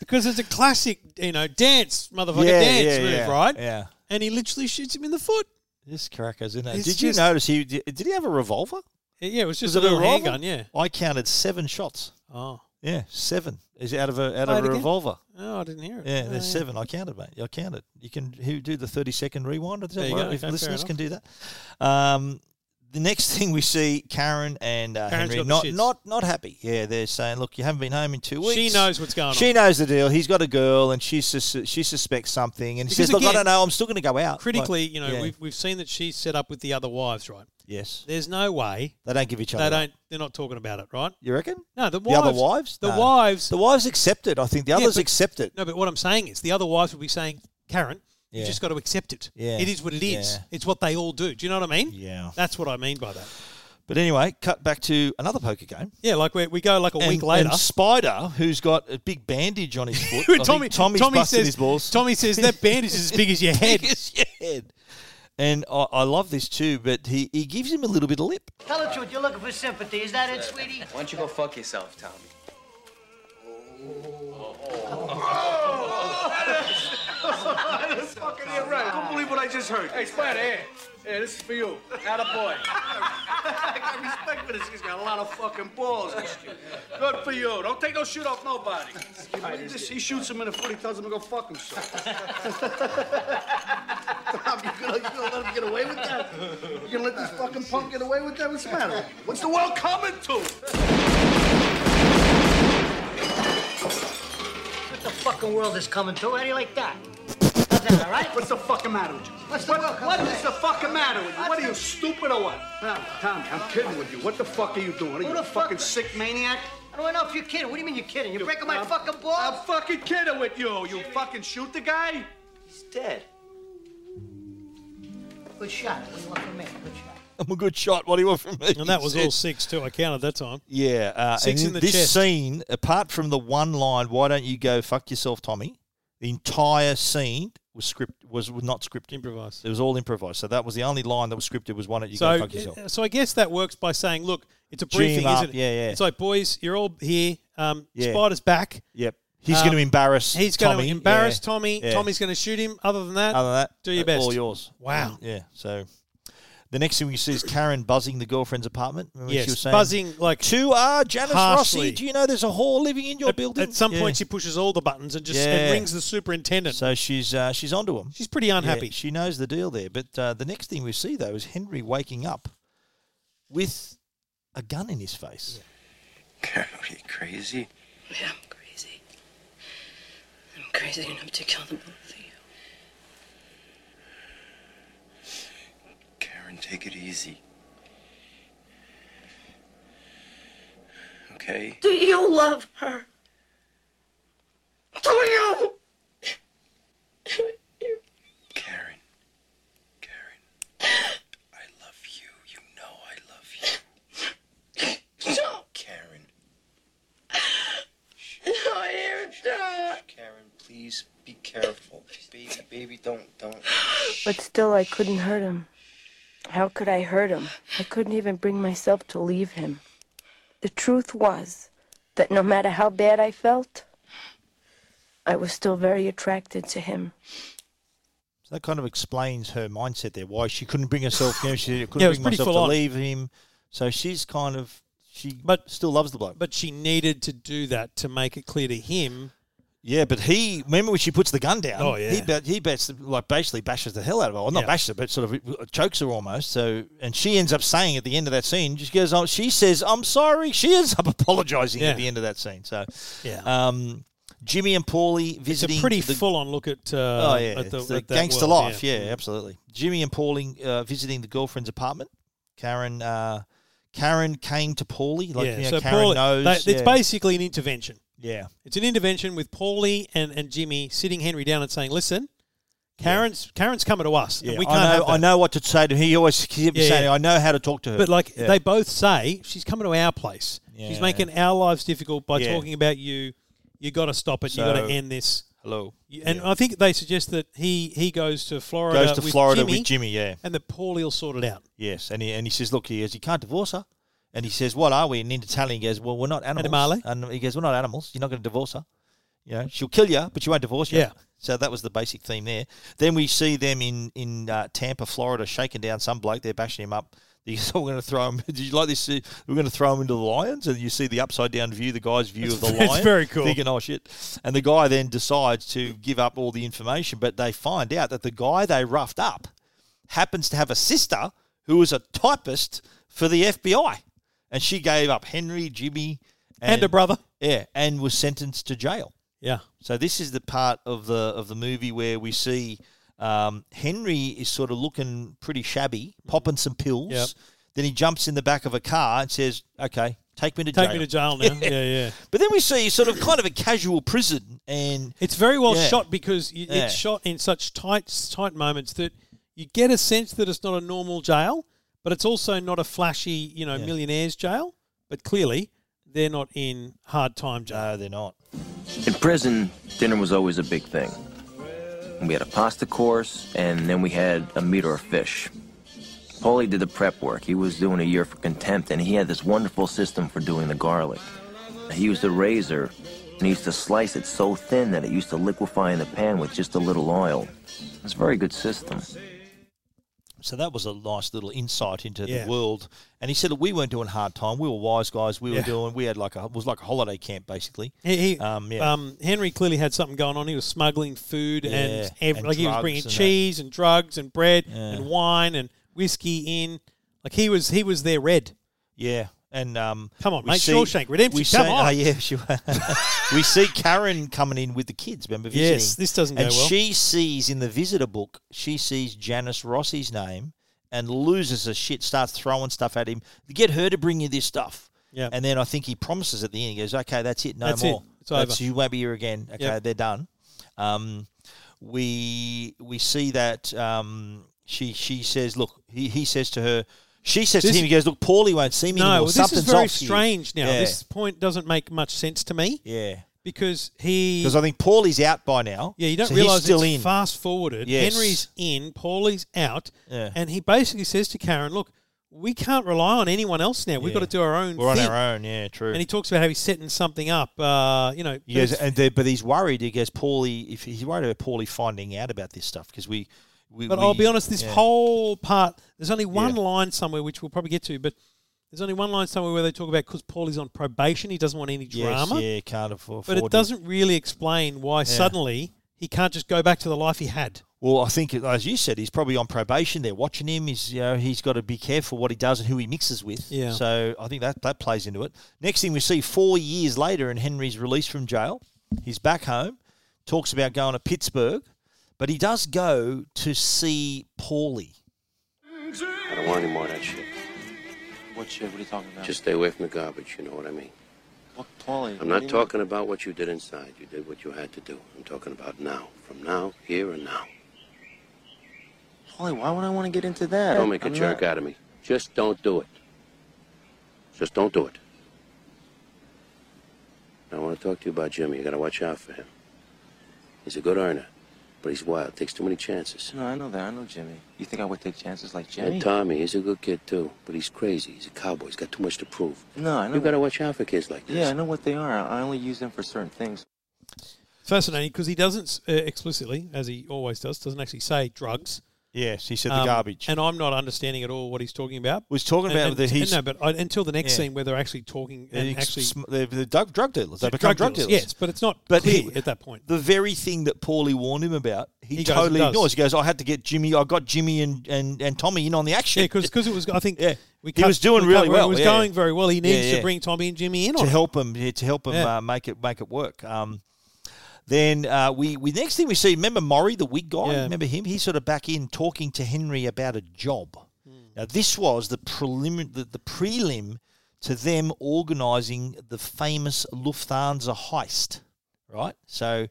S2: because it's a classic, you know, dance motherfucker
S1: Yeah,
S2: dance
S1: yeah,
S2: move,
S1: yeah,
S2: right?
S1: yeah.
S2: And he literally shoots him in the foot.
S1: This cracker's in there.
S2: It's
S1: Did you
S2: just-
S1: notice he? Did he have a revolver?
S2: Yeah, it was just
S1: Was
S2: a
S1: it a
S2: little
S1: revolver?
S2: handgun. Yeah.
S1: I counted seven shots.
S2: Oh.
S1: Yeah, seven is out of a
S2: Play
S1: out of
S2: it
S1: a
S2: again?
S1: revolver.
S2: Oh, I didn't hear it.
S1: Yeah,
S2: Oh,
S1: there's seven. I counted, mate. I counted. You can who do the thirty second rewind. Is that
S2: There you
S1: right?
S2: go.
S1: If
S2: Okay, fair
S1: listeners can do
S2: enough.
S1: that. Um, the next thing we see, Karen and uh,
S2: Karen's
S1: Henry
S2: got the shits.
S1: not not not happy. Yeah, they're saying, look, you haven't been home in two weeks.
S2: She knows what's going
S1: She
S2: on.
S1: knows the deal. He's got a girl, and she sus- she suspects something, and she
S2: Because
S1: says, look, I
S2: again,
S1: don't know. I'm still going to go out. Like,
S2: Critically, you know,
S1: yeah,
S2: we've, we've seen that she's set up with the other wives, right?
S1: yes,
S2: There's no way
S1: they don't give each other.
S2: they
S1: up.
S2: don't. They're not talking about it, right?
S1: You reckon?
S2: No, the
S1: The other
S2: wives-
S1: wives.
S2: the
S1: No.
S2: wives-
S1: The wives accept it. I think the others
S2: but-
S1: accept it.
S2: No, but what I'm saying is the other wives would be saying, Karen,
S1: Yeah.
S2: you've just got to accept it.
S1: Yeah.
S2: It is what it is.
S1: Yeah.
S2: It's what they all do. Do you know what I mean?
S1: Yeah.
S2: That's what I mean by that.
S1: But anyway, cut back to another poker game.
S2: Yeah, like we, we go like a
S1: and,
S2: week later.
S1: and Spider, who's got a big bandage on his foot. I think
S2: Tommy,
S1: Tommy's
S2: Tommy
S1: busted
S2: says,
S1: his balls.
S2: Tommy says that bandage is as big as your head.
S1: Big as your head. And I, I love this too, but he, he gives him a little bit of lip.
S11: Tell the truth. You're looking for sympathy. Is that it, sweetie?
S14: Why don't you go fuck yourself, Tommy?
S7: That's fucking right. I couldn't believe what I just heard. Hey, Spider, here. Yeah, this is for you. Atta boy. I got respect for this. He's got a lot of fucking balls. this kid. Good for you. Don't take no shit off nobody. This- he shoots him in the foot. He tells him to go fuck himself.
S17: Tom, you gonna, you gonna let him get away with that? You gonna let this fucking punk get away with that? What's the matter?
S7: What's the world coming to?
S11: What the fucking world is coming to? How do you like that?
S7: All right? What's the fucking matter with you?
S11: What's the
S7: What,
S11: world
S7: what
S11: coming
S7: is
S11: to?
S7: the fucking matter with you? What are you, stupid or what? No, Tommy, I'm kidding with you. What the fuck are you doing? Are you
S11: Who
S7: a
S11: the fuck-
S7: fucking sick maniac?
S11: I don't know if you're kidding. What do you mean you're kidding? You're breaking my
S7: I'm-
S11: fucking balls?
S7: I'm fucking kidding with you. You fucking shoot the guy?
S11: He's dead. Good shot. What do you want from me? Good shot.
S1: I'm a good shot. What do you want from me?
S2: And that was
S1: He said.
S2: all six, too. I counted that time.
S1: Yeah. Uh,
S2: Six
S1: and
S2: in the
S1: this
S2: chest.
S1: scene, apart from the one line, why don't you go fuck yourself, Tommy? The entire scene was script was not scripted.
S2: Improvised.
S1: It was all improvised. So that was the only line that was scripted was why don't you
S2: so,
S1: go fuck yourself.
S2: uh, so I guess that works by saying, look, it's a
S1: Cheer him
S2: briefing,
S1: up.
S2: isn't it?
S1: Yeah, yeah.
S2: It's like, boys, you're all here. Um,
S1: Yeah.
S2: Spider's back.
S1: Yep. He's going to
S2: Um,
S1: embarrass.
S2: He's
S1: going
S2: to embarrass Tommy. Tommy's going to shoot him. Other than that,
S1: Other than that,
S2: do your
S1: uh,
S2: best.
S1: All yours.
S2: Wow.
S1: Yeah. So the next thing we see is Karen buzzing the girlfriend's apartment. Remember
S2: Yes,
S1: she was saying,
S2: buzzing like
S1: To our Janice
S2: harshly.
S1: Rossi, do you know there's a whore living in your
S2: At-
S1: building?
S2: At some
S1: Yeah.
S2: point, she pushes all the buttons and just
S1: Yeah.
S2: and rings the superintendent.
S1: So she's uh, she's onto him.
S2: She's pretty unhappy.
S1: Yeah, she knows the deal there. But uh, the next thing we see though is Henry waking up with a gun in his face.
S19: Karen, are you crazy?
S20: Yeah, I'm crazy. I'm crazy enough to kill them both of you.
S19: Karen, take it easy. Okay?
S20: Do you love her? Do you?
S19: Karen. Karen. I love you. You know I love you. No. Karen.
S20: No, I don't.
S19: Karen, please be careful. Baby, baby, don't, don't.
S15: But still, I couldn't hurt him. How could I hurt him? I couldn't even bring myself to leave him. The truth was that no matter how bad I felt, I was still very attracted to him.
S1: So that kind of explains her mindset there. Why she couldn't bring herself, you know, she couldn't
S2: Yeah, it was
S1: bring
S2: pretty
S1: myself
S2: full
S1: to
S2: on.
S1: leave him. So she's kind of She but still loves the bloke.
S2: But she needed to do that to make it clear to him.
S1: Yeah, but he remember when she puts the gun down.
S2: Oh, yeah.
S1: he ba- he bats the- like basically bashes the hell out of her. Well, not
S2: Yeah.
S1: bashes her, but sort of chokes her almost. So and she ends up saying at the end of that scene, she goes, "Oh, she says I'm sorry." She ends up apologising
S2: Yeah.
S1: at the end of that scene. So
S2: Yeah.
S1: um, Jimmy and Paulie visiting.
S2: It's a pretty
S1: the-
S2: full-on look at. Uh,
S1: oh yeah,
S2: at the,
S1: it's the
S2: at that
S1: gangster
S2: world,
S1: life. Yeah, absolutely. Jimmy and Pauline uh, visiting the girlfriend's apartment. Karen, uh, Karen came to Paulie. Like,
S2: yeah.
S1: you know,
S2: so
S1: Karen
S2: Paulie,
S1: knows.
S2: they- it's
S1: yeah.
S2: basically an intervention.
S1: Yeah.
S2: It's an intervention with Paulie and, and Jimmy sitting Henry down and saying, "Listen, Karen's Karen's coming to us,
S1: Yeah,
S2: and we can't
S1: I know.
S2: have that."
S1: I know what to say to him. He always keeps
S2: Yeah,
S1: saying,
S2: yeah.
S1: "I know how to talk to her."
S2: But like
S1: Yeah.
S2: they both say, she's coming to our place.
S1: Yeah.
S2: She's making our lives difficult by
S1: Yeah.
S2: talking about you. You got to stop it. you got
S1: So-
S2: to end this.
S1: hello,
S2: You- And I think they suggest that he he goes to Florida.
S1: goes to
S2: with
S1: Florida
S2: Jimmy,
S1: with Jimmy. Yeah,
S2: and that Paulie will sort it out.
S1: yes, and he and he says, "Look, he goes, you can't divorce her." And he says, "What are we?" And in Italian, he goes, "Well, we're not animals."
S2: Animale.
S1: And he goes, "We're not animals. You're not going to divorce her. You know, she'll kill you, but you won't divorce you."
S2: Yeah.
S1: So that was the basic theme there. Then we see them in in uh, Tampa, Florida, shaking down some bloke. They're bashing him up. He goes, "Oh, we're going to throw him. Did you like this? Uh, We're going to throw him into the lions." And you see the upside down view, the guy's view
S2: It's-
S1: of the
S2: it's
S1: lion.
S2: very cool.
S1: Thinking, "Oh shit!" And the guy then decides to give up all the information, but they find out that the guy they roughed up happens to have a sister who is a typist for the FBI, and she gave up Henry, Jimmy,
S2: And a brother.
S1: Yeah, and was sentenced to jail.
S2: Yeah.
S1: So this is the part of the of the movie where we see um, Henry is sort of looking pretty shabby, popping some pills.
S2: Mm-hmm. Yep.
S1: Then he jumps in the back of a car and says, "Okay, take me to
S2: Take
S1: jail."
S2: me to jail now. yeah, yeah.
S1: But then we see sort of kind of a casual prison, and
S2: It's very well
S1: Yeah.
S2: shot because y
S1: Yeah.
S2: it's shot in such tight tight moments that you get a sense that it's not a normal jail, but it's also not a flashy, you know, millionaires jail. But clearly, they're not in hard time jail.
S1: No, they're not.
S10: In prison, dinner was always a big thing. We had a pasta course, and then we had a meat or a fish. Paulie did the prep work. He was doing a year for contempt, and he had this wonderful system for doing the garlic. He used a razor, and he used to slice it so thin that it used to liquefy in the pan with just a little oil. It's a very good system.
S1: So that was a nice little insight into
S10: Yeah.
S1: the world. And he said that we weren't doing hard time. We were wise guys. We were
S2: Yeah.
S1: doing. We had like a it was like a holiday camp basically.
S2: He, he-
S1: um, yeah.
S2: um, Henry clearly had something going on. He was smuggling food
S1: Yeah,
S2: and, ev-
S1: and
S2: like he was
S1: drugs
S2: bringing
S1: and that.
S2: cheese and drugs and bread
S1: Yeah.
S2: and wine and whiskey in. Like he was he was their red.
S1: yeah. And um,
S2: Come on,
S1: we
S2: mate, Shawshank Redemption,
S1: We
S2: come
S1: see,
S2: on.
S1: Oh, yeah, sure. we see Karen coming in with the kids. Remember visiting?
S2: Yes, this doesn't go
S1: And
S2: well.
S1: she sees in the visitor book, she sees Janice Rossi's name and loses her shit. Starts throwing stuff at him. Get her to bring you this stuff.
S2: Yeah.
S1: And then I think he promises at the end. He goes, "Okay, that's it. No
S2: That's it.
S1: more.
S2: It's over."
S1: you won't be here again. Okay,
S2: Yep.
S1: they're done." Um, we we see that um, she she says, "Look," he, he says to her. She says
S2: This-
S1: to him, "He goes, look, Paulie won't see me
S2: No,
S1: anymore.
S2: this
S1: Something's
S2: is very
S1: off here."
S2: strange now.
S1: Yeah.
S2: This point doesn't make much sense to me.
S1: Yeah.
S2: Because he
S1: Because I think Paulie's out by now.
S2: Yeah, you don't
S1: so he's
S2: realize
S1: still
S2: it's
S1: in.
S2: fast forwarded.
S1: Yes.
S2: Henry's in, Paulie's out,
S1: Yeah.
S2: and he basically says to Karen, "Look, we can't rely on anyone else now. We've
S1: Yeah.
S2: got to do our own.
S1: We're on
S2: thing."
S1: our own. Yeah, true.
S2: And he talks about how he's setting something up. Uh, you know, but
S1: Yes,
S2: it's-
S1: and they, but he's worried. He goes, Paulie. If he's worried about Paulie finding out about this stuff because we, we.
S2: But
S1: we-
S2: I'll be honest, this
S1: yeah.
S2: whole part, there's only one line somewhere which we'll probably get to, but there's only one line somewhere where they talk about because Paul is on probation, he doesn't want any
S1: Yes,
S2: drama.
S1: yeah, can't afford.
S2: but it doesn't really explain why suddenly he can't just go back to the life he had.
S1: Well, I think as you said, he's probably on probation. They're watching him. He's you know he's got to be careful what he does and who he mixes with.
S2: Yeah.
S1: So I think that that plays into it. Next thing we see, four years later, and Henry's released from jail. He's back home. Talks about going to Pittsburgh, but he does go to see Paulie.
S19: I don't want any more of that shit. What shit? What are you talking about?
S21: Just stay away from the garbage, you know what I mean?
S19: What, Paulie?
S21: I'm
S19: what do
S21: not
S19: you
S21: talking about what you did inside. You did what you had to do. I'm talking about now. From now, here, and now.
S19: mean? Paulie, why would I want to get into that?
S21: Don't make a
S19: I'm
S21: jerk
S19: not-
S21: out of me. Just don't do it. Just don't do it. I want to talk to you about Jimmy. You got to watch out for him. He's a good earner, but he's wild. Takes too many chances.
S19: No, I know that. I know Jimmy. You think I would take chances like Jimmy?
S21: And Tommy, he's a good kid too, but he's crazy. He's a cowboy. He's got too much to prove.
S19: No, I know.
S21: You got to watch out for kids like this.
S19: Yeah, I know what they are. I only use them for certain things.
S2: It's fascinating because he doesn't uh, explicitly, as he always does, doesn't actually say drugs,
S1: Yes, he said the garbage.
S2: And I'm not understanding at all what he's talking about.
S1: Was talking
S2: And-
S1: about
S2: and-
S1: that he's-
S2: no, but I, until the next
S1: Yeah.
S2: scene where they're actually talking and
S1: Ex-
S2: actually
S1: sm- they're, they're drug, drug dealers. They
S2: They're
S1: become
S2: drug
S1: drug
S2: dealers,
S1: dealers.
S2: yes, but it's not clear at that point.
S1: The very thing that Paulie warned him about, he,
S2: He goes and
S1: totally
S2: does.
S1: ignores. He goes, "I had to get Jimmy. I got Jimmy and, and, and Tommy in on the action."
S2: yeah, because it was I think we
S1: He
S2: cut-
S1: was doing
S2: we cut
S1: really
S2: where
S1: well.
S2: It was
S1: yeah.
S2: going very well. He
S1: Yeah,
S2: needs to
S1: yeah.
S2: bring Tommy and Jimmy in
S1: to
S2: on it.
S1: help him yeah, to help him
S2: Yeah.
S1: uh, make it make it work. Um, then uh, we we next thing we see. Remember Murray, the wig guy.
S2: Yeah.
S1: Remember him? He's sort of back in talking to Henry about a job. Now this was the prelim the, the prelim to them organising the famous Lufthansa heist, right? So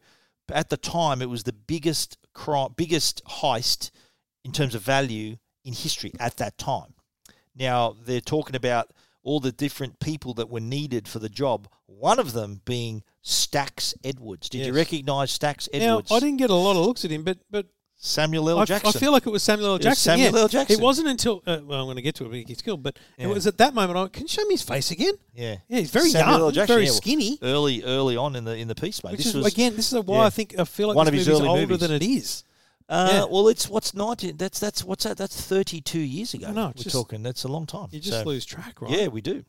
S1: at the time, it was the biggest cri- biggest heist in terms of value in history at that time. Now they're talking about all the different people that were needed for the job. One of them being Stax Edwards. Did you
S2: Yes.
S1: recognise Stax
S2: Now
S1: Edwards?
S2: I didn't get a lot of looks at him, but but
S1: Samuel L.
S2: I,
S1: Jackson.
S2: I feel like it was Samuel L.
S1: It was
S2: Jackson.
S1: Samuel
S2: yeah.
S1: L. Jackson.
S2: It wasn't until uh, well, I'm going to get to it when he gets killed, but
S1: Yeah.
S2: it was at that moment. I went, can you show me his face again?
S1: Yeah,
S2: yeah, he's very
S1: Samuel
S2: young,
S1: L. Jackson,
S2: very
S1: yeah, well,
S2: skinny.
S1: Early, early on in the in the piece, mate.
S2: Which is
S1: this was,
S2: again, this is why
S1: yeah.
S2: I think I feel like
S1: one
S2: this
S1: of his
S2: movie's
S1: early
S2: older
S1: movies.
S2: than it is.
S1: Uh,
S2: Yeah.
S1: Well, it's what's nineteen. That's that's what's that? That's thirty-two years ago.
S2: I know,
S1: we're
S2: it's just-
S1: talking. That's a long time.
S2: you just lose track, right?
S1: Yeah, we do.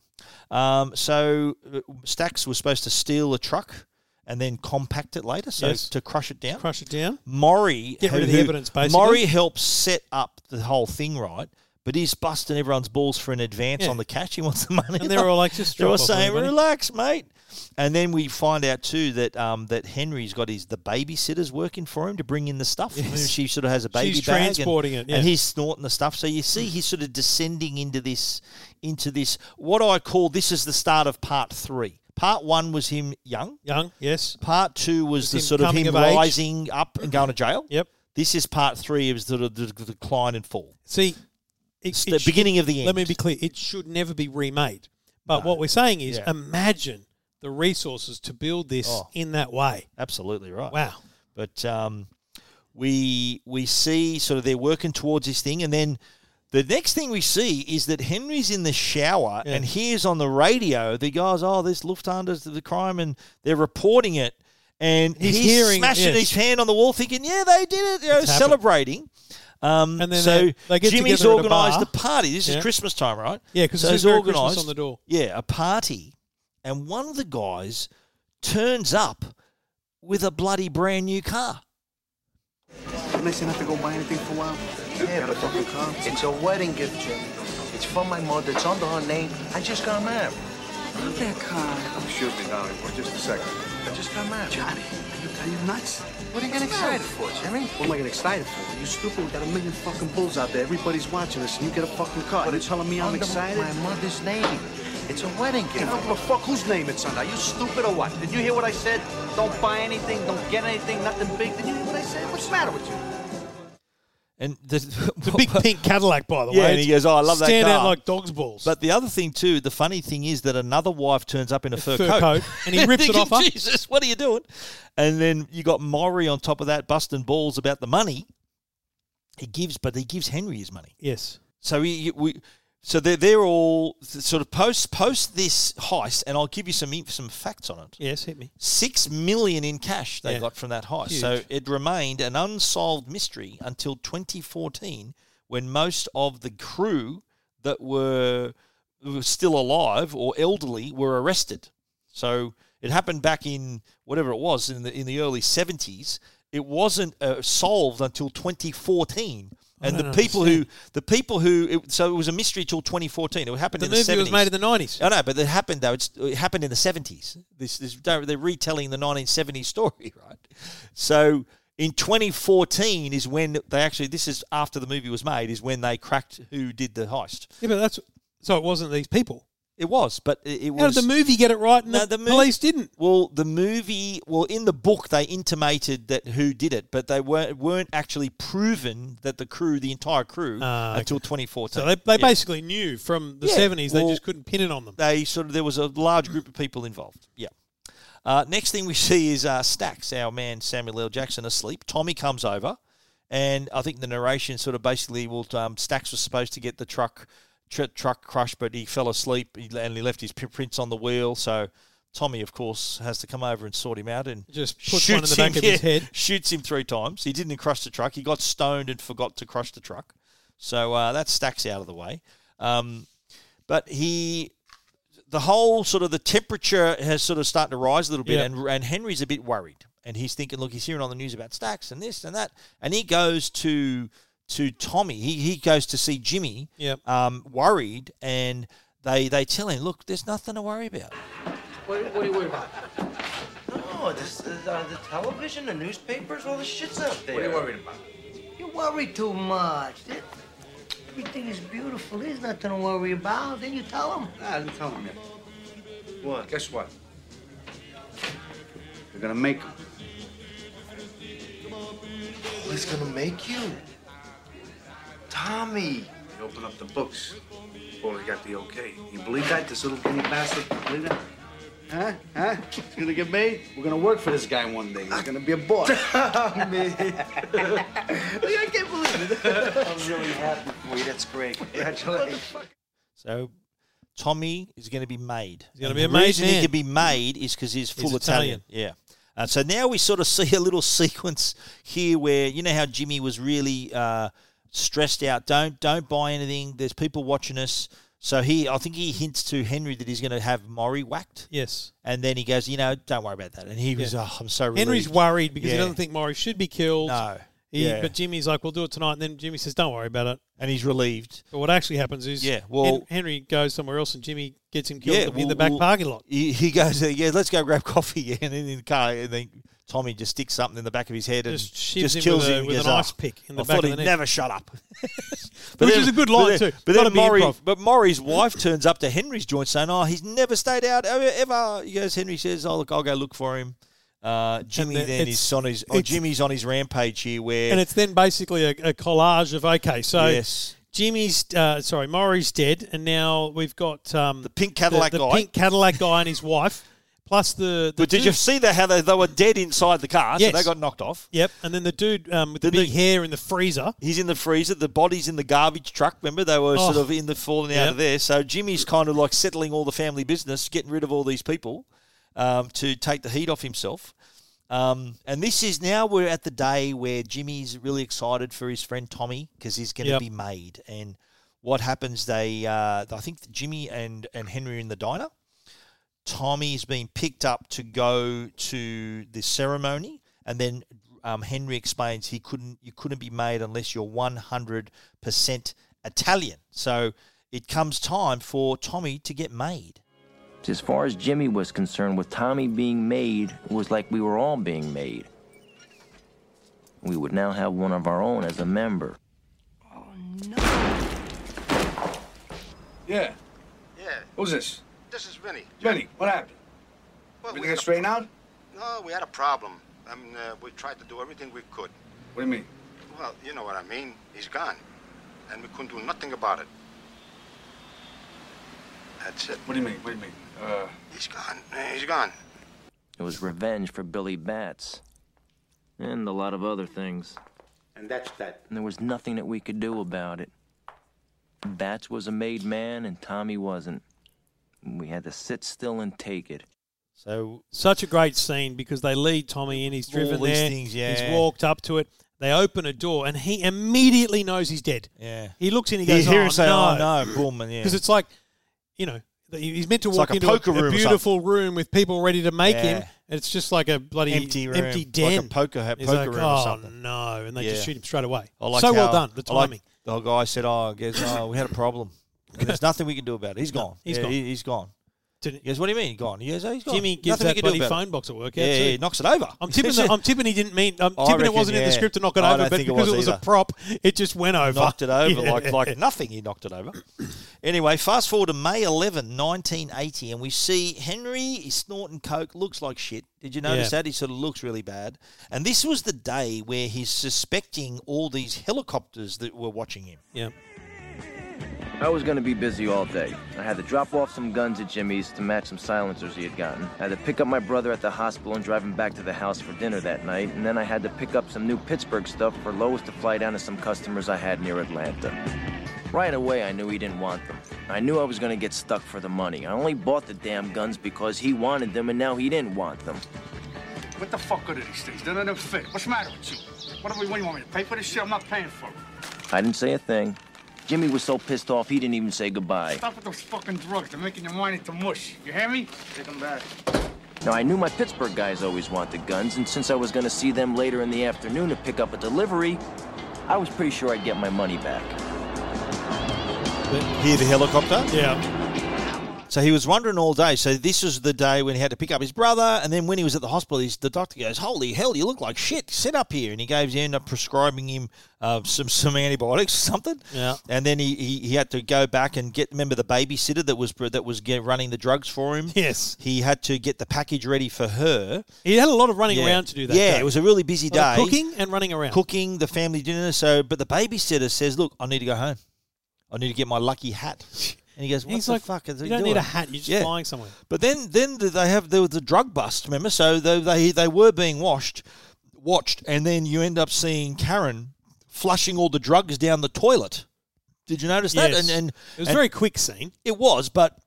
S1: Um, so uh, Stax was supposed to steal a truck and then compact it later, so
S2: Yes.
S1: to crush it down.
S2: Crush it down.
S1: Maury,
S2: Get rid of
S1: who-
S2: the evidence, basically.
S1: Maury helps set up the whole thing, right? But he's busting everyone's balls for an advance
S2: Yeah.
S1: on the cash. He wants the money.
S2: And they're all like, just
S1: they're all
S2: drop off
S1: saying,
S2: everybody.
S1: "Relax, mate." And then we find out too that um, that Henry's got his the babysitters working for him to bring in the stuff.
S2: Yes.
S1: She sort of has a baby
S2: She's
S1: bag and-
S2: transporting it, yeah. Mm.
S1: and he's snorting the stuff. So you see, he's sort of descending into this, into this. What I call this is the start of part three. Part one was him young.
S2: Young, yes.
S1: Part two
S2: Was
S1: was the
S2: him
S1: sort of
S2: coming
S1: him
S2: of age.
S1: rising up and going to jail.
S2: Yep.
S1: This is part three of the, the, the decline and fall.
S2: See, it,
S1: the
S2: should-
S1: beginning of the end.
S2: Let me be clear: it should never be remade. But what we're saying is,
S1: Yeah.
S2: imagine the resources to build this
S1: Oh.
S2: in that way.
S1: Absolutely right.
S2: Wow.
S1: But um, we we see sort of they're working towards this thing, and then the next thing we see is that Henry's in the shower
S2: Yeah.
S1: and hears on the radio the guys, oh, this Lufthansa's the crime, and they're reporting it, and
S2: He's
S1: he's,
S2: hearing-
S1: smashing
S2: yes.
S1: his hand on the wall, thinking, yeah, they did it, you know,
S2: It's happened.
S1: celebrating. Um,
S2: And then
S1: so
S2: they- they get
S1: Jimmy's
S2: together at a
S1: organised
S2: bar.
S1: a party. This
S2: Yeah.
S1: is Christmas time, right?
S2: Yeah, 'cause it
S1: so
S2: says
S1: it's
S2: Merry Christmas
S1: organised
S2: on the door.
S1: Yeah, a party, and one of the guys turns up with a bloody brand new car.
S3: Didn't I say not to go buy anything for a while?
S4: Yeah, but it's a wedding gift, Jimmy. It's from my mother. It's under her name. I just got married.
S3: Not that car.
S4: Excuse me, darling, for just a second. I just got married.
S3: Johnny, are you, are you nuts?
S4: What are you getting excited for, Jimmy?
S3: What am I getting excited for? You stupid. We got a million fucking bulls out there. Everybody's watching us, and you get a fucking car. Are you telling me I'm
S4: under
S3: excited?
S4: My mother's name. It's a wedding gift.
S3: I don't give a fuck whose name it's under.
S4: Are you stupid or what? Did you hear what I said? Don't buy anything. Don't get anything. Nothing big. Did you hear what I said? What's the matter with you?
S1: And the,
S2: The big pink Cadillac, by the
S1: yeah,
S2: way.
S1: and he goes, "Oh, I love that
S2: Stand out
S1: car."
S2: like dog's balls.
S1: But the other thing too, the funny thing is that another wife turns up in a, fur,
S2: fur coat, and he rips it off her.
S1: Thinking, Jesus, what are you doing? And then you got Maury on top of that busting balls about the money. He gives, but he gives Henry his money.
S2: yes.
S1: So he, we, so they're they're all sort of post post this heist, and I'll give you some inf- some facts on it.
S2: Yes, hit me.
S1: Six million in cash they
S2: Yeah.
S1: got from that heist. So
S2: Huge.
S1: it remained an unsolved mystery until 2014, when most of the crew that were, who were still alive or elderly were arrested. So it happened back in whatever it was in the in the early 70s. It wasn't uh, solved until 2014,
S2: I
S1: and the
S2: don't
S1: people who the people who it, so it was a mystery till 2014. It happened
S2: The
S1: in
S2: movie
S1: the 70s.
S2: was made in the 90s.
S1: I know, but it happened though. It's, it happened in the seventies. This, this they're they're retelling the nineteen seventies story, right? So in twenty fourteen is when they actually. This is after the movie was made. Is when they cracked who did the heist.
S2: Yeah, but that's so it wasn't these people.
S1: It was, but it, it was.
S2: How did the movie get it right? And
S1: No,
S2: the,
S1: the movie-
S2: police didn't.
S1: Well, the movie. Well, in the book, they intimated that who did it, but they weren't weren't actually proven that the crew, the entire crew,
S2: Ah, okay.
S1: until twenty fourteen.
S2: So they, they basically knew from the
S1: Yeah,
S2: 70s. They
S1: well-
S2: just couldn't pin it on them.
S1: they sort of there was a large group of people involved. Yeah. Uh, next thing we see is uh, Stacks, our man Samuel L. Jackson, asleep. Tommy comes over, and I think the narration sort of basically, well, um, Stacks was supposed to get the truck tr- truck crushed, but he fell asleep he- and he left his p- prints on the wheel. So Tommy, of course, has to come over and sort him out and
S2: Just puts one in the back of his head.
S1: Shoots him three times. He didn't crush the truck. He got stoned and forgot to crush the truck. So uh, that stacks out of the way. Um, but he, the whole sort of the temperature has sort of started to rise a little bit,
S2: Yeah.
S1: and and Henry's a bit worried, and he's thinking, look, he's hearing on the news about stacks and this and that, and he goes to to Tommy. He he goes to see Jimmy.
S2: Yep.
S1: Um, worried, and they they tell him, look, there's nothing to worry about.
S12: What, what are you worried about?
S4: No, this is uh, the television, the newspapers, all the shit's out there.
S12: What are you worried about?
S11: You worry too much. Th- Everything is beautiful. There's nothing to worry about. Then you tell them.
S17: I didn't tell him yet. What? Guess what? You're gonna make him.
S4: Who's gonna make you?
S17: Tommy! He opened up the books. Before he got the okay. You believe that? This little guinea bastard? You believe that? Huh? Huh? He's gonna get made? We're gonna work for this guy one day. He's gonna be a boss. Tommy! I can't believe it. I'm really happy for you. That's great. Congratulations.
S1: So Tommy is going to be made. He's
S2: gonna
S1: to
S2: be a
S1: the
S2: made
S1: reason he
S2: man.
S1: can be made is because he's full
S2: Italian.
S1: Italian. Yeah. And so now we sort of see a little sequence here where you know how Jimmy was really uh, stressed out. Don't don't buy anything. There's people watching us. So he, I think he hints to Henry that he's going to have Maury whacked.
S2: Yes.
S1: And then he goes, you know, don't worry about that. And he was,
S2: Yeah.
S1: oh, I'm so relieved.
S2: Henry's worried because
S1: Yeah.
S2: he doesn't think Maury should be killed.
S1: No.
S2: He-
S1: Yeah.
S2: But Jimmy's like, we'll do it tonight. And then Jimmy says, don't worry about it.
S1: And he's relieved.
S2: But what actually happens is
S1: Yeah,
S2: Hen-
S1: well-
S2: Henry goes somewhere else and Jimmy gets him killed in
S1: well-
S2: the back
S1: well,
S2: parking lot.
S1: He, he goes, uh, yeah, let's go grab coffee. Yeah, and then in the car, and then Tommy just sticks something in the back of his head and
S2: Just
S1: just,
S2: shivs him
S1: kills
S2: with a-
S1: him. and
S2: with
S1: goes,
S2: an
S1: "Oh,
S2: ice pick in the
S1: I
S2: back
S1: thought
S2: of
S1: he'd
S2: the neck."
S1: never shut up.
S2: Which is a good line
S1: but then,
S2: too.
S1: But
S2: Gotta
S1: then
S2: be
S1: Maury,
S2: improv.
S1: but Maury's wife turns up to Henry's joint saying, "Oh, he's never stayed out ever." ever. He goes, Henry says, "Oh, look, I'll go look for him." Uh, Jimmy
S2: then
S1: then
S2: it's-
S1: is on his. Oh,
S2: it's-
S1: Jimmy's on his rampage here, where
S2: And it's then basically a, a collage of, okay, so
S1: Yes.
S2: Jimmy's, uh, sorry, Maury's dead. And now we've got um, the
S1: pink Cadillac
S2: the,
S1: guy.
S2: pink Cadillac guy and his wife, plus the. the
S1: but did you
S2: dude-
S1: see that how they, they were dead inside the car?
S2: Yes.
S1: So they got knocked off.
S2: Yep. And then the dude um, with the
S1: Didn't
S2: big hair in the freezer.
S1: He's in the freezer. The body's in the garbage truck. Remember, they were sort
S2: Oh.
S1: of in the falling out
S2: Yep.
S1: of there. So Jimmy's kind of like settling all the family business, getting rid of all these people um, to take the heat off himself. Um, and this is now we're at the day where Jimmy's really excited for his friend Tommy because he's going to
S2: Yep.
S1: be made. And what happens? They, uh, I think Jimmy and and Henry are in the diner. Tommy's been picked up to go to the ceremony, and then um, Henry explains he couldn't you couldn't be made unless you're one hundred percent Italian. So it comes time for Tommy to get made.
S10: As far as Jimmy was concerned, with Tommy being made, it was like we were all being made. We would now have one of our own as a member.
S7: Yeah.
S17: Yeah,
S7: Who's this?
S17: this is Vinny.
S7: Benny, what happened?
S17: Well,
S7: Everything got straightened out?
S17: No, we had a problem. I mean, uh, we tried to do everything we could.
S7: What do you mean?
S17: Well, you know what I mean. He's gone. And we couldn't do nothing about it. That's it.
S7: What do you mean? What do you mean? Uh,
S17: He's gone. Uh, He's gone.
S10: It was revenge for Billy Bats. And a lot of other things.
S17: And that's that.
S10: And there was nothing that we could do about it. Bats was a made man, and Tommy wasn't. We had to sit still and take it.
S1: So
S2: Such a great scene because they lead Tommy in. He's driven
S1: All these
S2: there.
S1: things,
S2: He's
S1: yeah.
S2: walked up to it. They open a door and he immediately knows he's dead.
S1: Yeah.
S2: He looks in. He
S1: You
S2: goes,
S1: hear
S2: oh,
S1: him say,
S2: no.
S1: "Oh, no," boom, and yeah.
S2: Because it's like, you know, that he- he's meant to
S1: It's
S2: walk
S1: like a
S2: into
S1: poker room or
S2: beautiful room with people ready to make him.
S1: Yeah.
S2: And it's just like a bloody
S1: Empty room,
S2: empty
S1: like a
S2: den,
S1: poker- ha-
S2: He's
S1: poker
S2: like,
S1: room or
S2: oh,
S1: something."
S2: No, and they
S1: Yeah.
S2: just shoot him straight away.
S1: I liked
S2: so well
S1: how-
S2: done. The
S1: I liked-
S2: timing.
S1: the old guy said, "Oh, I guess, oh, we had a problem. And there's nothing we can do about it. He's
S2: No,
S1: gone.
S2: he's
S1: Yeah,
S2: gone.
S1: he- He's gone."
S2: Didn't-
S1: He goes, "What do you mean gone?" He goes, "Oh, he's gone."
S2: Jimmy gives
S1: nothing we
S2: that
S1: can do
S2: bloody
S1: about it."
S2: phone box at work.
S1: Yeah,
S2: out
S1: yeah,
S2: too.
S1: he knocks it over.
S2: I'm tipping. the, I'm tipping he didn't mean. I'm
S1: I
S2: tipping it
S1: reckon,
S2: wasn't in the
S1: yeah.
S2: script to knock it
S1: I
S2: over,
S1: don't
S2: but
S1: think it
S2: because
S1: was
S2: it was a
S1: either.
S2: prop, it just went over.
S1: Knocked it over
S2: Yeah.
S1: like, like nothing. He knocked it over. Anyway, fast forward to May 11, 1980, and we see Henry is snorting coke, looks like shit. Did you notice
S2: Yeah.
S1: that? He sort of looks really bad. And this was the day where he's suspecting all these helicopters that were watching him.
S2: Yeah.
S10: I was going to be busy all day. I had to drop off some guns at Jimmy's to match some silencers he had gotten. I had to pick up my brother at the hospital and drive him back to the house for dinner that night, and then I had to pick up some new Pittsburgh stuff for Lois to fly down to some customers I had near Atlanta. Right away, I knew he didn't want them. I knew I was gonna get stuck for the money. I only bought the damn guns because he wanted them, and now he didn't want them.
S17: What the fuck are these things? They're not even fit. What's the matter with you? What do we? What do you want me to pay for this shit? I'm not paying for it.
S10: I didn't say a thing. Jimmy was so pissed off, he didn't even say goodbye.
S17: Stop with those fucking drugs. They're making your mind into mush. You hear me? Take them back.
S10: Now, I knew my Pittsburgh guys always wanted guns, and since I was gonna see them later in the afternoon to pick up a delivery, I was pretty sure I'd get my money back.
S1: Hear the helicopter?
S2: Yeah.
S1: So he was wondering all day. So this was the day when he had to pick up his brother, and then when he was at the hospital, he's, the doctor goes, "Holy hell, you look like shit. Sit up here." And he gave end up prescribing him uh, some some antibiotics or something.
S2: Yeah.
S1: And then he, he, he had to go back and get remember the babysitter that was that was get, running the drugs for him.
S2: Yes.
S1: He had to get the package ready for her.
S2: He had a lot of running
S1: Yeah.
S2: around to do that.
S1: Yeah,
S2: day.
S1: it was a really busy
S2: A lot
S1: day.
S2: of Cooking and running around.
S1: Cooking the family dinner. So, but the babysitter says, "Look, I need to go home. I need to get my lucky hat." And he goes, "What
S2: He's
S1: the
S2: like,
S1: fuck? Is
S2: you
S1: he
S2: don't
S1: doing?"
S2: need a hat. You're just
S1: Yeah.
S2: flying somewhere.
S1: But then, then they have there was the drug bust, remember? So they, they they were being washed, watched, and then you end up seeing Karen flushing all the drugs down the toilet. Did you notice that?
S2: Yes.
S1: And, and
S2: It was
S1: and-
S2: a very quick scene.
S1: It was, but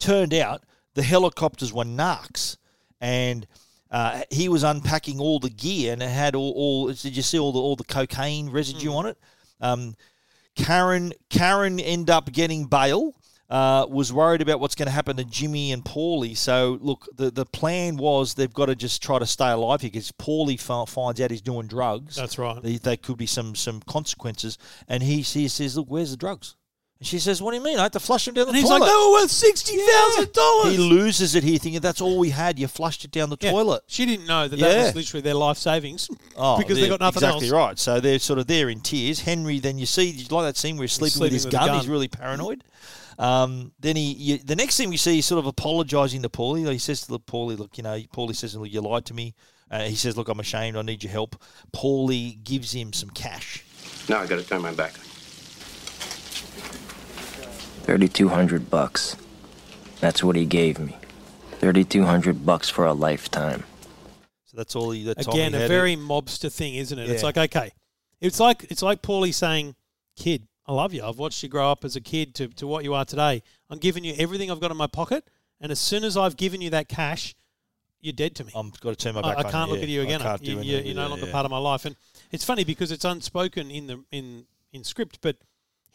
S1: turned out the helicopters were narcs, and uh, he was unpacking all the gear and it had all. all did you see all the all the cocaine residue
S2: Hmm.
S1: on it? Um, Karen Karen end up getting bail. Uh, was worried about what's going to happen to Jimmy and Paulie. So look, the the plan was they've got to just try to stay alive here because Paulie fi- finds out he's doing drugs.
S2: That's right.
S1: There, there could be some some consequences. And he, he says, "Look, where's the drugs?" And she says, "What do you mean? I have to flush them down
S2: And
S1: the
S2: he's
S1: toilet."
S2: like, they were worth sixty thousand
S1: He
S2: dollars.
S1: loses it here, thinking that's all we had. You flushed it down the toilet.
S2: She didn't know that
S1: Yeah.
S2: that was literally their life savings
S1: Oh,
S2: because they
S1: they're
S2: got nothing
S1: exactly
S2: else.
S1: right. So they're sort of there in tears. Henry, then you see, did you like that scene where he's sleeping, with
S2: sleeping
S1: his
S2: with a
S1: gun?
S2: gun.
S1: He's really paranoid. Um, then he, you, the next thing we see, he's sort of apologising to Paulie. He says to the Paulie, "Look, you know, Paulie says, look, you lied to me." Uh, he says, "Look, I'm ashamed. I need your help." Paulie gives him some cash.
S21: Now I gotta turn my back.
S10: 3200 bucks. That's what he gave me. 3200 bucks for a lifetime.
S1: So that's all he. That's all
S2: Again,
S1: he
S2: a
S1: had.
S2: very mobster thing, isn't it? It's
S1: Yeah.
S2: like okay, it's like it's like Paulie saying, "Kid, I love you. I've watched you grow up as a kid to, to what you are today. I'm giving you everything I've got in my pocket, and as soon as I've given you that cash, you're dead to me.
S1: I'm got to turn my
S2: I,
S1: back.
S2: I
S1: on
S2: can't look
S1: yeah.
S2: at you
S1: I
S2: again. I-
S1: can't do
S2: you, you,
S1: anything
S2: you're
S1: with
S2: no
S1: it,
S2: longer
S1: yeah.
S2: part of my life. And it's funny because it's unspoken in the in in script, but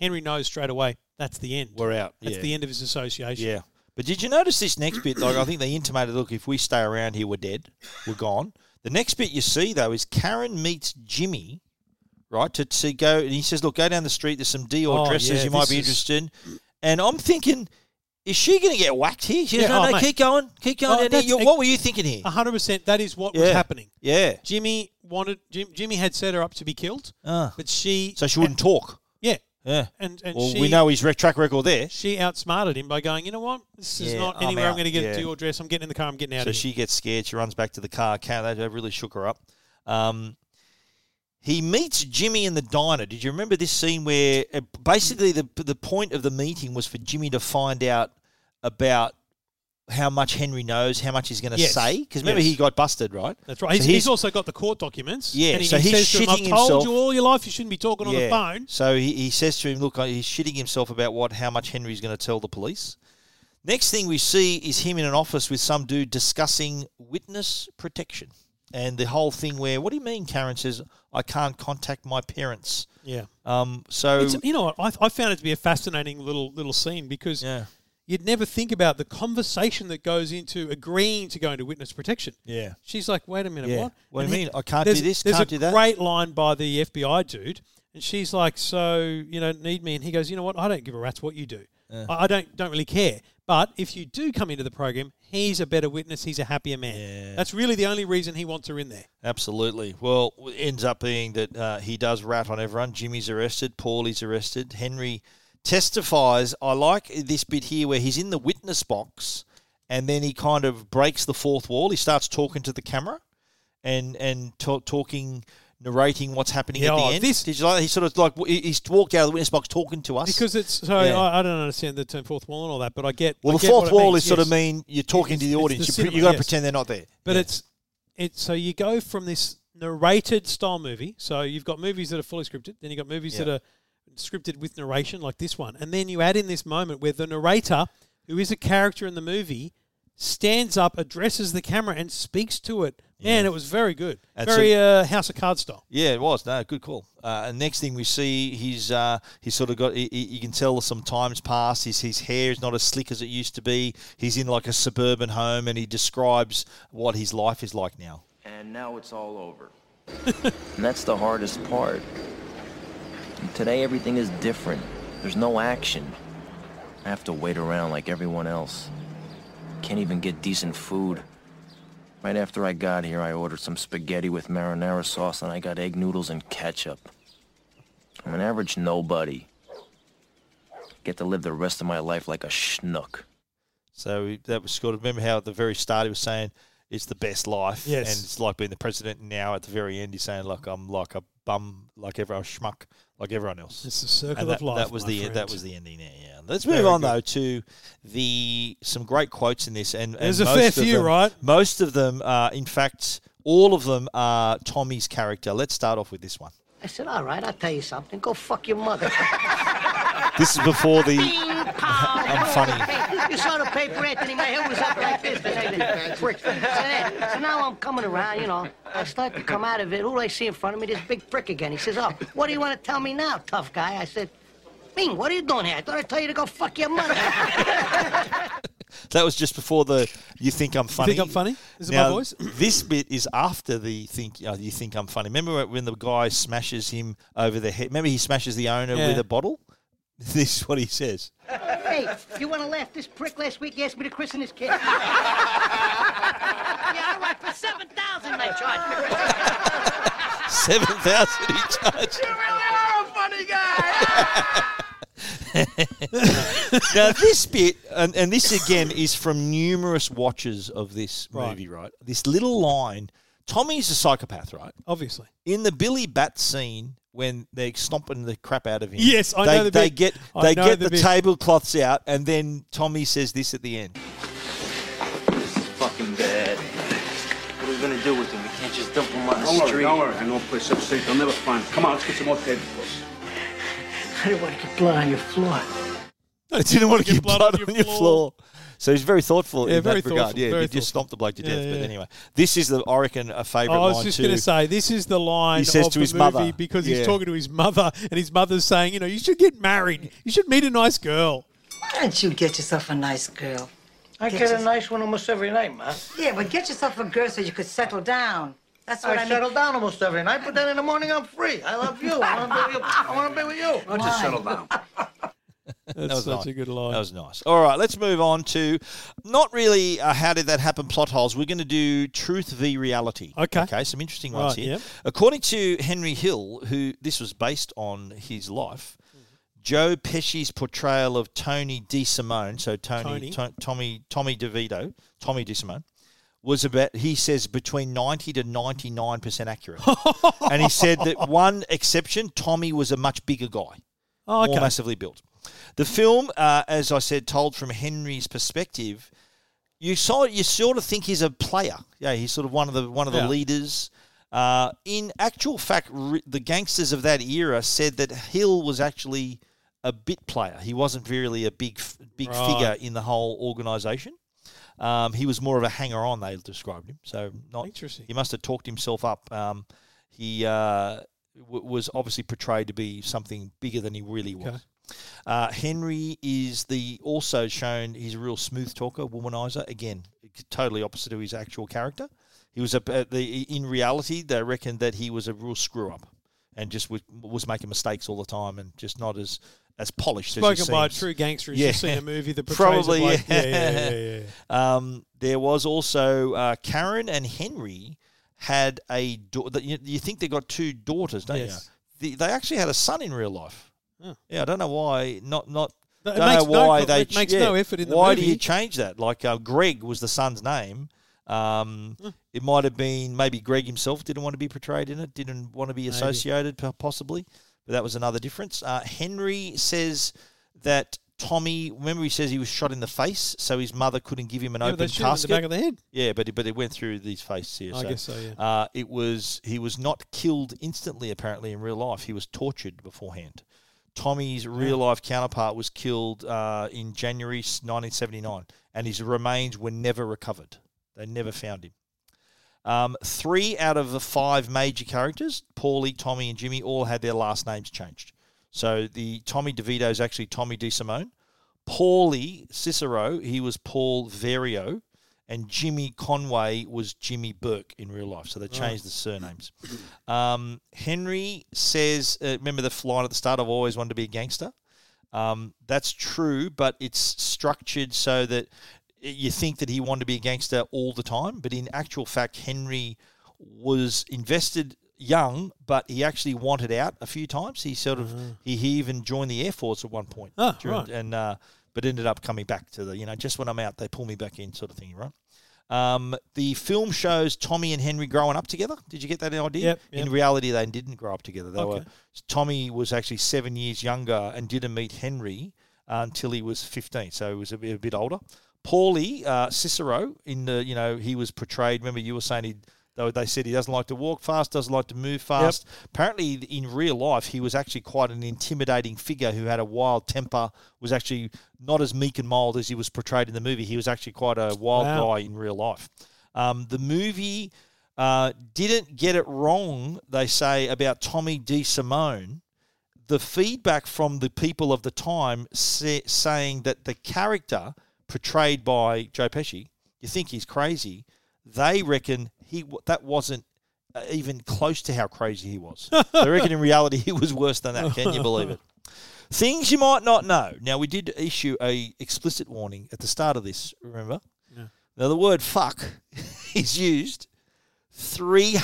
S2: Henry knows straight away that's the end.
S1: We're out.
S2: That's
S1: yeah.
S2: the end of his association.
S1: Yeah. But did you notice this next bit? Like, I think they intimated, look, if we stay around here, we're dead. We're gone. The next bit you see, though, is Karen meets Jimmy, right, to, to go, and he says, look, go down the street. There's some Dior
S2: Oh,
S1: dresses
S2: yeah,
S1: you might
S2: this
S1: be
S2: is-
S1: interested in. And I'm thinking, is she going to get whacked here? She goes,
S2: Yeah,
S1: no,
S2: oh,
S1: no,
S2: mate.
S1: keep going. Keep
S2: Oh,
S1: going. down here.
S2: that's-
S1: You- what were you thinking here?
S2: hundred percent. That is what
S1: Yeah.
S2: was happening.
S1: Yeah.
S2: Jimmy wanted Jim, Jimmy had set her up to be killed,
S1: Ah.
S2: but she
S1: So she wouldn't talk.
S2: yeah
S1: Yeah.
S2: and and
S1: well,
S2: she
S1: we know his rec- track record there.
S2: she outsmarted him by going, you know what, this is
S1: Yeah,
S2: not
S1: I'm
S2: anywhere I'm,
S1: out."
S2: going to get
S1: Yeah.
S2: a Dior dress. I'm getting in the car. I'm getting out
S1: So
S2: of here.
S1: she gets scared. She runs back to the car. Car- That that really shook her up. Um, he meets Jimmy in the diner. Did you remember this scene where uh, basically the the point of the meeting was for Jimmy to find out about how much Henry knows, how much he's going to
S2: Yes.
S1: say? Because remember
S2: Yes.
S1: he got busted, right?
S2: That's right. He's,
S1: So
S2: he's, also got the court documents.
S1: Yeah,
S2: and he,
S1: so
S2: he
S1: he's
S2: says to him, I've
S1: shitting
S2: told
S1: himself."
S2: you all your life you shouldn't be talking on the
S1: Yeah.
S2: phone.
S1: So he, he says to him, "Look, I- he's shitting himself about what how much Henry's going to tell the police." Next thing we see is him in an office with some dude discussing witness protection and the whole thing. Where what do you mean? Karen says, "I can't contact my parents."
S2: Yeah.
S1: Um. So
S2: It's, you know what? I, I found it to be a fascinating little little scene because you'd never think about the conversation that goes into agreeing to go into witness protection.
S1: Yeah.
S2: She's like, wait a minute,
S1: Yeah.
S2: what?
S1: What do
S2: And
S1: you
S2: he-
S1: mean? I can't
S2: there's-
S1: do this,
S2: There's
S1: can't
S2: a
S1: do that.
S2: great line by the FBI dude, and she's like, so you know, need me? And he goes, you know what? I don't give a rat's what you do.
S1: Yeah.
S2: I, I don't don't really care. But if you do come into the program, he's a better witness. He's a happier man. That's really the only reason he wants her in there.
S1: Absolutely. Well, it ends up being that uh, he does rat on everyone. Jimmy's arrested. Paulie's arrested. Henry testifies. I like this bit here where he's in the witness box, and then he kind of breaks the fourth wall. He starts talking to the camera, and and ta- talking, narrating what's happening
S2: Yeah,
S1: at the
S2: oh,
S1: end.
S2: this-
S1: Did you like? He sort of like he- he's walked out of the witness box talking to us
S2: Because it's so
S1: Yeah.
S2: I, I don't understand the term fourth wall and all that, but I get
S1: Well,
S2: I
S1: the
S2: get what
S1: fourth
S2: it
S1: wall
S2: means,
S1: is sort of
S2: yes.
S1: mean you're talking
S2: It's-
S1: to the
S2: it's
S1: audience. you
S2: cinema,
S1: pre- you got to
S2: yes.
S1: pretend they're not there.
S2: But
S1: Yeah.
S2: it's it's so you go from this narrated style movie. So you've got movies that are fully scripted, then you've got movies
S1: Yeah.
S2: that are scripted with narration like this one. And then you add in this moment where the narrator, who is a character in the movie, stands up, addresses the camera, and speaks to it. Man, it was very good.
S1: That's
S2: very
S1: it.
S2: uh, House of Cards style.
S1: Yeah, it was. No, good call. Uh, and next thing we see, he's uh, he's sort of got. He, he- you can tell some times past. His his hair is not as slick as it used to be. He's in like a suburban home, and he describes what his life is like now.
S10: And now it's all over.
S6: And that's the hardest part.
S10: Today everything is different. There's no action. I have to wait around like everyone else. Can't even get decent food. Right after I got here, I ordered some spaghetti with marinara sauce and I got egg noodles and ketchup. I'm an average nobody. Get to live the rest of my life like a schnook.
S1: So that was good. Remember how at the very start he was saying it's the best life,
S2: Yes.
S1: and it's like being the president. And now at the very end, he's saying like I'm like a bum, like everyone schmuck, like everyone else.
S2: It's the circle
S1: And
S2: of
S1: that-
S2: life,
S1: That was
S2: my
S1: the that
S2: friend.
S1: was the ending. There, yeah. Let's
S2: Very
S1: move on
S2: good.
S1: though to the some great quotes in this, and, and
S2: There's a
S1: most
S2: fair
S1: of
S2: few,
S1: them-
S2: right?
S1: Most of them, are, in fact, all of them are Tommy's character. Let's start off with this one.
S11: I said, all right, I'll tell you something. Go fuck your mother.
S1: This is before the
S11: Bing, pong.
S1: I'm funny.
S11: Hey, you saw the paper, Anthony. My head was up like this. today, this prick. So, then- so now I'm coming around, you know. I start to come out of it. Who do I see in front of me? This big prick again. He says, oh, what do you want to tell me now, tough guy? I said, Bing, what are you doing here? I thought I told you to go fuck your mother.
S1: That was just before the "You think I'm funny."
S2: I'm funny? Is it my
S1: now,
S2: voice?
S1: this bit is after the "Think uh, you think I'm funny." Remember when the guy smashes him over the head? Remember he smashes the owner
S11: Yeah.
S1: with a bottle. This is what he says.
S11: Hey, you want to laugh? This prick last week asked me to christen his kid. yeah, all right, for 7000 I charged me.
S1: Seven thousand he charged.
S7: You really are a funny guy.
S1: now this bit, and, and this again is from numerous watches of this
S2: Right.
S1: movie. Right, this little line. Tommy's a psychopath, right?
S2: Obviously.
S1: In the Billy Bat scene, when they're stomping the crap out of him,
S2: Yes, I
S1: they,
S2: know the
S1: they
S2: bit.
S1: get
S2: I
S1: they
S2: know
S1: get
S2: the
S1: the,
S2: bit.
S1: tablecloths out, and then Tommy says this at the end.
S19: Fucking bad. What are we gonna do with him? We can't just dump him on the
S17: Don't worry,
S19: street.
S17: don't worry. I know a place upstate they'll never find. Come on, let's get some more tablecloths.
S11: I didn't want to get blood on your floor.
S1: I didn't want to get blood, on your floor. So he's very thoughtful
S2: Yeah,
S1: in
S2: very
S1: that regard.
S2: thoughtful,
S1: yeah,
S2: very
S1: he just stomped the bloke to
S2: thoughtful.
S1: death.
S2: Yeah,
S1: But
S2: yeah.
S1: anyway, this is the I reckon a favourite
S2: I was
S1: line
S2: just
S1: too.
S2: going to say, this is the line
S1: He says
S2: of
S1: to
S2: the
S1: his
S2: movie
S1: mother.
S2: because
S1: Yeah.
S2: he's talking to his mother, and his mother's saying, you know, you should get married. You should meet a nice girl.
S22: Why don't you get yourself a nice girl?
S11: I
S22: Get
S11: get a
S22: yourself-
S11: nice one almost every night, man.
S22: Yeah, but get yourself a girl so you could settle down. That's what I,
S11: I,
S22: mean.
S11: settle down almost every night, but then in the morning I'm free. I love you. I want to be with you. I want to be with you.
S22: Why don't you Why? settle
S11: down?
S1: That was
S2: such
S1: nice.
S2: a good line.
S1: That was nice. All right, let's move on to not really uh, how did that happen plot holes. We're going to do truth v reality. Okay. Okay, some interesting ones
S2: Right,
S1: here.
S2: yep.
S1: According to Henry Hill, who this was based on his life,
S2: Mm-hmm.
S1: Joe Pesci's portrayal of Tony DeSimone, so Tony,
S2: Tony.
S1: To- Tommy Tommy DeVito, Tommy DeSimone, was about he says between 90 to 99% accurate. and he said that one exception, Tommy was a much bigger guy.
S2: Oh, okay.
S1: More massively built. The film, uh, as I said, told from Henry's perspective, you saw you sort of think he's a player. Yeah, he's sort of one of the one of the
S2: Yeah.
S1: leaders. Uh, in actual fact, r- the gangsters of that era said that Hill was actually a bit player. He wasn't really a big f- big
S2: Right.
S1: figure in the whole organization. Um, he was more of a hanger on. They described him. So not
S2: Interesting.
S1: He must have talked himself up. Um, he uh, w- was obviously portrayed to be something bigger than he really was.
S2: Okay.
S1: Uh, Henry is the also shown he's a real smooth talker, womanizer. Again, totally opposite to his actual character. He was a uh, the in reality they reckoned that he was a real screw up, and just was, was making mistakes all the time, and just not as as polished as he
S2: Spoken by a
S1: seems.
S2: true gangster who's
S1: Yeah.
S2: just seen a movie that portrays it like, yeah, yeah, yeah, yeah,
S1: Um, there was also uh, Karen and Henry had a daughter. You, you think they got two daughters, don't
S2: Yes.
S1: you? The, they actually had a son in real life.
S2: Huh.
S1: Yeah, I don't know why. Not not.
S2: But it
S1: don't
S2: makes
S1: know
S2: no
S1: why
S2: co-
S1: they.
S2: it makes
S1: yeah,
S2: no effort in the
S1: Why do
S2: movie.
S1: you change that? Like uh, Greg was the son's name. Um,
S2: Hmm.
S1: It might have been maybe Greg himself didn't want to be portrayed in it. Didn't want to be
S2: Maybe.
S1: associated po- possibly. But that was another difference. Uh, Henry says that Tommy. Remember, he says he was shot in the face, so his mother couldn't give him an
S2: Yeah, but
S1: open
S2: they shoot him in the
S1: casket.
S2: back of the head.
S1: Yeah, but it, but it went through these faces here.
S2: I
S1: so,
S2: guess so, yeah.
S1: Uh, it was he was not killed instantly. Apparently, in real life, he was tortured beforehand. Tommy's real life counterpart was killed uh, in January 1979, and his remains were never recovered. They never found him. Um, three out of the five major characters, Paulie, Tommy, and Jimmy, all had their last names changed. So the Tommy DeVito is actually Tommy DeSimone. Paulie Cicero, he was Paul Verio, and Jimmy Conway was Jimmy Burke in real life. So they changed the surnames. Um, Henry says, uh, remember the line at the start, I've always wanted to be a gangster? Um, that's true, but it's structured so that you think that he wanted to be a gangster all the time, but in actual fact, Henry was invested young, but he actually wanted out a few times. He sort of he, he even joined the air force at one point,
S2: Mm-hmm. Ah,
S1: during-
S2: right.
S1: and uh, but ended up coming back to the you know just when I'm out, they pull me back in sort of thing, right? Um, the film shows Tommy and Henry growing up together. Did you get that idea?
S2: Yep,
S1: In
S2: yep.
S1: reality, they didn't grow up together. They
S2: Okay.
S1: were Tommy was actually seven years younger and didn't meet Henry uh, until he was 15, so he was a bit, a bit older. Paulie uh, Cicero, in the you know he was portrayed. Remember, you were saying he. Though they said he doesn't like to walk fast, doesn't like to move fast. Apparently, in real life, he was actually quite an intimidating figure who had a wild temper. Was actually not as meek and mild as he was portrayed in the movie. He was actually quite a wild
S2: Wow.
S1: guy in real life. Um, the movie uh, didn't get it wrong, they say, about Tommy D. Simone. The feedback from the people of the time sa- saying that the character portrayed by Joe Pesci, you think he's crazy, they reckon he w- that wasn't uh, even close to how crazy he was. they reckon in reality he was worse than that. Can you believe it? Things you might not know. Now we did issue a explicit warning at the start of this. Remember?
S2: Yeah.
S1: Now the word "fuck" is used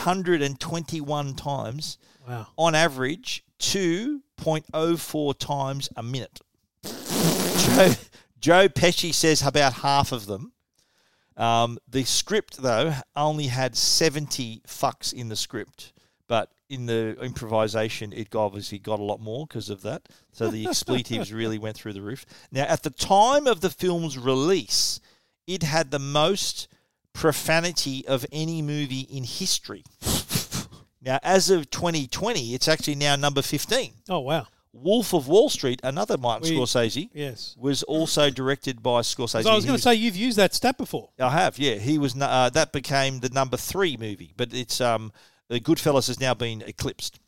S1: 321 times
S2: Wow.
S1: on average, 2.04 times a minute. Joe, Joe Pesci says about half of them. Um, the script, though, only had 70 fucks in the script, but in the improvisation, it got- obviously got a lot more because of that. So the expletives really went through the roof. Now, at the time of the film's release, it had the most profanity of any movie in history. Now, as of 2020, it's actually now number 15.
S2: Oh, wow.
S1: Wolf of Wall Street, another Martin
S2: We-
S1: Scorsese,
S2: yes.
S1: was also directed by Scorsese.
S2: 'Cause I was
S1: He
S2: going to say you've used that stat before.
S1: I have, yeah. He was nu- uh, that became the number three movie, but it's um, the Goodfellas has now been eclipsed.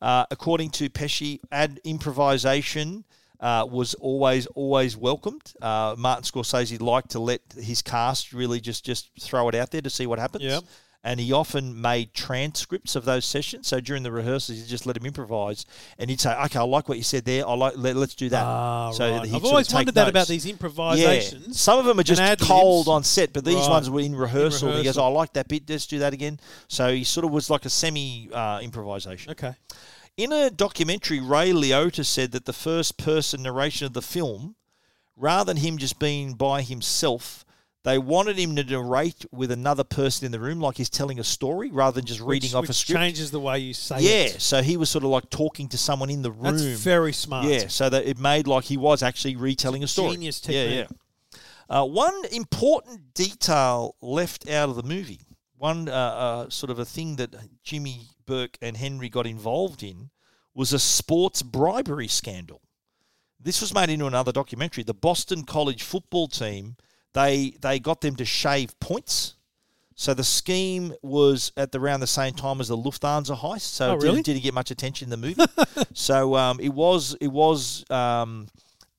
S1: Uh, according to Pesci, ad improvisation uh, was always always welcomed. Uh, Martin Scorsese liked to let his cast really just just throw it out there to see what happens.
S2: Yep.
S1: And he often made transcripts of those sessions. So during the rehearsals, he just let him improvise, and he'd say, "Okay, I like what you said there. I like let, us do that."
S2: Ah,
S1: so
S2: right.
S1: he'd
S2: I've
S1: sort of
S2: always
S1: take
S2: wondered that about
S1: notes.
S2: these
S1: Yeah.
S2: improvisations
S1: Some of them are
S2: and
S1: just
S2: ad-libs.
S1: cold on set, but these
S2: Right.
S1: ones were in rehearsal. He goes,
S2: rehearsal.
S1: "Oh, I like that bit. Let's do that again." So he sort of was like a semi uh, improvisation.
S2: Okay.
S1: In a documentary, Ray Liotta said that the first person narration of the film, rather than him just being by himself, they wanted him to narrate with another person in the room, like he's telling a story, rather than just reading
S2: which,
S1: off
S2: which
S1: a script.
S2: changes the way you say
S1: Yeah,
S2: it.
S1: so he was sort of like talking to someone in the room.
S2: That's very smart.
S1: Yeah, so that it made like he was actually retelling a story.
S2: Genius
S1: Yeah,
S2: technique.
S1: yeah. Uh, one important detail left out of the movie, one uh, uh, sort of a thing that Jimmy Burke and Henry got involved in, was a sports bribery scandal. This was made into another documentary. The Boston College football team, they they got them to shave points. So the scheme was at the, around the same time as the Lufthansa heist. So
S2: Oh,
S1: it
S2: really?
S1: didn't, didn't get much attention in the movie. so um, it was it was um,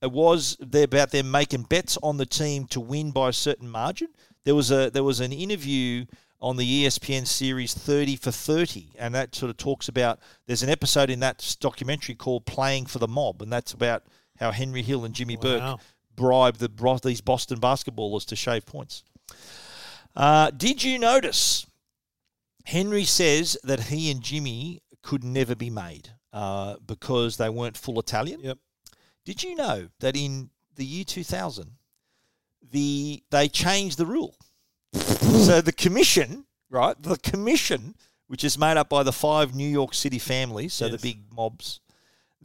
S1: it was they about them making bets on the team to win by a certain margin. There was a there was an interview on the E ESPN series Thirty for Thirty, and that sort of talks about. There's an episode in that s- documentary called "Playing for the Mob," and that's about how Henry Hill and Jimmy Burke bribed the bro- these Boston basketballers to shave points. Uh, did you notice? Henry says that he and Jimmy could never be made uh, because they weren't full Italian.
S2: Yep.
S1: Did you know that in the year 2000, the they changed the rule? so the commission, right? The commission, which is made up by the five New York City families, so the big mobs,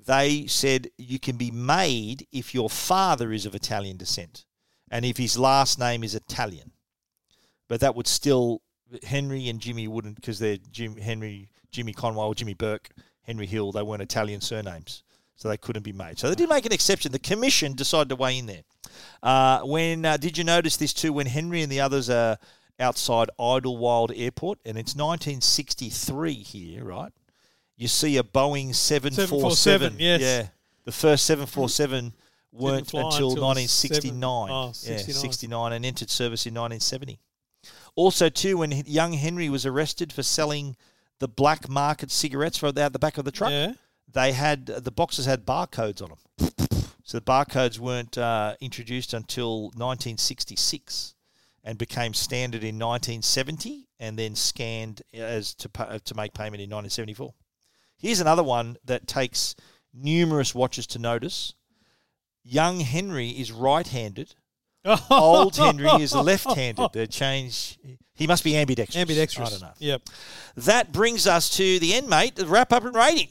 S1: they said you can be made if your father is of Italian descent and if his last name is Italian but that would still Henry and Jimmy wouldn't because they're Jim Henry, Jimmy Conway, or Jimmy Burke, Henry Hill. They weren't Italian surnames, so they couldn't be made. So they did make an exception. The commission decided to weigh in there. Uh, when uh, did you notice this too? When Henry and the others are outside Idlewild Airport, and it's 1963 here, right? You see a Boeing 747.
S2: 747, yes.
S1: Yeah, the first 747 weren't
S2: fly
S1: until,
S2: until
S1: 1969.
S2: seven- oh,
S1: Yeah,
S2: 69.
S1: 69 and entered service in 1970. Also, too, when young Henry was arrested for selling the black market cigarettes from out the back of the truck,
S2: Yeah.
S1: they had the boxes had barcodes on them. So the barcodes weren't uh, introduced until 1966 and became standard in 1970 and then scanned as to, pa- uh, to make payment in 1974. Here's another one that takes numerous watches to notice. Young Henry is right-handed. Old Henry is left-handed. They change. He must be ambidextrous.
S2: Ambidextrous.
S1: I don't know.
S2: Yep.
S1: That brings us to the end, mate. The wrap up and rating.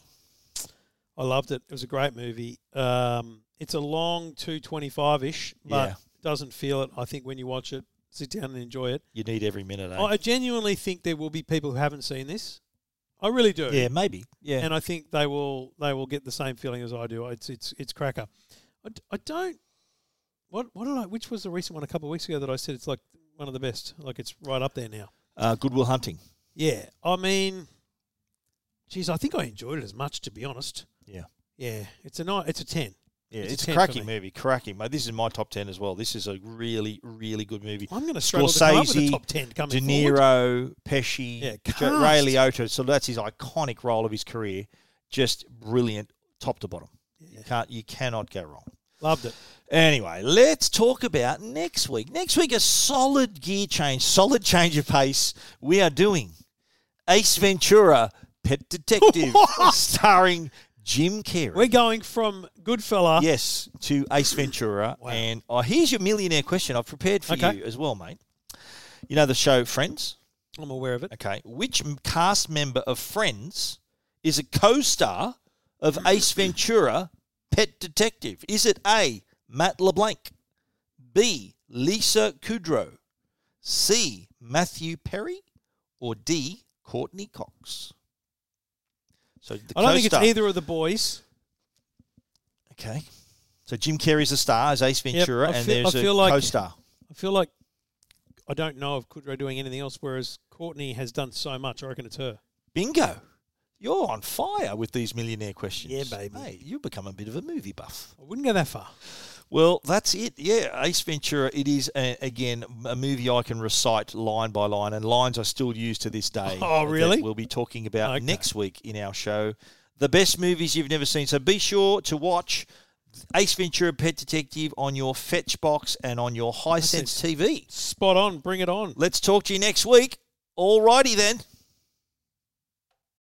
S2: I loved it. It was a great movie. Um, it's a long 225 ish, but
S1: Yeah.
S2: doesn't feel it. I think when you watch it, sit down and enjoy it. Oh,
S1: You need every minute. Eh?
S2: I I genuinely think there will be people who haven't seen this. I really do.
S1: Yeah, maybe. Yeah.
S2: and I think they will they will get the same feeling as I do. It's it's it's cracker. I, d- I don't. What what did I? Which was the recent one a couple of weeks ago that I said it's like one of the best. Like it's right up there now.
S1: Uh, Goodwill Hunting.
S2: Yeah, I mean, geez, I think I enjoyed it as much to be honest.
S1: Yeah.
S2: yeah, it's a ni- it's a ten.
S1: Yeah, it's, a
S2: 10 for
S1: cracking
S2: me.
S1: movie. Cracking, mate. This is in my top ten as well. This is a really, really good movie.
S2: I'm gonna struggle to come up with a top 10 coming
S1: De Niro, Pesci,
S2: Yeah,
S1: Jo- Ray
S2: cast.
S1: Liotta. So that's his iconic role of his career. Just brilliant, top to bottom. You can't, you cannot go wrong.
S2: Loved it.
S1: Anyway, let's talk about next week. Next week, a solid gear change, solid change of pace. We are doing Ace Ventura, Pet Detective, starring Jim Carrey.
S2: We're going from Goodfella.
S1: Yes, to Ace Ventura. And oh, here's your millionaire question I've prepared for
S2: Okay.
S1: you as well, mate. You know the show Friends?
S2: I'm aware of it.
S1: Okay. Which m- cast member of Friends is a co star of Ace Ventura, Pet Detective? Is it A, Matt LeBlanc? B, Lisa Kudrow? C, Matthew Perry? Or D, Courtney Cox? So the
S2: I don't think
S1: co-star-
S2: it's either of the boys.
S1: Okay. So Jim Carrey's the star as Ace
S2: Yep,
S1: Ventura,
S2: I
S1: and
S2: feel-
S1: there's
S2: I feel
S1: a
S2: like-
S1: co-star.
S2: I feel like I don't know of Kudrow doing anything else, whereas Courtney has done so much. I reckon it's her.
S1: Bingo! You're on fire with these millionaire questions.
S2: Yeah, baby.
S1: Hey, you've become a bit of a movie buff.
S2: I wouldn't go that far.
S1: Well, that's it. Yeah, Ace Ventura. It is a, again a movie I can recite line by line, and lines I still use to this day.
S2: Oh,
S1: that
S2: really?
S1: We'll be talking about next week in our show. The best movies you've never seen. So be sure to watch Ace Ventura: Pet Detective on your Fetch box and on your High Sense TV.
S2: Spot on. Bring it on.
S1: Let's talk to you next week. Alrighty then.